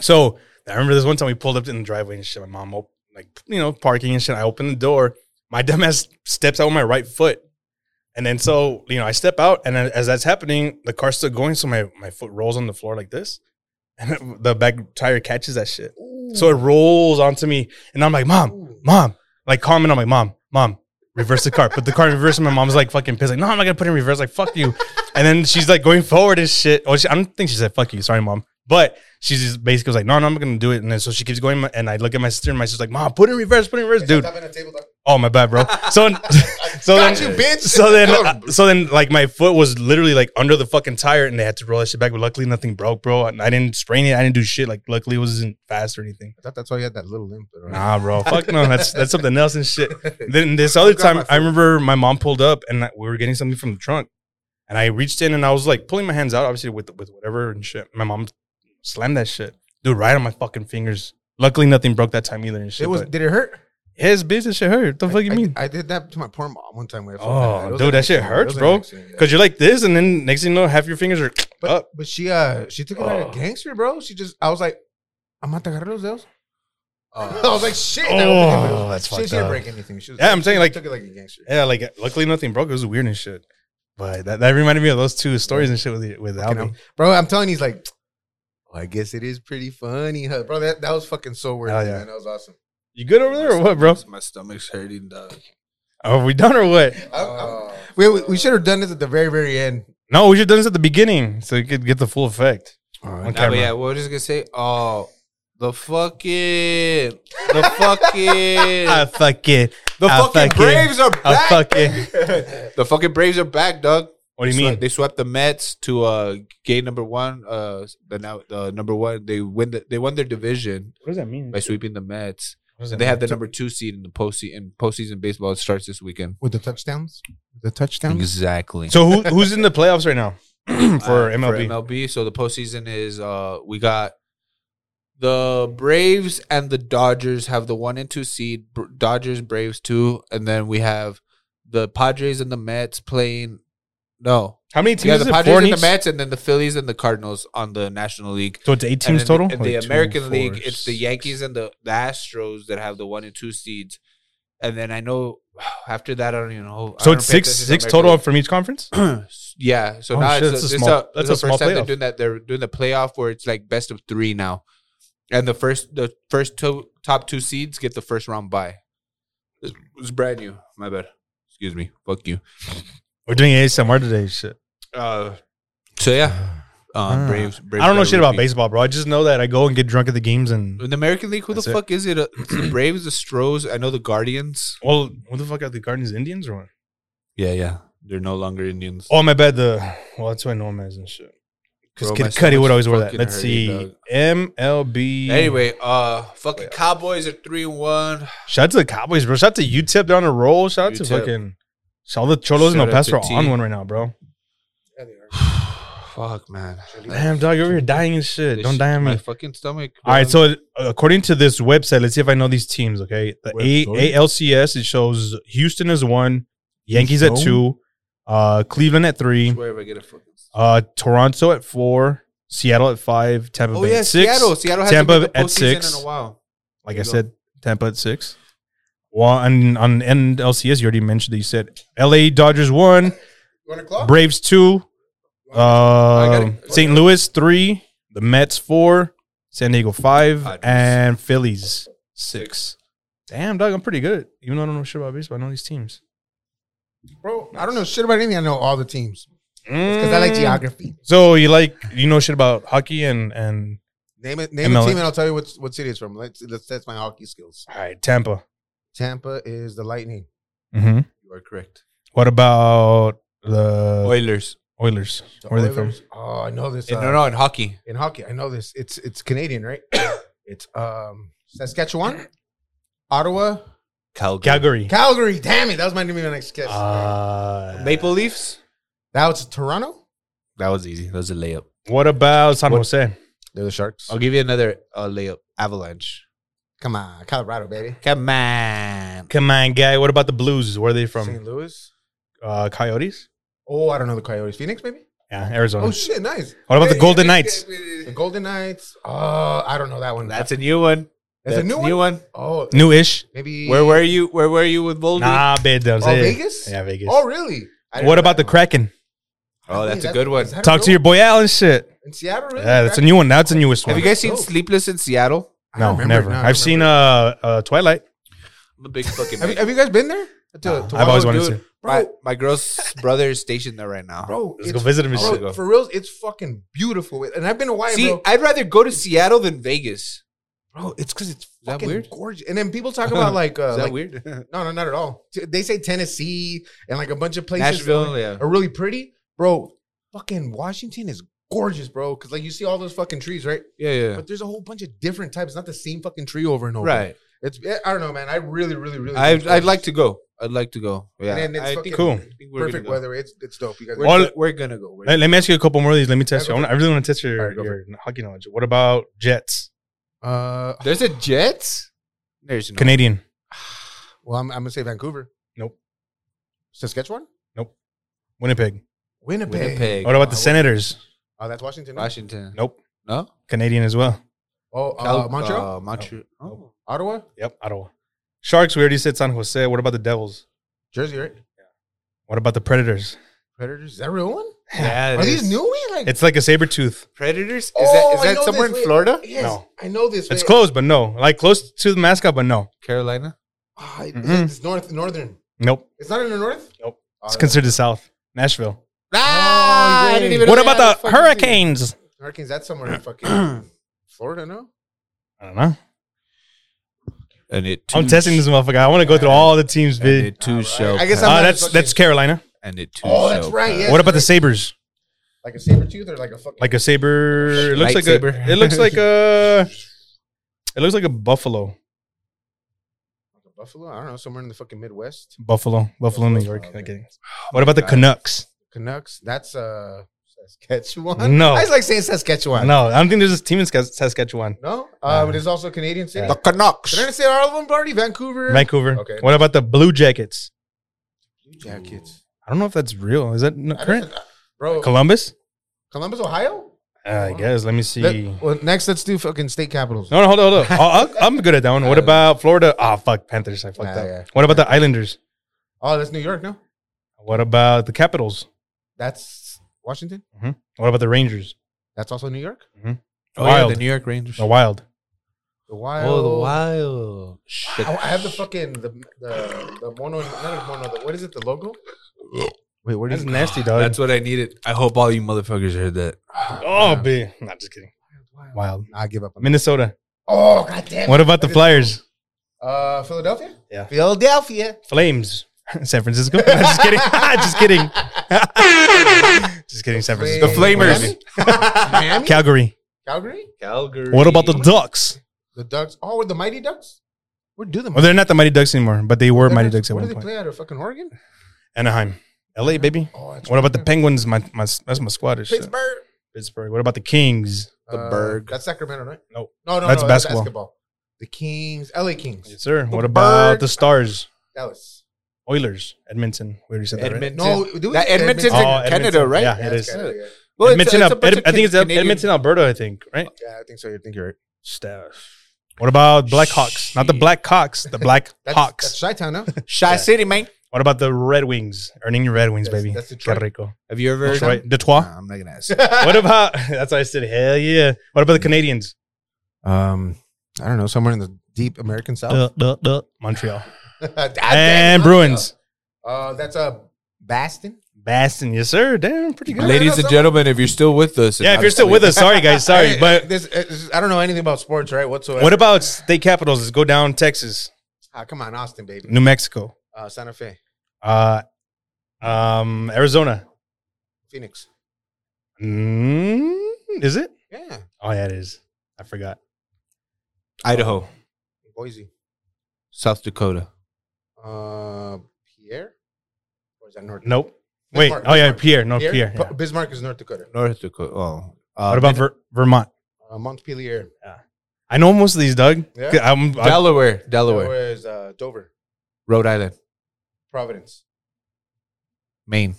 [SPEAKER 2] So I remember this one time we pulled up in the driveway and shit. My mom op- like you know parking and shit. I opened the door. My dumbass steps out with my right foot, and then so you know I step out, and then as that's happening, the car's still going, so my my foot rolls on the floor like this, and <laughs> the back tire catches that shit. So it rolls onto me, and I'm like, "Mom, mom!" Like calming, I'm like, "Mom, mom, reverse the car." Put the car in reverse, and my mom's like, "Fucking pissed." Like, no, I'm not gonna put it in reverse. Like, fuck you. And then she's like going forward and shit. Oh, she, I don't think she said "fuck you." Sorry, mom. But she's just basically was like, "No, no, I'm not gonna do it." And then so she keeps going, and I look at my sister, and my sister's like, "Mom, put it in reverse. Put it in reverse, dude." Oh my
[SPEAKER 3] <laughs>
[SPEAKER 2] bad, bro. So, so then,
[SPEAKER 3] Got you, bitch.
[SPEAKER 2] so then,
[SPEAKER 3] Come. <laughs>
[SPEAKER 2] uh, so then, like my foot was literally like under the fucking tire, and they had to roll that shit back. But luckily, nothing broke, bro. And I didn't sprain it. I didn't do shit. Like luckily, it wasn't fast or anything.
[SPEAKER 3] I thought that's why you had that little limp. Right?
[SPEAKER 2] Nah,
[SPEAKER 3] <laughs>
[SPEAKER 2] bro. Fuck no. That's that's something else and shit. Then this other
[SPEAKER 3] Grab
[SPEAKER 2] time,
[SPEAKER 3] my
[SPEAKER 2] I remember my mom pulled up and I- we were getting something from the trunk, and I reached in and I was like pulling my hands out, obviously with with whatever and shit. My mom slammed that shit, dude, right on my fucking fingers. Luckily, nothing broke that time either and shit.
[SPEAKER 3] it was.
[SPEAKER 2] but-
[SPEAKER 3] Did it hurt?
[SPEAKER 2] yeah, it's business shit hurt. What the fuck you
[SPEAKER 3] I,
[SPEAKER 2] mean?
[SPEAKER 3] I did that to my poor mom one time. When I felt
[SPEAKER 2] Oh,
[SPEAKER 3] bad. It was
[SPEAKER 2] dude,
[SPEAKER 3] an
[SPEAKER 2] that shit
[SPEAKER 3] accident. It
[SPEAKER 2] hurts,
[SPEAKER 3] was an
[SPEAKER 2] bro.
[SPEAKER 3] accident, yeah.
[SPEAKER 2] Because you're like this, and then next thing you know, half your fingers are
[SPEAKER 3] But,
[SPEAKER 2] up.
[SPEAKER 3] but she uh she took it like
[SPEAKER 2] Oh.
[SPEAKER 3] a gangster, bro. She just I was like, I'm not agarrar los dedos.
[SPEAKER 4] Oh.
[SPEAKER 3] <laughs> I was like, shit.
[SPEAKER 2] Oh,
[SPEAKER 3] that was- it was-
[SPEAKER 2] that's
[SPEAKER 3] she,
[SPEAKER 2] fucked
[SPEAKER 3] she didn't
[SPEAKER 2] up.
[SPEAKER 3] break anything. She was,
[SPEAKER 2] Yeah, I'm saying,
[SPEAKER 3] she
[SPEAKER 2] like-
[SPEAKER 3] took it like a gangster.
[SPEAKER 2] Yeah, like luckily nothing broke. It was weird and shit. But that, that reminded me of those two stories and shit with with
[SPEAKER 3] Fucking
[SPEAKER 2] Albie.
[SPEAKER 3] hell. bro. I'm telling you, he's like, well, I guess it is pretty funny, huh? bro. That that was fucking so worth
[SPEAKER 2] Hell
[SPEAKER 3] it,
[SPEAKER 2] yeah.
[SPEAKER 3] man. That was awesome.
[SPEAKER 2] You good over there or what, bro?
[SPEAKER 4] My stomach's hurting, dog.
[SPEAKER 2] Are we done or what?
[SPEAKER 3] I- I- we we, we should have done this at the very very end.
[SPEAKER 2] No, we should have done this at the beginning so you could get the full effect.
[SPEAKER 3] All
[SPEAKER 2] On
[SPEAKER 3] right.
[SPEAKER 4] Nah, but
[SPEAKER 2] camera.
[SPEAKER 4] yeah, what was I gonna say? Oh, the fucking, the
[SPEAKER 2] <laughs>
[SPEAKER 4] fucking,
[SPEAKER 2] I fuck it.
[SPEAKER 4] the
[SPEAKER 2] I
[SPEAKER 4] fucking
[SPEAKER 2] fucking-
[SPEAKER 4] Braves are
[SPEAKER 2] I
[SPEAKER 4] back.
[SPEAKER 2] fucking-
[SPEAKER 4] the fucking Braves are back, dog.
[SPEAKER 2] What do you
[SPEAKER 4] They swept-
[SPEAKER 2] mean?
[SPEAKER 4] They swept the Mets to uh gate number one. Uh, the now the number one. They win. The, they won their division
[SPEAKER 2] What does that mean?
[SPEAKER 4] by sweeping the Mets.
[SPEAKER 2] What does that
[SPEAKER 4] And they
[SPEAKER 2] mean?
[SPEAKER 4] have the number two seed in the postseason. In postseason baseball, it starts this weekend.
[SPEAKER 3] With the touchdowns? The touchdowns?
[SPEAKER 4] Exactly.
[SPEAKER 2] So who who's in the playoffs right now for
[SPEAKER 4] <clears throat> Uh,
[SPEAKER 2] MLB?
[SPEAKER 4] MLB. So the postseason is uh we got the Braves and the Dodgers have the one and two seed. Br- Dodgers, Braves two, and then we have the Padres and the Mets playing. No,
[SPEAKER 2] How many teams
[SPEAKER 4] yeah,
[SPEAKER 2] is
[SPEAKER 4] the
[SPEAKER 2] it? Four
[SPEAKER 4] Padres
[SPEAKER 2] in
[SPEAKER 4] and the
[SPEAKER 2] each?
[SPEAKER 4] Mets, and then the Phillies and the Cardinals on the National League.
[SPEAKER 2] So it's eight
[SPEAKER 4] And
[SPEAKER 2] teams
[SPEAKER 4] then
[SPEAKER 2] total.
[SPEAKER 4] In the
[SPEAKER 2] Like two,
[SPEAKER 4] American
[SPEAKER 2] four,
[SPEAKER 4] League, it's the
[SPEAKER 2] six.
[SPEAKER 4] Yankees and the, the Astros that have the one and two seeds. And then I know <sighs> after that, I don't even know. I
[SPEAKER 2] So
[SPEAKER 4] don't
[SPEAKER 2] it's
[SPEAKER 4] pay
[SPEAKER 2] six
[SPEAKER 4] attention to
[SPEAKER 2] six
[SPEAKER 4] American
[SPEAKER 2] total
[SPEAKER 4] League.
[SPEAKER 2] from each conference.
[SPEAKER 4] <clears throat> yeah. So
[SPEAKER 2] Oh,
[SPEAKER 4] now
[SPEAKER 2] shit,
[SPEAKER 4] it's,
[SPEAKER 2] it's a
[SPEAKER 4] a,
[SPEAKER 2] small-
[SPEAKER 4] it's, a,
[SPEAKER 2] that's
[SPEAKER 4] it's the
[SPEAKER 2] a small
[SPEAKER 4] first time they're
[SPEAKER 2] playoff.
[SPEAKER 4] doing that. They're doing the playoff where it's like best of three now, and the first the first two, top two seeds get the first round bye. It's, it's brand new. My bad. Excuse me. Fuck you.
[SPEAKER 2] We're doing ASMR today. Shit.
[SPEAKER 4] Uh, so yeah, um,
[SPEAKER 2] Ah.
[SPEAKER 4] Braves, Braves.
[SPEAKER 2] I don't know
[SPEAKER 4] gotta
[SPEAKER 2] shit about
[SPEAKER 4] repeat.
[SPEAKER 2] baseball, bro. I just know that I go and get drunk at the games and.
[SPEAKER 4] In the American League, who
[SPEAKER 2] That's
[SPEAKER 4] the
[SPEAKER 2] it.
[SPEAKER 4] fuck is it? Uh, <clears throat> It's the Braves, the Stros. I know the Guardians.
[SPEAKER 2] Well, what the fuck are the Guardians Indians or what?
[SPEAKER 4] Yeah, yeah. They're no longer Indians.
[SPEAKER 2] Oh, my bad. The well, that's why no one is and shit. Because
[SPEAKER 4] Bro, my
[SPEAKER 2] Kid Cudi would
[SPEAKER 4] stomach's
[SPEAKER 2] always wear that.
[SPEAKER 4] fucking
[SPEAKER 2] Let's
[SPEAKER 4] hurting,
[SPEAKER 2] see.
[SPEAKER 4] dog.
[SPEAKER 2] MLB.
[SPEAKER 4] Anyway, uh, fucking Cowboys are three and one. <sighs>
[SPEAKER 2] shout out to the Cowboys, bro. Shout out to UTEP down the roll. Shout out to
[SPEAKER 4] UTEP.
[SPEAKER 2] fucking. Shout out the Cholos and
[SPEAKER 4] Shout
[SPEAKER 2] El
[SPEAKER 4] out
[SPEAKER 2] Paso
[SPEAKER 4] to
[SPEAKER 2] are on
[SPEAKER 4] T.
[SPEAKER 2] one right now, bro.
[SPEAKER 4] Fuck, man.
[SPEAKER 2] Damn, dog, you're over here dying and shit.
[SPEAKER 4] This
[SPEAKER 2] Don't
[SPEAKER 4] shit-
[SPEAKER 2] die on
[SPEAKER 4] my
[SPEAKER 2] me.
[SPEAKER 4] fucking stomach.
[SPEAKER 2] All right,
[SPEAKER 4] bro.
[SPEAKER 2] so uh, according to this website, let's see if I know these teams. Okay, the A-
[SPEAKER 3] Website?
[SPEAKER 2] ALCS it shows Houston is one, Yankees at
[SPEAKER 3] Houston?
[SPEAKER 2] two, uh, Cleveland at
[SPEAKER 4] I
[SPEAKER 2] three,
[SPEAKER 4] swear if I get a fucking.
[SPEAKER 2] uh, Toronto at four, Seattle at five, Tampa
[SPEAKER 4] Oh
[SPEAKER 2] Bay
[SPEAKER 4] yeah,
[SPEAKER 2] at six.
[SPEAKER 4] Seattle. Seattle has
[SPEAKER 2] Tampa
[SPEAKER 4] Tampa been
[SPEAKER 2] at
[SPEAKER 4] in the
[SPEAKER 2] six.
[SPEAKER 4] six. in a while.
[SPEAKER 2] Like
[SPEAKER 4] There
[SPEAKER 2] I
[SPEAKER 4] you go.
[SPEAKER 2] said, Tampa at six. Well, on on NLCS, you already mentioned that you said LA Dodgers one,
[SPEAKER 3] One o'clock?
[SPEAKER 2] Braves two, uh,
[SPEAKER 4] it.
[SPEAKER 2] St. Louis three, the Mets four, San Diego five,
[SPEAKER 4] Padres.
[SPEAKER 2] and Phillies six. Damn, dog, I'm pretty good. Even though I don't know shit about baseball, I know these teams.
[SPEAKER 3] Bro, I don't know shit about anything. I know all the teams. Because I like
[SPEAKER 2] Mm.
[SPEAKER 3] geography.
[SPEAKER 2] So you like you know shit about hockey and and
[SPEAKER 3] Name it. Name a
[SPEAKER 2] MLB.
[SPEAKER 3] team, and I'll tell you what what city it's from. Let's let's test my hockey skills.
[SPEAKER 2] all right Tampa.
[SPEAKER 3] Tampa is the Lightning.
[SPEAKER 2] Mm-hmm.
[SPEAKER 4] You are correct.
[SPEAKER 2] What about the
[SPEAKER 4] Oilers.
[SPEAKER 2] Oilers?
[SPEAKER 3] The
[SPEAKER 2] Where are they from?
[SPEAKER 3] Oilers- Oh, I know this.
[SPEAKER 4] And
[SPEAKER 3] uh,
[SPEAKER 4] no, no, in hockey.
[SPEAKER 3] In hockey, I know this. It's it's Canadian, right? <coughs> it's um Saskatchewan, Ottawa,
[SPEAKER 4] Calgary.
[SPEAKER 2] Calgary.
[SPEAKER 3] Calgary. Damn it, that was my name. Next guess.
[SPEAKER 2] Uh,
[SPEAKER 4] Maple Leafs.
[SPEAKER 3] that was Toronto.
[SPEAKER 4] That was easy. That was a layup.
[SPEAKER 2] what about San
[SPEAKER 4] What-
[SPEAKER 2] Jose?
[SPEAKER 3] They're the Sharks.
[SPEAKER 4] I'll give you another uh, layup. Avalanche.
[SPEAKER 3] Come on, Colorado, baby.
[SPEAKER 4] Come on.
[SPEAKER 2] Come on, guy. What about the Blues? Where are they
[SPEAKER 3] St.
[SPEAKER 2] from?
[SPEAKER 3] Louis.
[SPEAKER 2] Uh, Coyotes.
[SPEAKER 3] Oh, I don't know the Coyotes. Phoenix, maybe.
[SPEAKER 2] Yeah, Arizona.
[SPEAKER 3] Oh shit, nice.
[SPEAKER 2] what about the Golden Knights?
[SPEAKER 3] The Golden Knights. Oh, I don't know that one.
[SPEAKER 4] That's a new one.
[SPEAKER 3] That's a new, one. Oh,
[SPEAKER 2] Newish.
[SPEAKER 3] maybe.
[SPEAKER 4] Where were you? Where were you with Voldy?
[SPEAKER 2] Nah, bed that was
[SPEAKER 3] Oh,
[SPEAKER 2] it.
[SPEAKER 3] Vegas?
[SPEAKER 2] Yeah, Vegas.
[SPEAKER 3] Oh, really? I didn't
[SPEAKER 2] what
[SPEAKER 3] know
[SPEAKER 2] about the
[SPEAKER 3] that one.
[SPEAKER 2] Kraken?
[SPEAKER 4] Oh, that's
[SPEAKER 3] Hey,
[SPEAKER 4] a good one.
[SPEAKER 3] is that a
[SPEAKER 2] Talk
[SPEAKER 3] real
[SPEAKER 2] to your boy Al and shit.
[SPEAKER 3] one? in Seattle. Really?
[SPEAKER 2] Yeah, that's a new one. That's a newest
[SPEAKER 4] Have
[SPEAKER 2] one.
[SPEAKER 4] you guys seen
[SPEAKER 3] Dope.
[SPEAKER 4] Sleepless in Seattle?
[SPEAKER 3] I
[SPEAKER 2] No,
[SPEAKER 3] remember it
[SPEAKER 2] never.
[SPEAKER 3] now. I
[SPEAKER 2] I've seen
[SPEAKER 3] remember
[SPEAKER 2] uh, uh Twilight.
[SPEAKER 4] I'm a big fucking.
[SPEAKER 3] it. Have you,
[SPEAKER 4] big-
[SPEAKER 3] have you guys been there? To-
[SPEAKER 2] Nah,
[SPEAKER 3] to
[SPEAKER 2] Uh, I've always
[SPEAKER 3] Wawa,
[SPEAKER 2] wanted
[SPEAKER 3] dude?
[SPEAKER 2] to.
[SPEAKER 4] my,
[SPEAKER 3] bro.
[SPEAKER 4] my girl's brother is stationed there right now.
[SPEAKER 3] Bro,
[SPEAKER 2] Let's
[SPEAKER 3] it's-
[SPEAKER 2] go visit him and
[SPEAKER 4] I'll
[SPEAKER 2] shit.
[SPEAKER 3] bro,
[SPEAKER 4] shit.
[SPEAKER 3] for real, it's fucking beautiful. And I've been to Hawaii,
[SPEAKER 4] See,
[SPEAKER 3] bro.
[SPEAKER 4] I'd rather go to Seattle than Vegas.
[SPEAKER 3] Bro, it's because it's
[SPEAKER 4] that
[SPEAKER 3] fucking
[SPEAKER 4] weird?
[SPEAKER 3] gorgeous. And then people talk
[SPEAKER 4] <laughs>
[SPEAKER 3] about like, uh,
[SPEAKER 4] Is that
[SPEAKER 3] like- <laughs>
[SPEAKER 4] weird?
[SPEAKER 3] no, no, not at all. T- They say Tennessee and like a bunch of places
[SPEAKER 4] Nashville, yeah.
[SPEAKER 3] are really pretty, bro. Fucking Washington is gorgeous, bro. Because like you see all those fucking trees, right?
[SPEAKER 4] Yeah, yeah.
[SPEAKER 3] But there's a whole bunch of different types. Not the same fucking tree over and over.
[SPEAKER 4] Right.
[SPEAKER 3] It's eh, I don't know, man. I really, really, really.
[SPEAKER 4] I
[SPEAKER 3] think it's
[SPEAKER 4] I'd like
[SPEAKER 3] gorgeous.
[SPEAKER 4] to go. I'd like to go. Yeah.
[SPEAKER 3] And then it's
[SPEAKER 4] I
[SPEAKER 3] fucking
[SPEAKER 2] Cool.
[SPEAKER 4] think we're
[SPEAKER 3] Perfect
[SPEAKER 4] gonna go.
[SPEAKER 3] weather. It's it's dope. You guys.
[SPEAKER 4] We're,
[SPEAKER 2] All-
[SPEAKER 4] go- we're gonna go. We're
[SPEAKER 2] Let, let me ask you a couple more of these. Let me test
[SPEAKER 3] Yeah,
[SPEAKER 2] you. I,
[SPEAKER 3] go
[SPEAKER 2] wanna- I really want to test
[SPEAKER 3] All
[SPEAKER 2] your,
[SPEAKER 3] right, go
[SPEAKER 2] your hockey knowledge. What about Jets?
[SPEAKER 3] Uh, <sighs>
[SPEAKER 4] gonna- There's a Jets. There's no.
[SPEAKER 2] Canadian.
[SPEAKER 3] well, I'm, I'm gonna say Vancouver.
[SPEAKER 2] Nope.
[SPEAKER 3] Saskatchewan.
[SPEAKER 2] Winnipeg.
[SPEAKER 3] Winnipeg.
[SPEAKER 4] Winnipeg.
[SPEAKER 2] What about
[SPEAKER 3] Uh,
[SPEAKER 2] the Senators?
[SPEAKER 3] Oh, that's Washington. no?
[SPEAKER 4] Washington?
[SPEAKER 2] Nope.
[SPEAKER 4] No.
[SPEAKER 2] Canadian as well.
[SPEAKER 3] Oh, uh,
[SPEAKER 4] Cal-
[SPEAKER 3] Montreal.
[SPEAKER 4] Uh, Montreal. Oh.
[SPEAKER 3] Ottawa.
[SPEAKER 2] Yep. Ottawa. Sharks, we already said San Jose. What about the Devils?
[SPEAKER 3] Jersey, right?
[SPEAKER 2] What about the Predators?
[SPEAKER 3] Predators. Is that a real one?
[SPEAKER 4] Yeah. it
[SPEAKER 3] Are these
[SPEAKER 4] is.
[SPEAKER 3] new? ones? Like
[SPEAKER 2] It's like a saber tooth.
[SPEAKER 4] Predators? Is
[SPEAKER 3] Oh,
[SPEAKER 4] that is
[SPEAKER 3] I
[SPEAKER 4] that
[SPEAKER 3] know
[SPEAKER 4] somewhere
[SPEAKER 3] this.
[SPEAKER 4] in
[SPEAKER 3] Wait.
[SPEAKER 4] Florida?
[SPEAKER 3] Yes,
[SPEAKER 2] No.
[SPEAKER 3] I know this.
[SPEAKER 2] It's
[SPEAKER 3] Wait.
[SPEAKER 2] close, but no. Like close to the mascot, but no.
[SPEAKER 4] Carolina.
[SPEAKER 3] Ah, it-
[SPEAKER 2] Mhm.
[SPEAKER 3] It's north, northern.
[SPEAKER 2] Nope.
[SPEAKER 3] It's not in the north.
[SPEAKER 2] Nope.
[SPEAKER 3] Oh,
[SPEAKER 4] Oh,
[SPEAKER 2] It's considered the South. Nashville.
[SPEAKER 3] Ah, I didn't even
[SPEAKER 2] What about the Hurricanes?
[SPEAKER 3] Hurricanes, that's
[SPEAKER 2] <clears throat>
[SPEAKER 3] somewhere in fucking Florida, no?
[SPEAKER 2] I don't know.
[SPEAKER 4] And it.
[SPEAKER 2] I'm testing this motherfucker. I want to go through all the teams.
[SPEAKER 4] And
[SPEAKER 2] Vid.
[SPEAKER 4] it too shall.
[SPEAKER 3] I guess I'm
[SPEAKER 2] Uh,
[SPEAKER 3] not
[SPEAKER 2] that's
[SPEAKER 3] fucking-
[SPEAKER 2] that's Carolina.
[SPEAKER 4] and it too.
[SPEAKER 3] Oh, that's
[SPEAKER 4] shall
[SPEAKER 3] right,
[SPEAKER 4] pass.
[SPEAKER 3] yeah.
[SPEAKER 2] What about the Sabers?
[SPEAKER 3] like a saber tooth or like a fucking
[SPEAKER 2] Like a saber. It looks like
[SPEAKER 4] Lightsaber.
[SPEAKER 2] a. It looks like
[SPEAKER 4] <laughs>
[SPEAKER 2] a. It looks like a buffalo.
[SPEAKER 3] like a buffalo. I don't know, somewhere in the fucking Midwest.
[SPEAKER 2] Buffalo. Buffalo, New
[SPEAKER 4] Oh,
[SPEAKER 2] York.
[SPEAKER 3] Okay.
[SPEAKER 2] Okay. What about the Canucks?
[SPEAKER 3] Canucks. That's uh Saskatchewan.
[SPEAKER 2] No.
[SPEAKER 3] I just like saying Saskatchewan.
[SPEAKER 2] No, Uh, I don't think there's a team in Sas- Saskatchewan.
[SPEAKER 3] No? Um, it is also a Canadian city.
[SPEAKER 4] The Canucks.
[SPEAKER 3] Did I say all of them party? Vancouver.
[SPEAKER 2] Vancouver.
[SPEAKER 3] Okay.
[SPEAKER 2] What about the Blue Jackets?
[SPEAKER 3] Jackets.
[SPEAKER 2] I don't know if that's real. Is that n-
[SPEAKER 3] I
[SPEAKER 2] current?
[SPEAKER 3] don't- Bro,
[SPEAKER 2] Columbus?
[SPEAKER 3] Columbus, Ohio?
[SPEAKER 2] Uh, I guess. Let me see.
[SPEAKER 3] Let-
[SPEAKER 2] No,
[SPEAKER 3] well, next, let's do fucking state capitals.
[SPEAKER 2] no, hold on, hold on.
[SPEAKER 3] <laughs>
[SPEAKER 2] Oh, I'll- I'll- I'm good at that one. What about Florida? Ah, fuck, Panthers. I fucked
[SPEAKER 3] Nah,
[SPEAKER 2] up.
[SPEAKER 3] yeah.
[SPEAKER 2] What about the Islanders?
[SPEAKER 3] Oh, that's New York, no?
[SPEAKER 2] What about the Capitals?
[SPEAKER 3] That's Washington.
[SPEAKER 2] What about the Rangers?
[SPEAKER 3] That's also New York.
[SPEAKER 4] Oh, yeah,
[SPEAKER 2] Wild.
[SPEAKER 4] the New York Rangers.
[SPEAKER 2] The Wild.
[SPEAKER 3] The Wild.
[SPEAKER 4] Oh, the Wild.
[SPEAKER 3] I, I have the fucking the the, the mono, not a mono. The, what is it? The logo? Wait, where Ah,
[SPEAKER 2] That's nasty, dog.
[SPEAKER 4] That's what I needed. I hope all you motherfuckers heard that.
[SPEAKER 2] oh, B. Not just kidding. Wild.
[SPEAKER 3] I give up. on that.
[SPEAKER 2] Minnesota.
[SPEAKER 3] Oh god damn.
[SPEAKER 2] What
[SPEAKER 3] <laughs>
[SPEAKER 2] about the Flyers?
[SPEAKER 3] Uh, Philadelphia.
[SPEAKER 2] Yeah.
[SPEAKER 3] Philadelphia.
[SPEAKER 2] Flames. <laughs> San Francisco. No, just kidding. <laughs> just kidding. just kidding. San Francisco.
[SPEAKER 4] The Flamers.
[SPEAKER 2] <laughs>
[SPEAKER 3] Miami.
[SPEAKER 2] Calgary.
[SPEAKER 3] Calgary.
[SPEAKER 4] Calgary.
[SPEAKER 2] What about the Ducks?
[SPEAKER 3] The Ducks. Oh, we're the Mighty Ducks. Where do the
[SPEAKER 2] Well, they're not the Mighty Ducks anymore, but they were
[SPEAKER 3] They're
[SPEAKER 2] Mighty
[SPEAKER 3] not-
[SPEAKER 2] Ducks at
[SPEAKER 3] Where
[SPEAKER 2] one
[SPEAKER 3] do they
[SPEAKER 2] point.
[SPEAKER 3] play out of fucking Oregon?
[SPEAKER 2] Anaheim. LA, baby.
[SPEAKER 3] Oh, that's
[SPEAKER 2] What about the
[SPEAKER 3] Oregon.
[SPEAKER 2] Penguins? My, my That's my squad. is shit.
[SPEAKER 3] Pittsburgh?
[SPEAKER 2] Pittsburgh. What about the Kings?
[SPEAKER 4] The
[SPEAKER 3] Uh,
[SPEAKER 4] Berg.
[SPEAKER 3] That's Sacramento, right?
[SPEAKER 2] Nope.
[SPEAKER 3] No, no,
[SPEAKER 2] That's
[SPEAKER 3] no,
[SPEAKER 2] basketball.
[SPEAKER 3] The Kings, LA Kings,
[SPEAKER 2] Yes, sir.
[SPEAKER 4] The
[SPEAKER 2] what about
[SPEAKER 4] Bird.
[SPEAKER 2] the Stars?
[SPEAKER 3] Dallas.
[SPEAKER 2] Oilers. Edmonton. We already said that, right?
[SPEAKER 4] Edmonton.
[SPEAKER 3] No, do we-
[SPEAKER 4] That Edmonton's in
[SPEAKER 2] Oh, Edmonton.
[SPEAKER 4] Canada, right?
[SPEAKER 2] Yeah, it
[SPEAKER 3] Yeah, it's
[SPEAKER 2] is.
[SPEAKER 3] Canada, yeah.
[SPEAKER 4] Well, it's a-
[SPEAKER 2] Edmonton,
[SPEAKER 4] it's a
[SPEAKER 2] Al-
[SPEAKER 4] bunch
[SPEAKER 2] Ed-
[SPEAKER 4] of
[SPEAKER 2] I think it's Al-
[SPEAKER 4] Canadian-
[SPEAKER 2] Edmonton, Alberta, I think, right?
[SPEAKER 3] Yeah, I think so. I think you're right.
[SPEAKER 2] Staff. What about Blackhawks? Not the Black Hawks,
[SPEAKER 4] <laughs>
[SPEAKER 2] the Black
[SPEAKER 3] That's, That's
[SPEAKER 2] Hawks.
[SPEAKER 3] Chi-town, no?
[SPEAKER 4] Shy City, man.
[SPEAKER 2] What about the Red Wings? Earning your Red Wings,
[SPEAKER 3] That's-
[SPEAKER 2] baby.
[SPEAKER 3] that's
[SPEAKER 2] Que
[SPEAKER 3] Detroit.
[SPEAKER 2] rico.
[SPEAKER 4] Have you ever?
[SPEAKER 2] Detroit.
[SPEAKER 4] Nah,
[SPEAKER 2] Detroit.
[SPEAKER 4] <laughs> I'm not gonna ask.
[SPEAKER 2] what about, <laughs> that's why I said, hell yeah. What about the Canadians?
[SPEAKER 3] um, I don't know, somewhere in the deep American South.
[SPEAKER 2] Duh, duh, duh. Montreal.
[SPEAKER 3] <laughs> God damn it,
[SPEAKER 2] And
[SPEAKER 3] Oh. Montreal.
[SPEAKER 2] Bruins.
[SPEAKER 3] Uh, that's a uh, Baston.
[SPEAKER 2] Baston, yes, sir. Damn, pretty good.
[SPEAKER 4] Ladies and gentlemen, if you're still with us,
[SPEAKER 2] Yeah, if you're still with us, sorry, guys.
[SPEAKER 3] <laughs>
[SPEAKER 2] Sorry.
[SPEAKER 3] I,
[SPEAKER 2] But
[SPEAKER 3] this, uh, this- I don't know anything about sports, right? Whatsoever.
[SPEAKER 2] what about state capitals? Let's go down Texas,
[SPEAKER 3] Ah, come on, Austin, baby.
[SPEAKER 2] New Mexico,
[SPEAKER 3] Uh, Santa Fe,
[SPEAKER 2] uh, um, Arizona.
[SPEAKER 3] Phoenix.
[SPEAKER 2] Mm, is it?
[SPEAKER 3] Yeah,
[SPEAKER 2] Oh, yeah, it is. I forgot.
[SPEAKER 4] Idaho,
[SPEAKER 3] Boise.
[SPEAKER 4] South Dakota,
[SPEAKER 3] Uh, Pierre. Or is that North?
[SPEAKER 2] Nope. Wait.
[SPEAKER 3] Bismarck,
[SPEAKER 2] Oh, yeah,
[SPEAKER 3] Bismarck.
[SPEAKER 2] Pierre. No, Pierre.
[SPEAKER 3] P-
[SPEAKER 2] yeah.
[SPEAKER 3] Bismarck is North Dakota.
[SPEAKER 4] North Dakota. Oh, uh,
[SPEAKER 2] What about Ver- Vermont?
[SPEAKER 3] Uh, Montpelier.
[SPEAKER 2] I know most of these, Doug.
[SPEAKER 3] Yeah.
[SPEAKER 2] 'Cause I'm, I-
[SPEAKER 4] Delaware, Delaware,
[SPEAKER 3] Delaware is uh, Dover,
[SPEAKER 4] Rhode Island,
[SPEAKER 3] Providence,
[SPEAKER 4] Maine,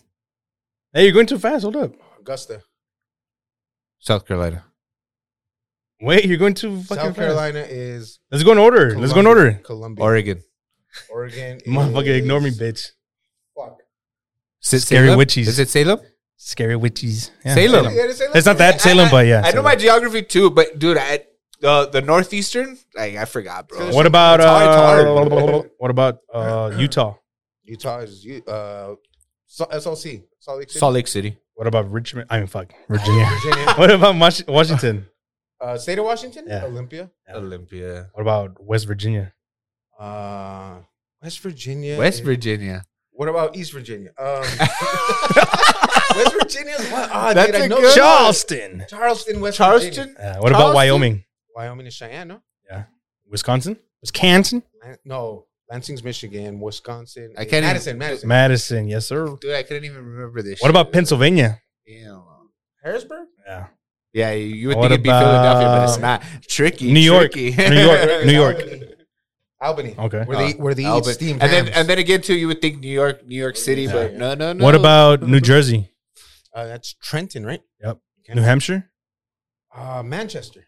[SPEAKER 2] hey, you're going too fast. Hold up.
[SPEAKER 3] Augusta,
[SPEAKER 4] South Carolina,
[SPEAKER 2] Wait, you're going too fucking
[SPEAKER 3] South
[SPEAKER 2] fast.
[SPEAKER 3] Carolina is.
[SPEAKER 2] Let's go in order. Let's go in order.
[SPEAKER 3] Columbia. Columbia,
[SPEAKER 4] Oregon.
[SPEAKER 3] Oregon.
[SPEAKER 2] Motherfucker,
[SPEAKER 3] is-
[SPEAKER 2] ignore me, bitch.
[SPEAKER 3] Fuck.
[SPEAKER 4] Is it
[SPEAKER 2] Scary
[SPEAKER 4] Salem?
[SPEAKER 2] witches.
[SPEAKER 4] Is it Salem?
[SPEAKER 2] Scary witches. Yeah,
[SPEAKER 4] Salem.
[SPEAKER 3] Yeah, they say
[SPEAKER 2] It's not that
[SPEAKER 4] I-
[SPEAKER 2] Salem,
[SPEAKER 4] I-
[SPEAKER 2] but yeah.
[SPEAKER 4] I know
[SPEAKER 2] Salem.
[SPEAKER 4] my geography too, but dude, I the the northeastern, like I forgot, bro.
[SPEAKER 2] What about
[SPEAKER 4] It's hard,
[SPEAKER 2] uh,
[SPEAKER 4] it's hard.
[SPEAKER 2] what about
[SPEAKER 4] <laughs>
[SPEAKER 2] uh, Utah?
[SPEAKER 3] Utah is uh, so- SLC, Salt Lake City,
[SPEAKER 4] Salt Lake City,
[SPEAKER 2] What about Richmond? I mean, fuck,
[SPEAKER 4] <laughs>
[SPEAKER 2] Virginia. <laughs>
[SPEAKER 3] Virginia,
[SPEAKER 2] what about Wash- Washington?
[SPEAKER 3] uh, state of Washington,
[SPEAKER 2] Yeah.
[SPEAKER 3] Olympia,
[SPEAKER 2] Yeah.
[SPEAKER 4] Olympia,
[SPEAKER 2] What about West
[SPEAKER 4] <laughs>
[SPEAKER 2] Virginia?
[SPEAKER 3] uh, West Virginia,
[SPEAKER 4] West
[SPEAKER 3] is-
[SPEAKER 4] Virginia.
[SPEAKER 3] What about East Virginia?
[SPEAKER 4] <laughs>
[SPEAKER 3] Um, West Virginia's what? Ah,
[SPEAKER 4] That's
[SPEAKER 3] dude, I
[SPEAKER 4] a
[SPEAKER 3] know
[SPEAKER 4] good-
[SPEAKER 2] Charleston.
[SPEAKER 3] Charleston, West Virginia.
[SPEAKER 4] Charleston,
[SPEAKER 2] Uh, what
[SPEAKER 4] Charleston?
[SPEAKER 2] about Wyoming?
[SPEAKER 3] Wyoming is Cheyenne, no?
[SPEAKER 2] Wisconsin? Wisconsin?
[SPEAKER 3] Lan- No, Lansing's Michigan, Wisconsin.
[SPEAKER 4] I can't
[SPEAKER 3] Madison, Madison,
[SPEAKER 2] Madison, yes sir.
[SPEAKER 4] dude. I couldn't even remember this.
[SPEAKER 2] What about
[SPEAKER 4] shit.
[SPEAKER 2] Pennsylvania?
[SPEAKER 4] Damn.
[SPEAKER 3] Harrisburg.
[SPEAKER 2] Yeah.
[SPEAKER 4] Yeah, you you would
[SPEAKER 2] What
[SPEAKER 4] think it'd be Philadelphia, but it's
[SPEAKER 2] about-
[SPEAKER 4] not. Tricky.
[SPEAKER 2] New York. New
[SPEAKER 4] tricky. <laughs>
[SPEAKER 2] York. New York.
[SPEAKER 3] <laughs> Albany.
[SPEAKER 2] Okay.
[SPEAKER 3] Where they where they eat
[SPEAKER 4] Albert.
[SPEAKER 3] steamed
[SPEAKER 4] Uh, and then
[SPEAKER 3] hams.
[SPEAKER 4] and then again too, you would think New York, New York City,
[SPEAKER 2] Yeah.
[SPEAKER 4] but no, no, no.
[SPEAKER 2] What about New Jersey?
[SPEAKER 3] uh, that's Trenton, right?
[SPEAKER 2] Yep. New Hampshire?
[SPEAKER 3] Uh, Manchester.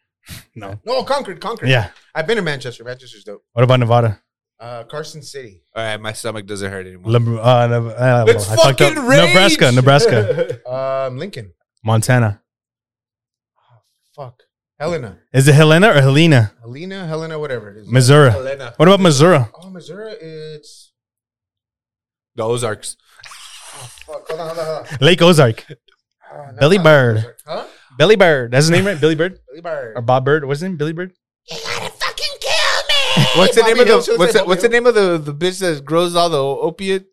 [SPEAKER 2] No.
[SPEAKER 3] No, Concord, Concord.
[SPEAKER 2] Yeah.
[SPEAKER 3] I've been to Manchester. Manchester's dope.
[SPEAKER 2] What about Nevada?
[SPEAKER 3] Uh, Carson City.
[SPEAKER 4] All right, my stomach doesn't hurt anymore.
[SPEAKER 2] Leb- uh, Nev- uh,
[SPEAKER 4] Let's
[SPEAKER 2] I fucked
[SPEAKER 4] fucking
[SPEAKER 2] up.
[SPEAKER 4] rage!
[SPEAKER 2] Nebraska,
[SPEAKER 4] <laughs>
[SPEAKER 2] Nebraska,
[SPEAKER 3] <laughs> Um, Lincoln.
[SPEAKER 2] Montana.
[SPEAKER 3] Fuck. Helena.
[SPEAKER 2] Is it Helena or Helena?
[SPEAKER 3] Helena, Helena, whatever it is.
[SPEAKER 2] Missouri.
[SPEAKER 4] Helena.
[SPEAKER 2] What about Missouri?
[SPEAKER 3] Oh, Missouri, it's.
[SPEAKER 4] The Ozarks.
[SPEAKER 3] Oh, fuck. Hold on, hold on, hold on.
[SPEAKER 2] Lake Ozark.
[SPEAKER 3] Ah, no,
[SPEAKER 2] Billy
[SPEAKER 3] not
[SPEAKER 2] Bird.
[SPEAKER 3] Missouri. Huh?
[SPEAKER 2] Billy Bird. That's his name, right? Billy Bird
[SPEAKER 4] Billy Bird.
[SPEAKER 2] or Bob Bird? What's his name? Billy Bird.
[SPEAKER 4] You gotta fucking kill me. What's the
[SPEAKER 3] Bobby
[SPEAKER 4] name of
[SPEAKER 3] Hill. She
[SPEAKER 4] the
[SPEAKER 3] was
[SPEAKER 4] what's,
[SPEAKER 3] like
[SPEAKER 4] the,
[SPEAKER 3] Bobby
[SPEAKER 4] what's the name of the, the bitch that grows all the opiate?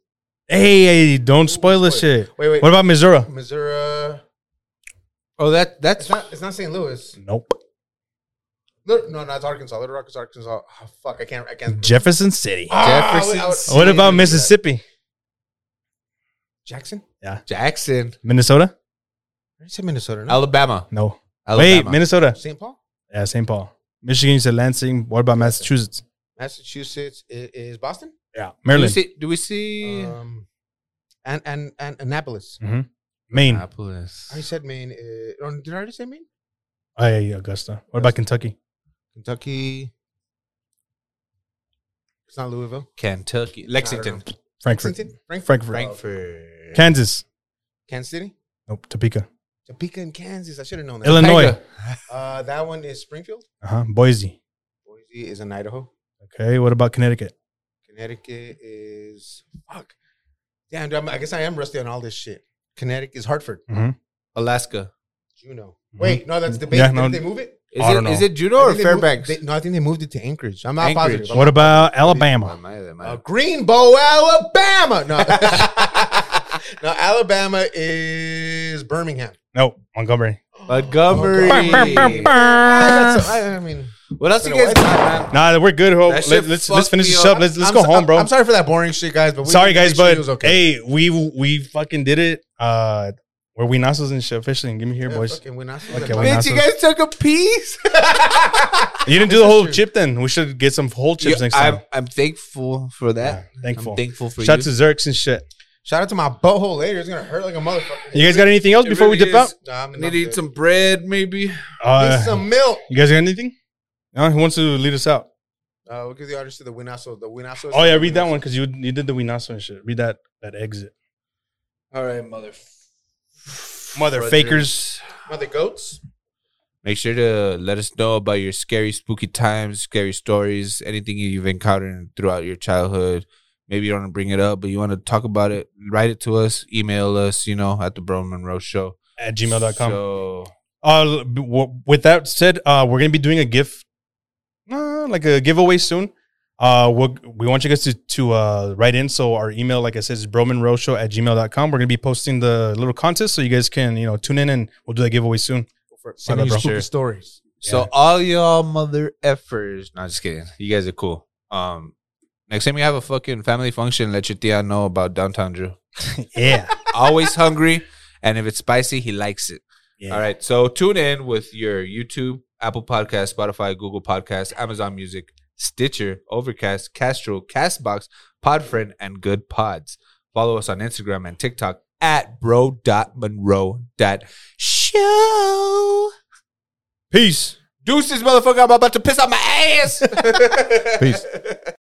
[SPEAKER 2] Hey, hey, don't spoil this shit.
[SPEAKER 3] Wait, wait.
[SPEAKER 2] What about Missouri?
[SPEAKER 3] Missouri.
[SPEAKER 4] Oh, that that's
[SPEAKER 3] It's not. It's not St. Louis.
[SPEAKER 2] Nope.
[SPEAKER 3] Little, no, no, it's Arkansas. Little Rock is Arkansas. Oh, fuck, I can't. I can't.
[SPEAKER 2] Jefferson City.
[SPEAKER 3] Ah,
[SPEAKER 4] Jefferson
[SPEAKER 3] wait, I would-
[SPEAKER 4] City.
[SPEAKER 2] What about
[SPEAKER 4] Yeah.
[SPEAKER 2] Mississippi?
[SPEAKER 3] Jackson.
[SPEAKER 4] Jackson,
[SPEAKER 2] Minnesota?
[SPEAKER 3] I said Minnesota. No.
[SPEAKER 4] Alabama.
[SPEAKER 2] No.
[SPEAKER 4] Alabama.
[SPEAKER 2] Wait, Minnesota.
[SPEAKER 3] St. Paul,
[SPEAKER 2] Yeah, St. Paul. Michigan, you said Lansing. What about Massachusetts?
[SPEAKER 3] Massachusetts i- is Boston.
[SPEAKER 2] Yeah.
[SPEAKER 4] Do we
[SPEAKER 2] Maryland.
[SPEAKER 4] see? Do we see
[SPEAKER 3] Um, and and and Annapolis.
[SPEAKER 2] Mm-hmm.
[SPEAKER 4] Ah.
[SPEAKER 2] Maine.
[SPEAKER 4] Annapolis?
[SPEAKER 3] I said Maine. Uh, oh, did I already say Maine?
[SPEAKER 2] Oh, yeah, yeah, Augusta. What about Kentucky?
[SPEAKER 4] Kentucky,
[SPEAKER 3] It's not Louisville.
[SPEAKER 4] Kentucky, Lexington,
[SPEAKER 2] Frankfurt.
[SPEAKER 3] Lexington, Frankfurt, Oh,
[SPEAKER 2] Frankfurt.
[SPEAKER 4] Frankfurt,
[SPEAKER 2] Kansas.
[SPEAKER 3] Kansas City,
[SPEAKER 2] Nope. Topeka.
[SPEAKER 3] Topeka, and Kansas. I should have known that.
[SPEAKER 2] Illinois.
[SPEAKER 3] Uh, that one is Springfield.
[SPEAKER 2] Uh huh. Boise.
[SPEAKER 3] Boise is in Idaho.
[SPEAKER 2] Okay. What about Connecticut?
[SPEAKER 3] Connecticut is fuck. Damn, dude, I'm, I guess I am rusty on all this shit. Connecticut is Hartford,
[SPEAKER 2] Mm.
[SPEAKER 4] Alaska.
[SPEAKER 3] Juneau.
[SPEAKER 2] Mhm.
[SPEAKER 3] Wait, no, that's debate.
[SPEAKER 2] Yeah,
[SPEAKER 3] Did
[SPEAKER 2] no.
[SPEAKER 3] they move it?
[SPEAKER 4] Is
[SPEAKER 2] I don't
[SPEAKER 4] it,
[SPEAKER 2] know.
[SPEAKER 4] is it Juneau
[SPEAKER 3] I
[SPEAKER 4] or
[SPEAKER 3] think they moved-
[SPEAKER 4] Fairbanks?
[SPEAKER 3] they- no, I think they moved it to Anchorage. I'm not
[SPEAKER 4] Anchorage.
[SPEAKER 3] positive.
[SPEAKER 2] What about
[SPEAKER 4] Oh,
[SPEAKER 2] Alabama?
[SPEAKER 3] Uh,
[SPEAKER 4] Alabama.
[SPEAKER 3] Greenbow, Alabama. No.
[SPEAKER 2] <laughs>
[SPEAKER 3] no, <laughs> Alabama is Birmingham.
[SPEAKER 2] Nope. Montgomery.
[SPEAKER 4] Montgomery.
[SPEAKER 3] Oh, God.
[SPEAKER 2] Uh,
[SPEAKER 3] I,
[SPEAKER 2] Nah,
[SPEAKER 3] I mean,
[SPEAKER 4] What else you
[SPEAKER 3] Been a
[SPEAKER 4] guys
[SPEAKER 3] while.
[SPEAKER 4] got, man?
[SPEAKER 2] we're good. Hope.
[SPEAKER 4] That shit
[SPEAKER 2] Let, us let's
[SPEAKER 4] fucked
[SPEAKER 2] finish
[SPEAKER 4] me
[SPEAKER 2] this
[SPEAKER 4] up.
[SPEAKER 2] up. Let's let's
[SPEAKER 3] I'm
[SPEAKER 2] go
[SPEAKER 3] so-
[SPEAKER 2] home, bro.
[SPEAKER 3] I'm sorry for that boring shit, guys. But we
[SPEAKER 2] sorry guys,
[SPEAKER 3] make sure
[SPEAKER 2] but
[SPEAKER 3] it was okay.
[SPEAKER 2] hey, we we fucking did it. Uh, we're we Nassos and shit officially. Give me here,
[SPEAKER 3] Yeah,
[SPEAKER 2] boys.
[SPEAKER 3] fucking, we're not
[SPEAKER 2] Okay, we're not-
[SPEAKER 4] Bitch, you guys took a piece.
[SPEAKER 2] You didn't do the
[SPEAKER 3] That's
[SPEAKER 2] whole
[SPEAKER 3] true.
[SPEAKER 2] chip then. We should get some whole chips
[SPEAKER 4] You-
[SPEAKER 2] next
[SPEAKER 4] I'm,
[SPEAKER 2] time.
[SPEAKER 4] I'm thankful for
[SPEAKER 2] Yeah,
[SPEAKER 4] that.
[SPEAKER 2] thankful.
[SPEAKER 4] I'm thankful for
[SPEAKER 2] Shout
[SPEAKER 4] you.
[SPEAKER 2] to Zerks and shit.
[SPEAKER 3] Shout out to my butthole later. It's gonna hurt like a motherfucker.
[SPEAKER 2] You guys got anything else
[SPEAKER 4] It
[SPEAKER 2] before we
[SPEAKER 4] really
[SPEAKER 2] dip out?
[SPEAKER 4] is.
[SPEAKER 3] Nah, I'm
[SPEAKER 4] I need
[SPEAKER 3] not
[SPEAKER 4] to
[SPEAKER 3] good.
[SPEAKER 4] eat some bread, maybe.
[SPEAKER 3] Get
[SPEAKER 2] Uh,
[SPEAKER 3] some milk.
[SPEAKER 2] you guys got anything? No, who wants to lead us out?
[SPEAKER 3] Uh, we'll give the audience to the Winasso. The Winasso.
[SPEAKER 2] Oh yeah, read that one because you you did the Winasso and shit. Read that that exit.
[SPEAKER 4] All right, mother.
[SPEAKER 2] Mother fakers.
[SPEAKER 3] Mother goats.
[SPEAKER 4] Make sure to let us know about your scary, spooky times, scary stories, anything you've encountered throughout your childhood. Maybe you don't want to bring it up, but you want to talk about it. Write it to us. Email us, you know, at the Bro Monroe Show.
[SPEAKER 2] at gmail.com.
[SPEAKER 4] So,
[SPEAKER 2] Uh, b- w- with that said, uh, we're gonna be doing a gift, uh, like a giveaway soon. Uh, we'll, we want you guys to to uh, write in. So our email, like I said, is bromanroshow at gmail.com. We're gonna be posting the little contest, so you guys can you know tune in and we'll do that giveaway soon.
[SPEAKER 3] Go for it.
[SPEAKER 2] Mother
[SPEAKER 3] Send me your
[SPEAKER 2] bro.
[SPEAKER 3] spooky
[SPEAKER 4] Sure.
[SPEAKER 3] stories.
[SPEAKER 2] Yeah.
[SPEAKER 4] so all y'all mother effers. No, just kidding. You guys are cool. Um, next time you have a fucking family function, let your tia know about downtown Drew.
[SPEAKER 2] <laughs> Yeah,
[SPEAKER 4] <laughs> Always hungry, and if it's spicy, he likes it.
[SPEAKER 2] yeah.
[SPEAKER 4] All right. So tune in with your YouTube, Apple Podcast, Spotify, Google Podcast, Amazon Music, Stitcher, Overcast, Castro, Castbox, Podfriend, and Good Pods. Follow us on Instagram and TikTok at bro.monroe.show.
[SPEAKER 2] Peace.
[SPEAKER 4] Deuces, motherfucker. I'm about to piss on my ass.
[SPEAKER 2] Peace.